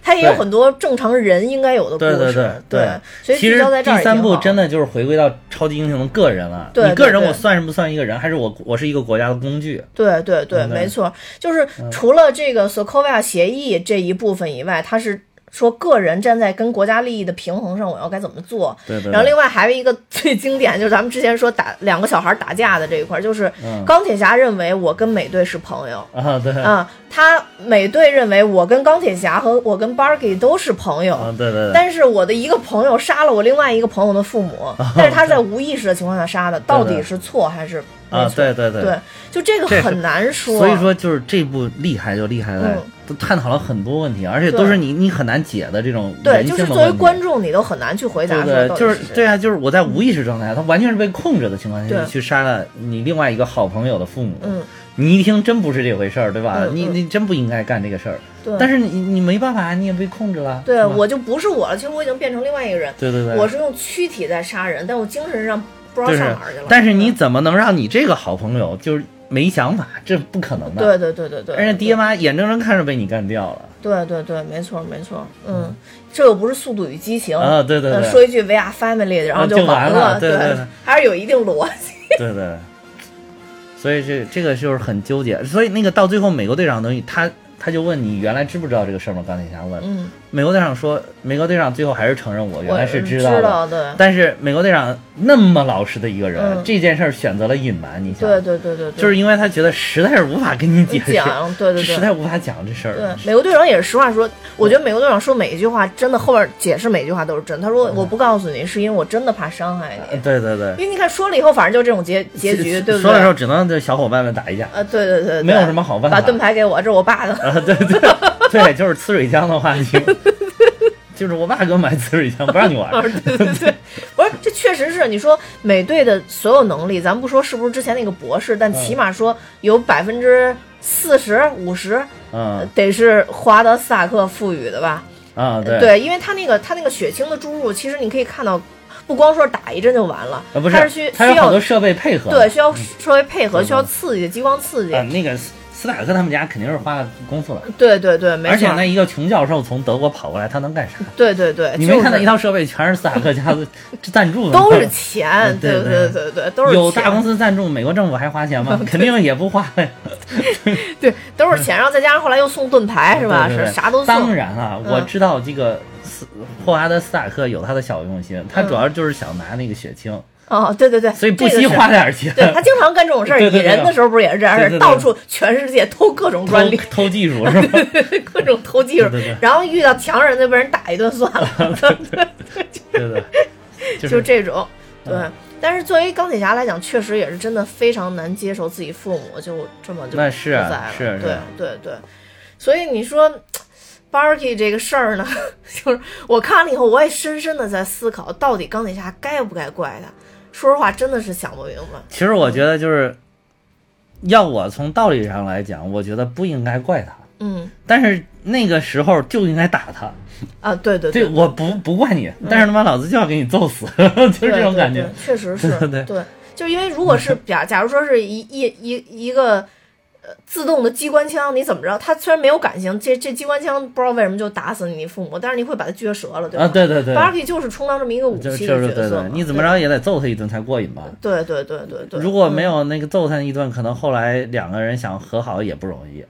[SPEAKER 1] 它也有
[SPEAKER 2] 对
[SPEAKER 1] 很多正常人应该有的
[SPEAKER 2] 对
[SPEAKER 1] 故
[SPEAKER 2] 对
[SPEAKER 1] 事，
[SPEAKER 2] 对对
[SPEAKER 1] 所以
[SPEAKER 2] 其
[SPEAKER 1] 聚
[SPEAKER 2] 实
[SPEAKER 1] 焦在这
[SPEAKER 2] 第
[SPEAKER 1] 儿也
[SPEAKER 2] 三
[SPEAKER 1] 挺
[SPEAKER 2] 部
[SPEAKER 1] 好
[SPEAKER 2] 真的就是回归到超级英雄的个人了。
[SPEAKER 1] 对
[SPEAKER 2] 你个
[SPEAKER 1] 对
[SPEAKER 2] 人
[SPEAKER 1] 对
[SPEAKER 2] 我算不算一个人，还是我我是一个国家的工具？
[SPEAKER 1] 对对对，
[SPEAKER 2] 嗯对
[SPEAKER 1] 没错，就是
[SPEAKER 2] 嗯
[SPEAKER 1] 除了这个 Sokovia 协议这一部分以外，它是说个人站在跟国家利益的平衡上，我要该怎么做。
[SPEAKER 2] 对对对
[SPEAKER 1] 然后另外还有一个最经典，就是咱们之前说打两个小孩打架的这一块儿，就是
[SPEAKER 2] 嗯
[SPEAKER 1] 钢铁侠认为我跟美队是朋友。
[SPEAKER 2] 啊，对啊，
[SPEAKER 1] 啊、他美队认为我跟钢铁侠和我跟 Bargy 都是朋友，
[SPEAKER 2] 啊对对对，
[SPEAKER 1] 但是我的一个朋友杀了我另外一个朋友的父
[SPEAKER 2] 哦
[SPEAKER 1] 母，但是他在无意识的情况下杀的，到底是错还是没
[SPEAKER 2] 啊，
[SPEAKER 1] 错？
[SPEAKER 2] 对对对
[SPEAKER 1] 对，就这个
[SPEAKER 2] 这是
[SPEAKER 1] 很难说。
[SPEAKER 2] 所以说，就是这部厉害就厉害在
[SPEAKER 1] 嗯
[SPEAKER 2] 都探讨了很多问题，而且都是你你很难解的这种
[SPEAKER 1] 对，
[SPEAKER 2] 人
[SPEAKER 1] 就
[SPEAKER 2] 性
[SPEAKER 1] 是
[SPEAKER 2] 的
[SPEAKER 1] 作为
[SPEAKER 2] 问题。
[SPEAKER 1] 观众，你都很难去回
[SPEAKER 2] 对
[SPEAKER 1] 答
[SPEAKER 2] 不
[SPEAKER 1] 说
[SPEAKER 2] 对？
[SPEAKER 1] 到底
[SPEAKER 2] 就是
[SPEAKER 1] 谁
[SPEAKER 2] 对啊，就是我在无意识状态下，他完全是被控制的情况下
[SPEAKER 1] 对
[SPEAKER 2] 去杀了你另外一个好朋友的父母。
[SPEAKER 1] 嗯，
[SPEAKER 2] 你一听真不是这回事儿，对吧？
[SPEAKER 1] 嗯
[SPEAKER 2] 你
[SPEAKER 1] 嗯
[SPEAKER 2] 你真不应该干这个事儿。
[SPEAKER 1] 对
[SPEAKER 2] 但是你你没办法，你也被控制了。
[SPEAKER 1] 对啊
[SPEAKER 2] 是吧
[SPEAKER 1] 我就不是我了，其实我已经变成另外一个人，
[SPEAKER 2] 对对对，
[SPEAKER 1] 我是用躯体在杀人，但我精神上不知道
[SPEAKER 2] 就是
[SPEAKER 1] 上哪儿去了。嗯
[SPEAKER 2] 但是你怎么能让你这个好朋友就是没想法？这不可能的。
[SPEAKER 1] 对对对对对，
[SPEAKER 2] 而且爹妈眼睁睁看着被你干掉了。
[SPEAKER 1] 对对对，没错没错，嗯，这又不是《速度与激情》
[SPEAKER 2] 啊对对
[SPEAKER 1] 呃
[SPEAKER 2] 对
[SPEAKER 1] 说一句 “We are family”，然后
[SPEAKER 2] 啊就
[SPEAKER 1] 完
[SPEAKER 2] 完了对对对
[SPEAKER 1] 对，还是有一定逻辑。
[SPEAKER 2] 对对，所以这这个就是很纠结。所以那个到最后，美国队长的东西，他他就问你原来知不知道这个事儿吗？钢铁侠问。
[SPEAKER 1] 嗯，
[SPEAKER 2] 美国队长说，美国队长最后还是承认我原
[SPEAKER 1] 我嗯
[SPEAKER 2] 来是
[SPEAKER 1] 知
[SPEAKER 2] 道的。
[SPEAKER 1] 的，
[SPEAKER 2] 但是美国队长那么老实的一个人，
[SPEAKER 1] 嗯
[SPEAKER 2] 这件事儿选择了隐瞒，你想，
[SPEAKER 1] 对对对对对，
[SPEAKER 2] 就是因为他觉得实在是无法跟你解释，
[SPEAKER 1] 讲，对对对，
[SPEAKER 2] 实在无法讲这事儿。
[SPEAKER 1] 对，美国队长也是实话说，我觉得美国队长说每一句话，真的后边解释每一句话都是真。他
[SPEAKER 2] 嗯
[SPEAKER 1] 说我不告诉你，是因为我真的怕伤害
[SPEAKER 2] 呃
[SPEAKER 1] 你。
[SPEAKER 2] 对对对，
[SPEAKER 1] 因为你看说了以后，反正就这种结结局，对不
[SPEAKER 2] 说的时候
[SPEAKER 1] 对？
[SPEAKER 2] 只能对小伙伴们打一架。 <laughs>
[SPEAKER 1] 呃，对对对，对
[SPEAKER 2] 没有什么好办法
[SPEAKER 1] 把盾牌给我，这是我爸的。
[SPEAKER 2] <laughs> 啊，对对对，就是呲水枪的话
[SPEAKER 1] <laughs>
[SPEAKER 2] 题，就是我爸给我买呲水枪，不让你玩。
[SPEAKER 1] 对对对对，不是，这确实是你说美队的所有能力，咱不说是不是之前那个博士，
[SPEAKER 2] 嗯
[SPEAKER 1] 但起码说有百分之四十五十
[SPEAKER 2] 嗯
[SPEAKER 1] 得是华德萨克赋予的吧？
[SPEAKER 2] 啊，对，
[SPEAKER 1] 对，因为他那个他那个血清的注入，其实你可以看到，不光说是打一针就完了，
[SPEAKER 2] 啊不
[SPEAKER 1] 它是
[SPEAKER 2] 是
[SPEAKER 1] 需，
[SPEAKER 2] 他
[SPEAKER 1] 需
[SPEAKER 2] 有好
[SPEAKER 1] 要
[SPEAKER 2] 多设备配合。
[SPEAKER 1] 对需要稍微配合，需要
[SPEAKER 2] 嗯
[SPEAKER 1] 刺激激光刺激
[SPEAKER 2] 啊，。那个斯斯塔克他们家肯定是花了功夫了，
[SPEAKER 1] 对对对，没
[SPEAKER 2] 而且
[SPEAKER 1] 错
[SPEAKER 2] 那。一个穷教授从德国跑过来，他能干啥？
[SPEAKER 1] 对对对，
[SPEAKER 2] 你
[SPEAKER 1] 就
[SPEAKER 2] 没
[SPEAKER 1] 是
[SPEAKER 2] 看到一套设备全是斯塔克家的赞助的吗？
[SPEAKER 1] 都是钱，
[SPEAKER 2] 嗯对
[SPEAKER 1] 对
[SPEAKER 2] 对
[SPEAKER 1] 对对，都是
[SPEAKER 2] 有大
[SPEAKER 1] 钱
[SPEAKER 2] 公司赞助，美国政府还
[SPEAKER 1] <laughs>
[SPEAKER 2] 花钱吗？肯定也不花呀，
[SPEAKER 1] 对都是钱，然后再加上后来又送盾牌是吧？
[SPEAKER 2] 对对对
[SPEAKER 1] 是啥都
[SPEAKER 2] 当
[SPEAKER 1] 送。
[SPEAKER 2] 然啊，
[SPEAKER 1] 嗯
[SPEAKER 2] 我知道这个斯霍华德·斯塔克有他的小用心，他
[SPEAKER 1] 嗯
[SPEAKER 2] 主要就是想拿那个血清，
[SPEAKER 1] 哦，对对对，
[SPEAKER 2] 所以不
[SPEAKER 1] 这个
[SPEAKER 2] 惜
[SPEAKER 1] 是
[SPEAKER 2] 花。点钱。
[SPEAKER 1] <laughs> 对他经常干这种事儿，
[SPEAKER 2] 对对对
[SPEAKER 1] 蚁人的时候不是也是这样
[SPEAKER 2] 对
[SPEAKER 1] 事
[SPEAKER 2] 对对
[SPEAKER 1] 儿，到处全世界偷各种专利，
[SPEAKER 2] 偷偷技术是
[SPEAKER 1] <laughs>
[SPEAKER 2] 吧？
[SPEAKER 1] 各种偷技术
[SPEAKER 2] 对对对，
[SPEAKER 1] 然后遇到强人就被人打一顿算
[SPEAKER 2] <laughs>
[SPEAKER 1] 了。
[SPEAKER 2] 对对，就
[SPEAKER 1] 就是这种，对。
[SPEAKER 2] 嗯
[SPEAKER 1] 但是作为钢铁侠来讲，确实也是真的非常难接受自己父母就这么就
[SPEAKER 2] 那是啊
[SPEAKER 1] 不在了
[SPEAKER 2] 是啊是
[SPEAKER 1] 对
[SPEAKER 2] 啊
[SPEAKER 1] 对对。所以你说 Barky 这个事儿呢， <laughs> 就是我看了以后，我也深深的在思考，到底钢铁侠该不该怪他。说实话，真的是想不明白。
[SPEAKER 2] 其实我觉得就是，要我从道理上来讲，我觉得不应该怪他，
[SPEAKER 1] 嗯
[SPEAKER 2] 但是那个时候就应该打他。
[SPEAKER 1] 啊，对对
[SPEAKER 2] 对，
[SPEAKER 1] 对，
[SPEAKER 2] 我不不怪你，
[SPEAKER 1] 嗯
[SPEAKER 2] 但是他妈老子就要给你揍死， <laughs> 就是这种感
[SPEAKER 1] 对
[SPEAKER 2] 觉
[SPEAKER 1] 对。对确实是
[SPEAKER 2] <laughs> 对对
[SPEAKER 1] 就是因为如果
[SPEAKER 2] <laughs>
[SPEAKER 1] 是假假如说是一一一一个呃自动的机关枪，你怎么着？它虽然没有感情，这这机关枪不知道为什么就打死你父母，但是你会把它撅折了，对吧？
[SPEAKER 2] 啊，对对对，
[SPEAKER 1] Barky 就是充当这么一个武
[SPEAKER 2] 就
[SPEAKER 1] 器
[SPEAKER 2] 就
[SPEAKER 1] 的
[SPEAKER 2] 是
[SPEAKER 1] 角
[SPEAKER 2] 对
[SPEAKER 1] 色
[SPEAKER 2] 对
[SPEAKER 1] 嘛，，
[SPEAKER 2] 你怎么着也得揍他一顿才过瘾吧？
[SPEAKER 1] 对？对对对对对，嗯
[SPEAKER 2] 如果没
[SPEAKER 1] 有，
[SPEAKER 2] 有那个揍他一顿，可能后来两个人想和好也不容易。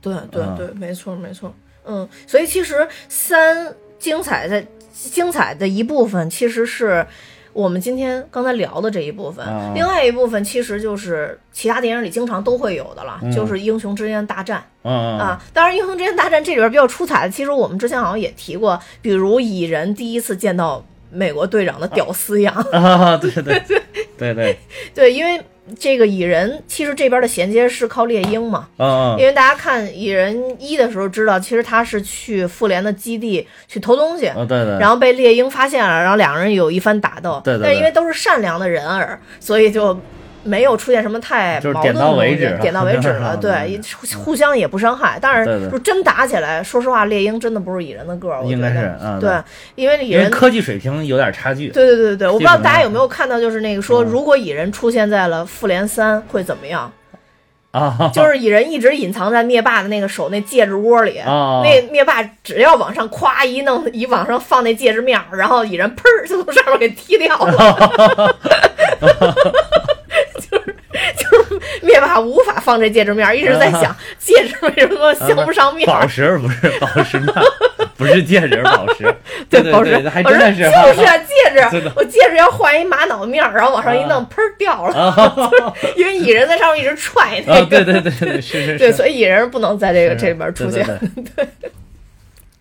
[SPEAKER 1] 对对
[SPEAKER 2] 嗯
[SPEAKER 1] 对，没错没错，嗯，所以其实三精彩的精彩的一部分其实是。我们今天刚才聊的这一部分，
[SPEAKER 2] 啊
[SPEAKER 1] 另外一部分其实就是其他电影里经常都会有的了，
[SPEAKER 2] 嗯
[SPEAKER 1] 就是英雄之间的大战。
[SPEAKER 2] 嗯，
[SPEAKER 1] 啊，当然，英雄之间大战这里边比较出彩的，其实我们之前好像也提过，比如蚁人第一次见到美国队长的屌丝样， <laughs>
[SPEAKER 2] 啊，对对 <laughs> 对对，
[SPEAKER 1] 对，因为这个蚁人其实这边的衔接是靠猎鹰嘛，
[SPEAKER 2] 嗯
[SPEAKER 1] 因为大家看蚁人一的时候知道，其实他是去复联的基地去偷东西。
[SPEAKER 2] 嗯，对对，
[SPEAKER 1] 然后被猎鹰发现了，然后两人有一番打斗。
[SPEAKER 2] 对对对
[SPEAKER 1] 但是因为都是善良的人儿，所以就没有出现什么太
[SPEAKER 2] 就是
[SPEAKER 1] 矛
[SPEAKER 2] 点
[SPEAKER 1] 盾的
[SPEAKER 2] 到为
[SPEAKER 1] 东西
[SPEAKER 2] 止了
[SPEAKER 1] 点到为止
[SPEAKER 2] 啊 <laughs>
[SPEAKER 1] 了。
[SPEAKER 2] 对
[SPEAKER 1] 对，一互互相也不伤害。但
[SPEAKER 2] 对对
[SPEAKER 1] 是就真打起来，说实话，猎鹰真的不是蚁人的个儿，我觉
[SPEAKER 2] 应该是
[SPEAKER 1] 得。
[SPEAKER 2] 啊，
[SPEAKER 1] 对，因为蚁
[SPEAKER 2] 因为
[SPEAKER 1] 人。
[SPEAKER 2] 科技水平有点差距。
[SPEAKER 1] 对对对对对，我不知道
[SPEAKER 2] 基本上
[SPEAKER 1] 大家有没有看到，就是那个说，
[SPEAKER 2] 嗯
[SPEAKER 1] 如果蚁人出现在了复联三会怎么样？
[SPEAKER 2] 啊，
[SPEAKER 1] 就是蚁人一直隐藏在灭霸的那个手那戒指窝里，
[SPEAKER 2] 啊
[SPEAKER 1] 那灭霸只要往上夸一弄，一往上放那戒指面儿，然后蚁人砰儿就从上面给踢掉了，
[SPEAKER 2] <laughs>
[SPEAKER 1] 就是就是灭霸无法放这戒指面儿，一直在想戒指为什么镶不上面
[SPEAKER 2] 宝
[SPEAKER 1] 儿，
[SPEAKER 2] 石不是宝石面， <laughs> 不是戒指，宝石。
[SPEAKER 1] <laughs> <laughs> 对
[SPEAKER 2] 对
[SPEAKER 1] 宝石
[SPEAKER 2] 对，还真的是
[SPEAKER 1] 我说就是啊，戒
[SPEAKER 2] <laughs> 真
[SPEAKER 1] 指
[SPEAKER 2] 的，
[SPEAKER 1] 我戒指要换一玛瑙面儿，然后往上一弄，砰儿掉了，
[SPEAKER 2] <laughs> 啊
[SPEAKER 1] 因为蚁人在上面一直踹那
[SPEAKER 2] 啊，
[SPEAKER 1] 个，
[SPEAKER 2] 对对对对，是是
[SPEAKER 1] 对，
[SPEAKER 2] 是，
[SPEAKER 1] 所以蚁人不能在这个这里边
[SPEAKER 2] 是
[SPEAKER 1] 出现。
[SPEAKER 2] 对对对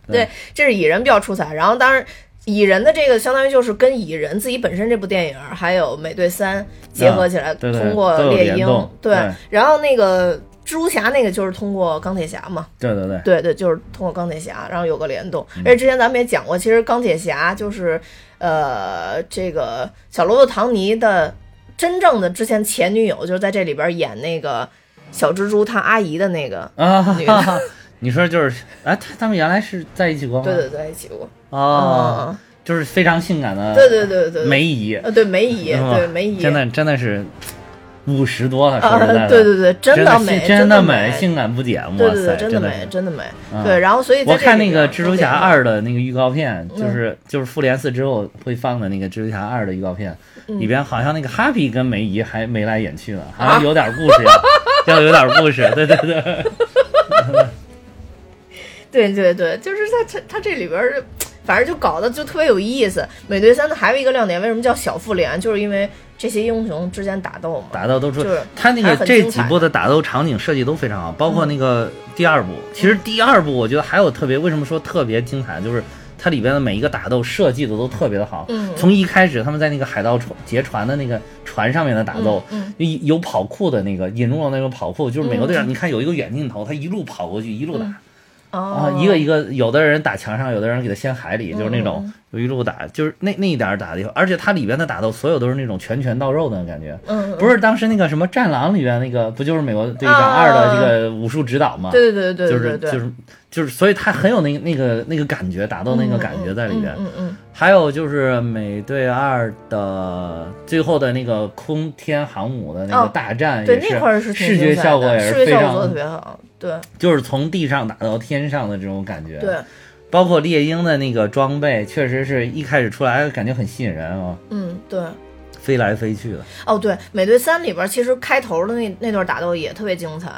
[SPEAKER 1] 对，这是蚁人比较出彩。然后当然，蚁人的这个相当于就是跟蚁人自己本身这部电影儿还有美队三结合起来，
[SPEAKER 2] 啊对对
[SPEAKER 1] 通过
[SPEAKER 2] 都有
[SPEAKER 1] 猎
[SPEAKER 2] 联
[SPEAKER 1] 鹰
[SPEAKER 2] 动
[SPEAKER 1] 对
[SPEAKER 2] 对
[SPEAKER 1] 然后那个蜘蛛侠那个就是通过钢铁侠嘛，
[SPEAKER 2] 对
[SPEAKER 1] <laughs>
[SPEAKER 2] 对对，
[SPEAKER 1] 对对，就是通过钢铁侠，然后有个联动。
[SPEAKER 2] 嗯
[SPEAKER 1] 而且之前咱们也讲过，其实钢铁侠就是呃这个小罗伯特·唐尼的真正的之前前女友，就是在这里边演那个小蜘蛛他阿姨的那个。
[SPEAKER 2] 啊
[SPEAKER 1] 女
[SPEAKER 2] 哈 <laughs> 哈，你说就是啊，他他们原来是在一起过吗？
[SPEAKER 1] 对对对，一起过。
[SPEAKER 2] 哦
[SPEAKER 1] 嗯，
[SPEAKER 2] 就是非常性感的，
[SPEAKER 1] 对对对对对
[SPEAKER 2] 梅姨，
[SPEAKER 1] 呃，对梅姨，
[SPEAKER 2] 嗯是吧
[SPEAKER 1] 对梅姨，
[SPEAKER 2] 真的真的是五十多了，说实在
[SPEAKER 1] 啊，
[SPEAKER 2] 的，
[SPEAKER 1] 对对对，真
[SPEAKER 2] 的
[SPEAKER 1] 美，
[SPEAKER 2] 是
[SPEAKER 1] 真
[SPEAKER 2] 真
[SPEAKER 1] 的
[SPEAKER 2] 美，性感不减，
[SPEAKER 1] 对
[SPEAKER 2] 哇
[SPEAKER 1] 对对，
[SPEAKER 2] 塞，
[SPEAKER 1] 真
[SPEAKER 2] 的
[SPEAKER 1] 美，
[SPEAKER 2] 是。
[SPEAKER 1] 真的美。
[SPEAKER 2] 嗯
[SPEAKER 1] 对，然后所以在
[SPEAKER 2] 我
[SPEAKER 1] 这
[SPEAKER 2] 看
[SPEAKER 1] 里
[SPEAKER 2] 那个《
[SPEAKER 1] 边
[SPEAKER 2] 蜘蛛侠，二》的那个预告片，
[SPEAKER 1] 嗯
[SPEAKER 2] 就是就是复联四之后会放的那个《蜘蛛侠二》的预告片，
[SPEAKER 1] 嗯
[SPEAKER 2] 里边好像那个哈皮跟梅姨还眉来眼去的，好
[SPEAKER 1] 啊
[SPEAKER 2] 像有点故事，要有点故事，对对对，
[SPEAKER 1] 对对对，就是在他他这里边儿，反正就搞得就特别有意思。美队三的还有一个亮点，为什么叫小复联？就是因为这些英雄之间打斗嘛。
[SPEAKER 2] 打斗都出
[SPEAKER 1] 就是，
[SPEAKER 2] 他那
[SPEAKER 1] 还
[SPEAKER 2] 个
[SPEAKER 1] 很
[SPEAKER 2] 这
[SPEAKER 1] 精
[SPEAKER 2] 几
[SPEAKER 1] 彩嗯
[SPEAKER 2] 部的打斗场景设计都非常好，包括那个第二部，其实第二部我觉得还有特别，为什么说特别精彩，就是。它里边的每一个打斗设计的都特别的好，
[SPEAKER 1] 嗯
[SPEAKER 2] 从一开始他们在那个海盗船劫船的那个船上面的打斗，
[SPEAKER 1] 嗯
[SPEAKER 2] 有有跑酷的那个引入了那个跑酷，就是美国队长，你看有一个远镜头，他一路跑过去一路
[SPEAKER 1] 嗯
[SPEAKER 2] 打，啊
[SPEAKER 1] 哦，，嗯
[SPEAKER 2] 一个一个，有的人打墙上，有的人给他掀海里，就是那种就一路打，就是那那一点儿打的，而且它里边的打斗所有都是那种拳拳到肉的感觉，
[SPEAKER 1] 嗯，
[SPEAKER 2] 不是当时那个什么《战狼》里边那个，不就是美国队长
[SPEAKER 1] 啊
[SPEAKER 2] 二的这个武术指导吗？
[SPEAKER 1] 对对对
[SPEAKER 2] 就
[SPEAKER 1] 对对
[SPEAKER 2] 是
[SPEAKER 1] 对，
[SPEAKER 2] 就是就是，所以他很有那个那个那个感觉，打斗那个感觉在里边。
[SPEAKER 1] 嗯嗯
[SPEAKER 2] 还有就是《美队二》的最后的那个空天航母的那个
[SPEAKER 1] 哦
[SPEAKER 2] 大战，
[SPEAKER 1] 嗯，
[SPEAKER 2] 也
[SPEAKER 1] 对，
[SPEAKER 2] 是
[SPEAKER 1] 那块儿是挺
[SPEAKER 2] 视觉
[SPEAKER 1] 精彩
[SPEAKER 2] 效果
[SPEAKER 1] 的
[SPEAKER 2] 也是
[SPEAKER 1] 视
[SPEAKER 2] 非
[SPEAKER 1] 觉效果做的特
[SPEAKER 2] 常，
[SPEAKER 1] 别好，对
[SPEAKER 2] 就是从地上打到天上的这种感觉。
[SPEAKER 1] 对，，
[SPEAKER 2] 包括猎鹰的那个装备，确实是一开始出来感觉很吸引人啊，
[SPEAKER 1] 嗯对。
[SPEAKER 2] 飞来飞去的。
[SPEAKER 1] 哦，对，《美队三》里边其实开头的那那段打斗也特别精彩，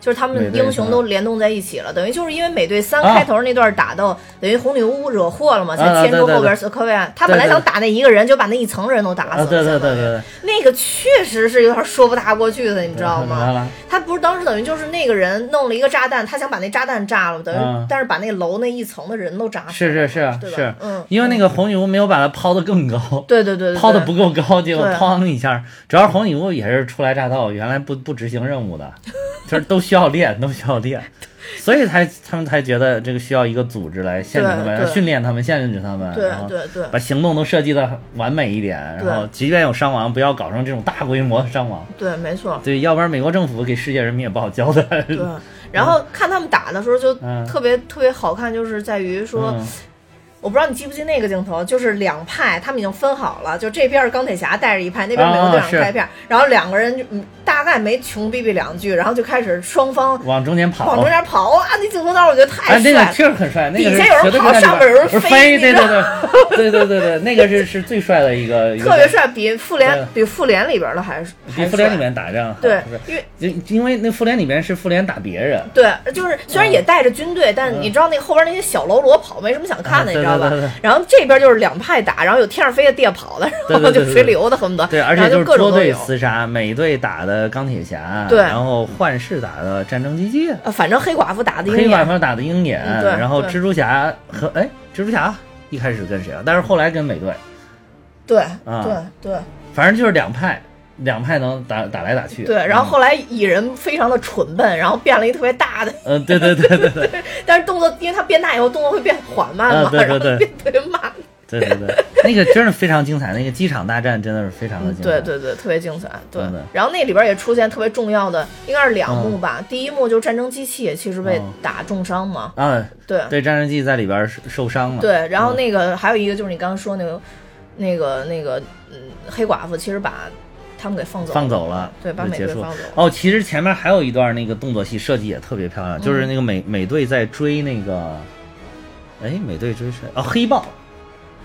[SPEAKER 1] 就是他
[SPEAKER 2] 美
[SPEAKER 1] 们
[SPEAKER 2] 队
[SPEAKER 1] 英雄
[SPEAKER 2] 三
[SPEAKER 1] 都联动在一起了，等于就是因为《美队三》
[SPEAKER 2] 啊
[SPEAKER 1] 开头那段打斗，等于红女巫惹祸了嘛，才
[SPEAKER 2] 啊
[SPEAKER 1] 牵
[SPEAKER 2] 对
[SPEAKER 1] 出
[SPEAKER 2] 对
[SPEAKER 1] 后边
[SPEAKER 2] 对
[SPEAKER 1] 斯科维亚。他
[SPEAKER 2] 对
[SPEAKER 1] 本来
[SPEAKER 2] 对
[SPEAKER 1] 想打那一个人，就把那一层人都打死
[SPEAKER 2] 啊，
[SPEAKER 1] 了。
[SPEAKER 2] 对对
[SPEAKER 1] 相当
[SPEAKER 2] 对
[SPEAKER 1] 于
[SPEAKER 2] 对对，
[SPEAKER 1] 那个确实是有点说不大过去的，你
[SPEAKER 2] 你
[SPEAKER 1] 知道吗？？他不是当时等于就是那个人弄了一个炸弹，他想把那炸弹炸了，等于、
[SPEAKER 2] 嗯
[SPEAKER 1] 但是把那楼那一层的人都炸死
[SPEAKER 2] 是是是
[SPEAKER 1] 了，对吧？
[SPEAKER 2] 是，
[SPEAKER 1] 嗯，
[SPEAKER 2] 因为那个红女巫没有把它抛得更高，
[SPEAKER 1] 对对对对，
[SPEAKER 2] 抛得
[SPEAKER 1] 对
[SPEAKER 2] 不够高，结果
[SPEAKER 1] 嗯对
[SPEAKER 2] 砰一下。主要是红女巫也是初来乍到，原来不不执行任务的，就是都需
[SPEAKER 1] <laughs>
[SPEAKER 2] 要练，都需要练，所以才他们才觉得这个需要一个组织来限制他
[SPEAKER 1] 对
[SPEAKER 2] 们，
[SPEAKER 1] 对
[SPEAKER 2] 来训练他们，限制他们，
[SPEAKER 1] 对
[SPEAKER 2] 然后
[SPEAKER 1] 对对
[SPEAKER 2] 把行动都设计的完美一点，然
[SPEAKER 1] 对
[SPEAKER 2] 后即便有伤亡，不要搞成这种大规模的伤亡。
[SPEAKER 1] 对，没错。
[SPEAKER 2] 对，要不然美国政府给世界人民也不好交代。
[SPEAKER 1] 对，然后看他们打的时候就
[SPEAKER 2] 嗯
[SPEAKER 1] 特别、特别好看，就是在于 <laughs> 说，
[SPEAKER 2] 嗯
[SPEAKER 1] 我不知道你记不记那个镜头，就是两派他们已经分好了，就这边是钢铁侠带着一派，那边美国队
[SPEAKER 2] 啊
[SPEAKER 1] 长
[SPEAKER 2] 是
[SPEAKER 1] 带一派，然后两个人就嗯大概没穷逼逼两句，然后就开始双方
[SPEAKER 2] 往中间跑，
[SPEAKER 1] 往中间跑啊，那镜头当时我觉得太
[SPEAKER 2] 哦哎，
[SPEAKER 1] 帅
[SPEAKER 2] 那个
[SPEAKER 1] 了，
[SPEAKER 2] 确实很帅，那个
[SPEAKER 1] 底
[SPEAKER 2] 是
[SPEAKER 1] 下有人
[SPEAKER 2] 绝对
[SPEAKER 1] 跑
[SPEAKER 2] 在
[SPEAKER 1] 上面有人
[SPEAKER 2] 不是
[SPEAKER 1] 飞
[SPEAKER 2] 飞，
[SPEAKER 1] 你
[SPEAKER 2] 对
[SPEAKER 1] 知
[SPEAKER 2] 对对，
[SPEAKER 1] <laughs>
[SPEAKER 2] 对对对对，那个是是最帅的一个，一个
[SPEAKER 1] 特别，帅，比复联
[SPEAKER 2] 对
[SPEAKER 1] 比复联里边的还是
[SPEAKER 2] 比
[SPEAKER 1] 还
[SPEAKER 2] 复联里
[SPEAKER 1] 帅
[SPEAKER 2] 面打仗
[SPEAKER 1] 对
[SPEAKER 2] 不是，
[SPEAKER 1] 因为。
[SPEAKER 2] 就因为那复联里面是复联打别人，
[SPEAKER 1] 对，就是虽然也带着军队，但你知道那后边那些小喽啰跑没什么想看的，
[SPEAKER 2] 嗯啊
[SPEAKER 1] 你知道吧
[SPEAKER 2] 对对对对？
[SPEAKER 1] 然后这边就是两派打，然后有天上飞的、地下跑的，然后
[SPEAKER 2] 对对对
[SPEAKER 1] 就
[SPEAKER 2] 对
[SPEAKER 1] 水流的，恨不得
[SPEAKER 2] 对，而
[SPEAKER 1] 然
[SPEAKER 2] 且
[SPEAKER 1] 后
[SPEAKER 2] 是
[SPEAKER 1] 各
[SPEAKER 2] 多
[SPEAKER 1] 种都
[SPEAKER 2] 队
[SPEAKER 1] 有。
[SPEAKER 2] 厮杀，美队打的钢铁侠，
[SPEAKER 1] 对
[SPEAKER 2] 然后幻视打的战争机器，
[SPEAKER 1] 呃，反正黑寡妇打的
[SPEAKER 2] 黑
[SPEAKER 1] 鹰
[SPEAKER 2] 寡
[SPEAKER 1] 眼，
[SPEAKER 2] 妇打的鹰眼
[SPEAKER 1] 嗯对，
[SPEAKER 2] 然后
[SPEAKER 1] 对
[SPEAKER 2] 蜘蛛侠和哎，蜘蛛侠一开始跟谁啊？但是后来跟美队，
[SPEAKER 1] 对对
[SPEAKER 2] 啊
[SPEAKER 1] 对
[SPEAKER 2] 反正就是两派，两派能打打来打去，
[SPEAKER 1] 对。然后
[SPEAKER 2] 嗯。
[SPEAKER 1] 后来蚁人非常的蠢笨，然后变了一特别大的，
[SPEAKER 2] 嗯，对对对对对
[SPEAKER 1] 但是动作因为他变大以后动作会变缓慢嘛
[SPEAKER 2] 啊，对对
[SPEAKER 1] 然后
[SPEAKER 2] 对
[SPEAKER 1] 变特别慢，
[SPEAKER 2] 对对对， <laughs> 那个真是非常精彩，那个机场大战真的是非常的精彩。
[SPEAKER 1] 嗯对对对，特别精彩。对
[SPEAKER 2] 真的，
[SPEAKER 1] 然后那里边也出现特别重要的，应该是两幕吧。第一幕就是战争机器其实被
[SPEAKER 2] 嗯
[SPEAKER 1] 打重伤嘛，
[SPEAKER 2] 啊，
[SPEAKER 1] 对。
[SPEAKER 2] 对，战争机在里边儿受受伤了。
[SPEAKER 1] 对，然后
[SPEAKER 2] 嗯
[SPEAKER 1] 那嗯个还有一个就是你刚刚说那个，那个那个，嗯，黑寡妇其实把他们给放走了，
[SPEAKER 2] 放走了，
[SPEAKER 1] 对，把
[SPEAKER 2] 就
[SPEAKER 1] 美
[SPEAKER 2] 结
[SPEAKER 1] 队
[SPEAKER 2] 束
[SPEAKER 1] 放走了。
[SPEAKER 2] 哦，其实前面还有一段那个动作戏设计也特别漂亮，
[SPEAKER 1] 嗯
[SPEAKER 2] 就是那个美美队在追那个，哎，美队追谁？哦，黑豹，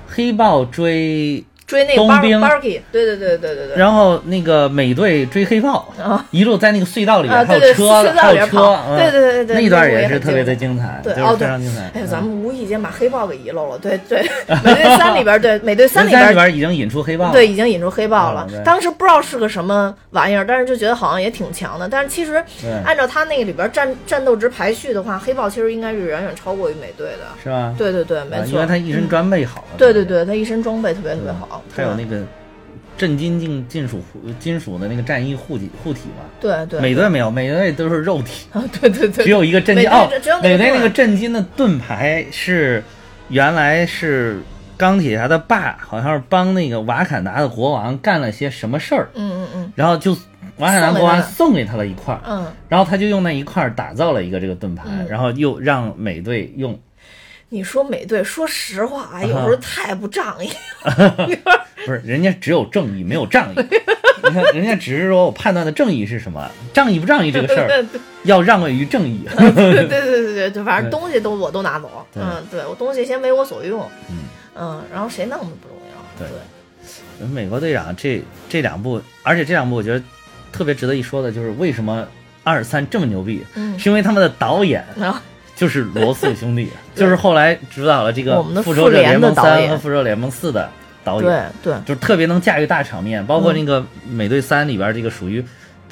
[SPEAKER 2] 黑豹追，
[SPEAKER 1] 追那个
[SPEAKER 2] 冬
[SPEAKER 1] Bar
[SPEAKER 2] 兵
[SPEAKER 1] Barky，对对对对对对。
[SPEAKER 2] 然后那个美队追黑豹，
[SPEAKER 1] 啊
[SPEAKER 2] 一路在那个隧道里边、
[SPEAKER 1] 啊
[SPEAKER 2] 还有
[SPEAKER 1] 对对
[SPEAKER 2] 车
[SPEAKER 1] 隧，道
[SPEAKER 2] 还
[SPEAKER 1] 里
[SPEAKER 2] 有
[SPEAKER 1] 边
[SPEAKER 2] 车，
[SPEAKER 1] 跑
[SPEAKER 2] 嗯
[SPEAKER 1] 对对对对那
[SPEAKER 2] 那一段
[SPEAKER 1] 个我也
[SPEAKER 2] 也是
[SPEAKER 1] 很
[SPEAKER 2] 特别的
[SPEAKER 1] 精
[SPEAKER 2] 精彩，
[SPEAKER 1] 对，
[SPEAKER 2] 就
[SPEAKER 1] 哦
[SPEAKER 2] 是
[SPEAKER 1] 对
[SPEAKER 2] 非常精彩。
[SPEAKER 1] 哎呦，
[SPEAKER 2] 嗯
[SPEAKER 1] 咱们无意间把黑豹给遗漏了。对对，美队三里边儿，对美队三里边儿
[SPEAKER 2] 三里边已经引出黑豹了，
[SPEAKER 1] 对，已经引出黑豹了
[SPEAKER 2] 啊对。
[SPEAKER 1] 当时不知道是个什么玩意儿，但是就觉得好像也挺强的。但是其实
[SPEAKER 2] 对
[SPEAKER 1] 按照他那个里边战战斗值排序的话，黑豹其实应该是远远超过于美队的。
[SPEAKER 2] 是吧？
[SPEAKER 1] 对对对，
[SPEAKER 2] 啊
[SPEAKER 1] 没
[SPEAKER 2] 因为
[SPEAKER 1] 错嗯
[SPEAKER 2] 他。一身装备好，
[SPEAKER 1] 对对，对，他一身装备特别特别
[SPEAKER 2] 嗯
[SPEAKER 1] 好，
[SPEAKER 2] 还有那
[SPEAKER 1] 个
[SPEAKER 2] 个震惊金金属护金属的那个战衣护体护体嘛。
[SPEAKER 1] 对对
[SPEAKER 2] 美队没有，美队都是肉体，
[SPEAKER 1] <laughs> 啊对对
[SPEAKER 2] <laughs>
[SPEAKER 1] 对，
[SPEAKER 2] 只有一个震
[SPEAKER 1] 美
[SPEAKER 2] 惊
[SPEAKER 1] 队
[SPEAKER 2] 哦
[SPEAKER 1] 只有，美
[SPEAKER 2] 美
[SPEAKER 1] 队
[SPEAKER 2] 队那个震惊的盾牌是原来是钢铁侠的爸，好像是帮那个瓦坎达的国王干了些什么事儿，
[SPEAKER 1] 嗯嗯嗯
[SPEAKER 2] 然后就瓦坎达国
[SPEAKER 1] 送
[SPEAKER 2] 王
[SPEAKER 1] 给他
[SPEAKER 2] 送给他了一嗯块儿，
[SPEAKER 1] 嗯，
[SPEAKER 2] 然后他就用那一块儿打造了一个这个盾牌，然后又让美队用，
[SPEAKER 1] 你说美队，说实话啊，有时候太不仗义。 <laughs>
[SPEAKER 2] 不是人家只有正义没有 <laughs> 仗义，你看人家只是说我判断的正义是什么，仗义不仗义这个事
[SPEAKER 1] 对
[SPEAKER 2] <laughs> 儿
[SPEAKER 1] 对
[SPEAKER 2] 要让位于正义。
[SPEAKER 1] 对对对对对，反正东西都我都拿走。
[SPEAKER 2] 对
[SPEAKER 1] 嗯，对我东西先为我所用。
[SPEAKER 2] 嗯
[SPEAKER 1] 嗯，然后谁弄的不重要。
[SPEAKER 2] 对
[SPEAKER 1] 对。
[SPEAKER 2] 美国队长这这两部，而且这两部我觉得特别值得一说的就是为什么二三这么牛逼，
[SPEAKER 1] 嗯
[SPEAKER 2] 是因为他们的导演
[SPEAKER 1] 然后
[SPEAKER 2] 就是罗素
[SPEAKER 1] <laughs>
[SPEAKER 2] 兄弟，就是后来指导了这个
[SPEAKER 1] 我们的
[SPEAKER 2] 《复
[SPEAKER 1] 复
[SPEAKER 2] 仇者
[SPEAKER 1] 联
[SPEAKER 2] 联
[SPEAKER 1] 的
[SPEAKER 2] 盟
[SPEAKER 1] 导
[SPEAKER 2] 三》
[SPEAKER 1] 演
[SPEAKER 2] 和《复仇者联盟四》的导演
[SPEAKER 1] 对，嗯对，
[SPEAKER 2] 就是特别能驾驭大场面，包括那个《美队三》里边这个属于。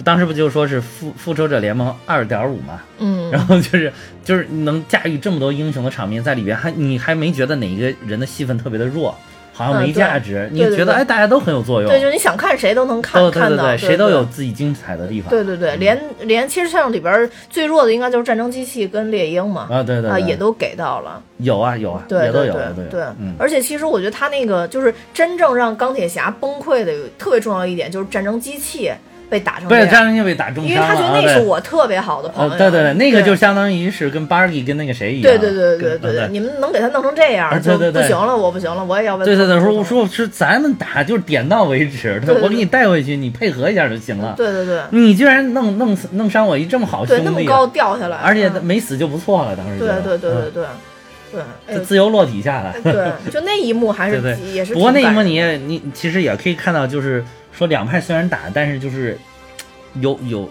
[SPEAKER 2] 当时不就说是复复仇者联盟二点五嘛，
[SPEAKER 1] 嗯，
[SPEAKER 2] 然后就是就是能驾驭这么多英雄的场面在里边，还你还没觉得哪一个人的戏份特别的弱，好像
[SPEAKER 1] 嗯
[SPEAKER 2] 没
[SPEAKER 1] 对
[SPEAKER 2] 价值，你
[SPEAKER 1] 对对
[SPEAKER 2] 觉得
[SPEAKER 1] 对
[SPEAKER 2] 哎大家都很有作用，
[SPEAKER 1] 对，就你想看谁都能看
[SPEAKER 2] 都对
[SPEAKER 1] 看
[SPEAKER 2] 哦对
[SPEAKER 1] 到，
[SPEAKER 2] 对，
[SPEAKER 1] 对
[SPEAKER 2] 谁都有。嗯自己精彩的地方。
[SPEAKER 1] 对对对，连连其实像里边儿最弱的应该就是战争机器跟猎鹰嘛，
[SPEAKER 2] 啊，对对
[SPEAKER 1] 啊
[SPEAKER 2] 对
[SPEAKER 1] 也都给到了，
[SPEAKER 2] 有啊有啊，
[SPEAKER 1] 对
[SPEAKER 2] 也都
[SPEAKER 1] 对
[SPEAKER 2] 有
[SPEAKER 1] 对
[SPEAKER 2] 也都有
[SPEAKER 1] 对
[SPEAKER 2] 嗯，，
[SPEAKER 1] 而且其实我觉得他那个就是真正让钢铁侠崩溃的有特别重要一点就是战争机器被打成这
[SPEAKER 2] 被
[SPEAKER 1] 样，
[SPEAKER 2] 张文被打中
[SPEAKER 1] 因为
[SPEAKER 2] 枪
[SPEAKER 1] 他
[SPEAKER 2] 了，
[SPEAKER 1] 觉得
[SPEAKER 2] 啊
[SPEAKER 1] 那是
[SPEAKER 2] 对
[SPEAKER 1] 我特别好的朋
[SPEAKER 2] 呃，
[SPEAKER 1] 友，
[SPEAKER 2] 对对对，那个就相当于是跟 Barry 跟那个谁一样，
[SPEAKER 1] 对对对对
[SPEAKER 2] 跟
[SPEAKER 1] 对对，
[SPEAKER 2] 啊
[SPEAKER 1] 你们能给他弄成这样
[SPEAKER 2] 啊
[SPEAKER 1] 就
[SPEAKER 2] 对对
[SPEAKER 1] 不
[SPEAKER 2] 对
[SPEAKER 1] 行了，我不行了，我也要被
[SPEAKER 2] 对对对，
[SPEAKER 1] 碰
[SPEAKER 2] 说
[SPEAKER 1] 触
[SPEAKER 2] 说是咱们打就是点到为止，
[SPEAKER 1] 对对
[SPEAKER 2] 我给你带回去，你配合一下就行了。
[SPEAKER 1] 对对对
[SPEAKER 2] 你居然弄弄死弄伤我一这么好
[SPEAKER 1] 对
[SPEAKER 2] 兄
[SPEAKER 1] 那么
[SPEAKER 2] 弟，啊
[SPEAKER 1] 高掉下来，
[SPEAKER 2] 而且
[SPEAKER 1] 嗯
[SPEAKER 2] 没死就不错了，当时觉
[SPEAKER 1] 对对
[SPEAKER 2] 得
[SPEAKER 1] 对对
[SPEAKER 2] 嗯
[SPEAKER 1] 对对，哎
[SPEAKER 2] 就
[SPEAKER 1] 呦
[SPEAKER 2] 自由落体下来。
[SPEAKER 1] 对，就那一幕还是
[SPEAKER 2] 对
[SPEAKER 1] 挺也是
[SPEAKER 2] 不过那
[SPEAKER 1] 挺
[SPEAKER 2] 一幕
[SPEAKER 1] 感人
[SPEAKER 2] 你也你其实也可以看到，就是说两派虽然打，但是就是嘖有有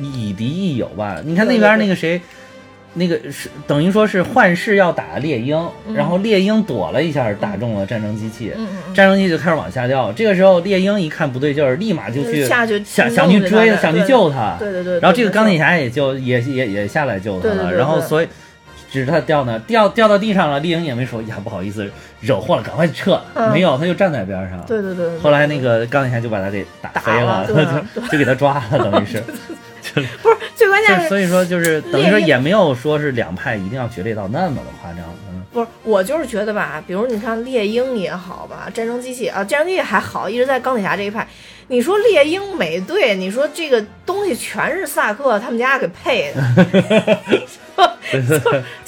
[SPEAKER 2] 以敌亦友吧。你看
[SPEAKER 1] 对对
[SPEAKER 2] 那边
[SPEAKER 1] 对
[SPEAKER 2] 那个谁，那个是等于说是幻视要打猎鹰，
[SPEAKER 1] 嗯
[SPEAKER 2] 然后猎鹰躲了一下，打中了战争机器。
[SPEAKER 1] 嗯嗯嗯
[SPEAKER 2] 战争机器就开始往下掉，这个时候猎鹰一看不对劲儿，立马就去
[SPEAKER 1] 就下去
[SPEAKER 2] 想
[SPEAKER 1] 弄
[SPEAKER 2] 想去
[SPEAKER 1] 着
[SPEAKER 2] 追
[SPEAKER 1] 他
[SPEAKER 2] 他，想去
[SPEAKER 1] 对
[SPEAKER 2] 救他。
[SPEAKER 1] 对对对，
[SPEAKER 2] 然后这个
[SPEAKER 1] 对
[SPEAKER 2] 钢铁，侠也就也也也下来救他
[SPEAKER 1] 对对
[SPEAKER 2] 了，
[SPEAKER 1] 对
[SPEAKER 2] 然后
[SPEAKER 1] 对
[SPEAKER 2] 所以指着他掉呢，掉掉到地上了。猎鹰也没说呀，不好意思，惹祸了，赶快撤。
[SPEAKER 1] 嗯
[SPEAKER 2] 没有，他就站在边上。
[SPEAKER 1] 对对对对，
[SPEAKER 2] 后来那个钢铁侠就把他给打飞
[SPEAKER 1] 打了对啊
[SPEAKER 2] 就就给他抓
[SPEAKER 1] <laughs>
[SPEAKER 2] 了，等于是。
[SPEAKER 1] 不是最关
[SPEAKER 2] 就
[SPEAKER 1] 键
[SPEAKER 2] 是
[SPEAKER 1] 是。
[SPEAKER 2] 所以说就是等于
[SPEAKER 1] 猎
[SPEAKER 2] 说
[SPEAKER 1] 鹰
[SPEAKER 2] 也没有说是两派一定要决裂到那么的夸张。嗯，
[SPEAKER 1] 不是，我就是觉得吧，比如你看猎鹰也好吧，战争机器啊，战争机器还好，一直在钢铁侠这一派。你说猎鹰、美队，你说这个东西全是萨克他们家给配
[SPEAKER 2] <laughs>
[SPEAKER 1] 的，就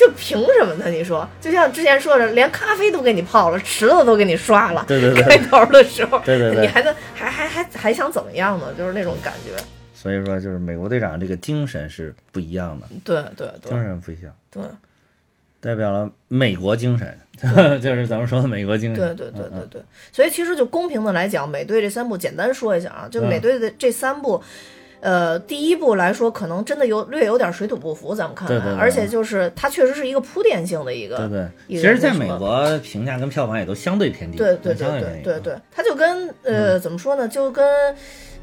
[SPEAKER 1] 就凭什么呢？你说，就像之前说的，连咖啡都给你泡了，池子都给你刷了，
[SPEAKER 2] 对对对
[SPEAKER 1] 开头的时候，
[SPEAKER 2] 对对对
[SPEAKER 1] 你还能还还还还想怎么样呢？就是那种感觉，
[SPEAKER 2] <laughs> 所以说就是美国队长这个精神是不一样的，
[SPEAKER 1] 对对对
[SPEAKER 2] 精神不一样，
[SPEAKER 1] 对
[SPEAKER 2] 代表了美国精神， <laughs> 就是咱们说的美国精
[SPEAKER 1] 对
[SPEAKER 2] 神。
[SPEAKER 1] 对对
[SPEAKER 2] 嗯嗯
[SPEAKER 1] 对对，所以其实就公平的来讲，美队这三部简单说一下啊，就
[SPEAKER 2] 嗯
[SPEAKER 1] 美队的这三部。呃，第一部来说，可能真的有略有点水土不服，咱们看来，
[SPEAKER 2] 对对对
[SPEAKER 1] 而且就是它确实是一个铺垫性的一个，
[SPEAKER 2] 对对，
[SPEAKER 1] 一
[SPEAKER 2] 其
[SPEAKER 1] 个
[SPEAKER 2] 实
[SPEAKER 1] 人
[SPEAKER 2] 在
[SPEAKER 1] 物
[SPEAKER 2] 美
[SPEAKER 1] 嘛
[SPEAKER 2] 国评价跟票房也都相对偏低，
[SPEAKER 1] 对对
[SPEAKER 2] 相
[SPEAKER 1] 对
[SPEAKER 2] 偏
[SPEAKER 1] 对
[SPEAKER 2] 低
[SPEAKER 1] 对对，它就跟
[SPEAKER 2] 嗯
[SPEAKER 1] 呃、怎么说呢，就跟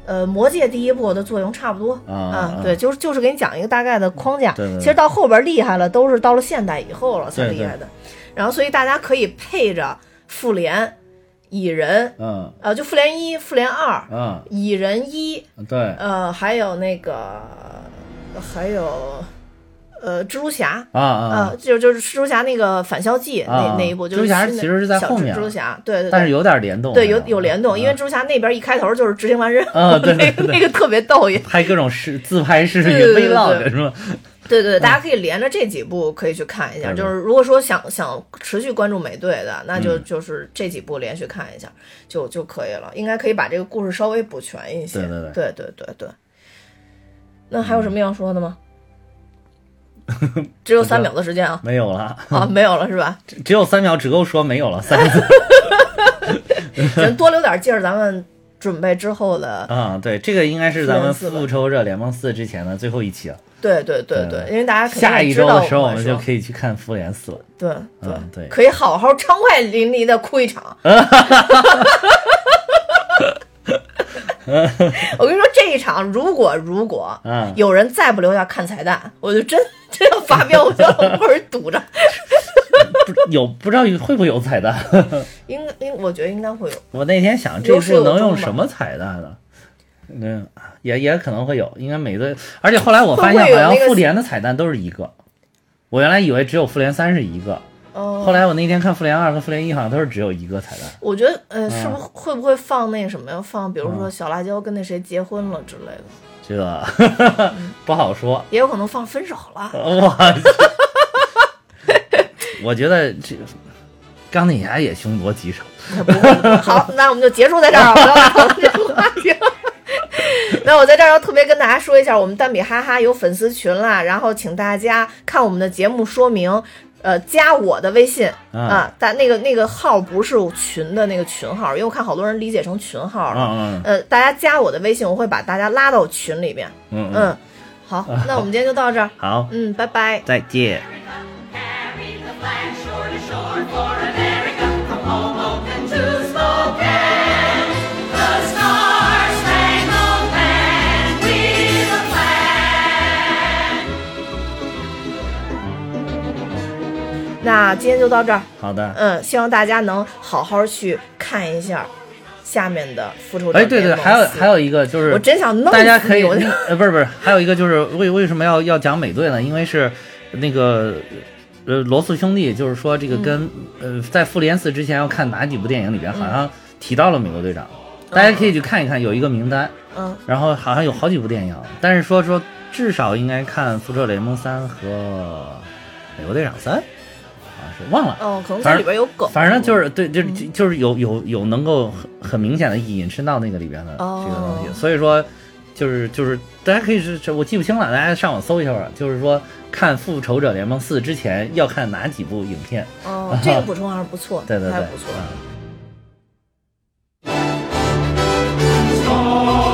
[SPEAKER 1] 呃《魔戒》第一部的作用差不多
[SPEAKER 2] 啊啊
[SPEAKER 1] 对，就是就是给你讲一个大概的框架。
[SPEAKER 2] 对对对
[SPEAKER 1] 其实到后边厉害了，都是到了现代以后了才
[SPEAKER 2] 对对
[SPEAKER 1] 厉害的。然后所以大家可以配着复联、蚁人，
[SPEAKER 2] 嗯
[SPEAKER 1] 呃，就复联一、复联二、
[SPEAKER 2] 嗯
[SPEAKER 1] 蚁人一，呃
[SPEAKER 2] 对，
[SPEAKER 1] 呃，还有那个还有呃蜘蛛侠。
[SPEAKER 2] 啊啊
[SPEAKER 1] 呃，，就就是蜘蛛侠那个反校记、
[SPEAKER 2] 啊
[SPEAKER 1] 那那一部，就
[SPEAKER 2] 蜘
[SPEAKER 1] 是
[SPEAKER 2] 蛛侠
[SPEAKER 1] 新的
[SPEAKER 2] 其实是在
[SPEAKER 1] 小
[SPEAKER 2] 后面
[SPEAKER 1] 蜘蛛侠，对对对，
[SPEAKER 2] 但是有点联动，
[SPEAKER 1] 对有
[SPEAKER 2] 那种
[SPEAKER 1] 有联动，因为蜘蛛侠那边一开头就是执行完任务，
[SPEAKER 2] 啊对
[SPEAKER 1] 那
[SPEAKER 2] 对对
[SPEAKER 1] 个那个特别逗也，
[SPEAKER 2] 拍各种视自拍视
[SPEAKER 1] 对
[SPEAKER 2] 频
[SPEAKER 1] 对对对
[SPEAKER 2] ，vlog 是吧？
[SPEAKER 1] 对对，大家可以连着这几部可以去看一下。
[SPEAKER 2] 嗯
[SPEAKER 1] 就是如果说想想持续关注美队的，那就
[SPEAKER 2] 嗯
[SPEAKER 1] 就是这几部连续看一下就就可以了，应该可以把这个故事稍微补全一些。
[SPEAKER 2] 对对
[SPEAKER 1] 对对对对那还有什么要说的
[SPEAKER 2] <laughs>
[SPEAKER 1] 吗？只有三秒的时间
[SPEAKER 2] <laughs>
[SPEAKER 1] 啊
[SPEAKER 2] 没有了，
[SPEAKER 1] 啊，没有了是吧？
[SPEAKER 2] 只只有三秒，只够说没有了三次
[SPEAKER 1] 行，多留点劲儿，咱们准备之后
[SPEAKER 2] <laughs>
[SPEAKER 1] 的。
[SPEAKER 2] 啊！对，这个应该是咱们
[SPEAKER 1] 复联四吧
[SPEAKER 2] 复仇者联盟四之前的最后一期了。
[SPEAKER 1] 对对对对，因为大家肯定
[SPEAKER 2] 下一
[SPEAKER 1] 知
[SPEAKER 2] 周
[SPEAKER 1] 道
[SPEAKER 2] 的时候，
[SPEAKER 1] 我
[SPEAKER 2] 我们就
[SPEAKER 1] 说
[SPEAKER 2] 可以去看复联四了。
[SPEAKER 1] 对对
[SPEAKER 2] 嗯，对，
[SPEAKER 1] 可以好好畅快淋漓的哭一
[SPEAKER 2] <laughs>
[SPEAKER 1] 场。 <laughs> 我跟你说，这一场如果如果
[SPEAKER 2] 嗯
[SPEAKER 1] 有人再不留下看彩蛋，我就真真要发飙，我就要门口堵着。 <laughs>
[SPEAKER 2] 不有不知道会不会有彩蛋？
[SPEAKER 1] 应应，我觉得应该会有。
[SPEAKER 2] 我那天想，这
[SPEAKER 1] 有始
[SPEAKER 2] 部
[SPEAKER 1] 有
[SPEAKER 2] 能
[SPEAKER 1] 终
[SPEAKER 2] 用
[SPEAKER 1] 吧
[SPEAKER 2] 什么彩蛋呢？嗯，也也可能会有，应该每个，而且后来我
[SPEAKER 1] 会
[SPEAKER 2] 发
[SPEAKER 1] 不
[SPEAKER 2] 现，
[SPEAKER 1] 会有
[SPEAKER 2] 好像
[SPEAKER 1] 那个
[SPEAKER 2] 复联的彩蛋都是一个。我原来以为只有复联三是一个，
[SPEAKER 1] 嗯，
[SPEAKER 2] 后来我那天看复联二和复联一，好像都是只有一个彩蛋。
[SPEAKER 1] 我觉得呃，是不是会不会放那什么呀？放比如
[SPEAKER 2] 嗯
[SPEAKER 1] 说小辣椒跟那谁结婚了之类的，
[SPEAKER 2] 这个
[SPEAKER 1] 嗯
[SPEAKER 2] <laughs> 不好说，
[SPEAKER 1] 也有可能放分手了。
[SPEAKER 2] 我去， <laughs> 我觉得这钢铁侠也凶多吉少。
[SPEAKER 1] 好，那我们就结束在这儿啊，不要再讨论这个话题了。 <laughs> 那我在这儿要特别跟大家说一下，我们蛋比哈哈有粉丝群啦，然后请大家看我们的节目说明，呃，加我的微信
[SPEAKER 2] 啊
[SPEAKER 1] 啊，但那个那个号不是群的那个群号，因为我看好多人理解成群号了。
[SPEAKER 2] 嗯
[SPEAKER 1] 呃，大家加我的微信，我会把大家拉到群里面。
[SPEAKER 2] 嗯嗯嗯，
[SPEAKER 1] 嗯，好，那我们今天就到这儿。
[SPEAKER 2] 好，
[SPEAKER 1] 嗯，拜拜。
[SPEAKER 2] 再见。
[SPEAKER 3] Carry the flag shore to shore for America. From home open to Spokane. The Star Spangled Banner. We the flag.
[SPEAKER 1] 那今天就到这儿。
[SPEAKER 2] 好的。
[SPEAKER 1] 嗯，希望大家能好好去看一下下面的复仇者
[SPEAKER 2] 哎，对对，
[SPEAKER 1] 联盟
[SPEAKER 2] 还有
[SPEAKER 1] 四
[SPEAKER 2] 还有一个就是，
[SPEAKER 1] 我真想弄死
[SPEAKER 2] 大家可以，
[SPEAKER 1] 你我
[SPEAKER 2] <laughs>
[SPEAKER 1] 就
[SPEAKER 2] 呃，不是不是，还有一个就是为为什么要要讲美队呢？因为是那个呃罗素兄弟，就是说
[SPEAKER 1] 嗯
[SPEAKER 2] 这个跟、呃在复联四之前要看哪几部电影里边，好像提到了美国队长，大家可以去看一看，有一个名单，
[SPEAKER 1] 嗯
[SPEAKER 2] 然后好像有好几部电影，但是说说至少应该看《复仇者联盟三》和《美国队长三》，好像是忘了。
[SPEAKER 1] 哦，可能在里边有梗，
[SPEAKER 2] 反正就是对，就是
[SPEAKER 1] 嗯
[SPEAKER 2] 就是有有有能够很很明显的引申到那个里边的这个东西，
[SPEAKER 1] 哦
[SPEAKER 2] 所以说就是就是大家可以是这我记不清了，大家上网搜一下吧。就是说看《复仇者联盟四》之前要看哪几部影片？
[SPEAKER 1] 哦，这个补充还是不错的，
[SPEAKER 2] <laughs> 对啊对
[SPEAKER 1] 还
[SPEAKER 2] 对
[SPEAKER 1] 不错。，
[SPEAKER 2] 嗯
[SPEAKER 3] Star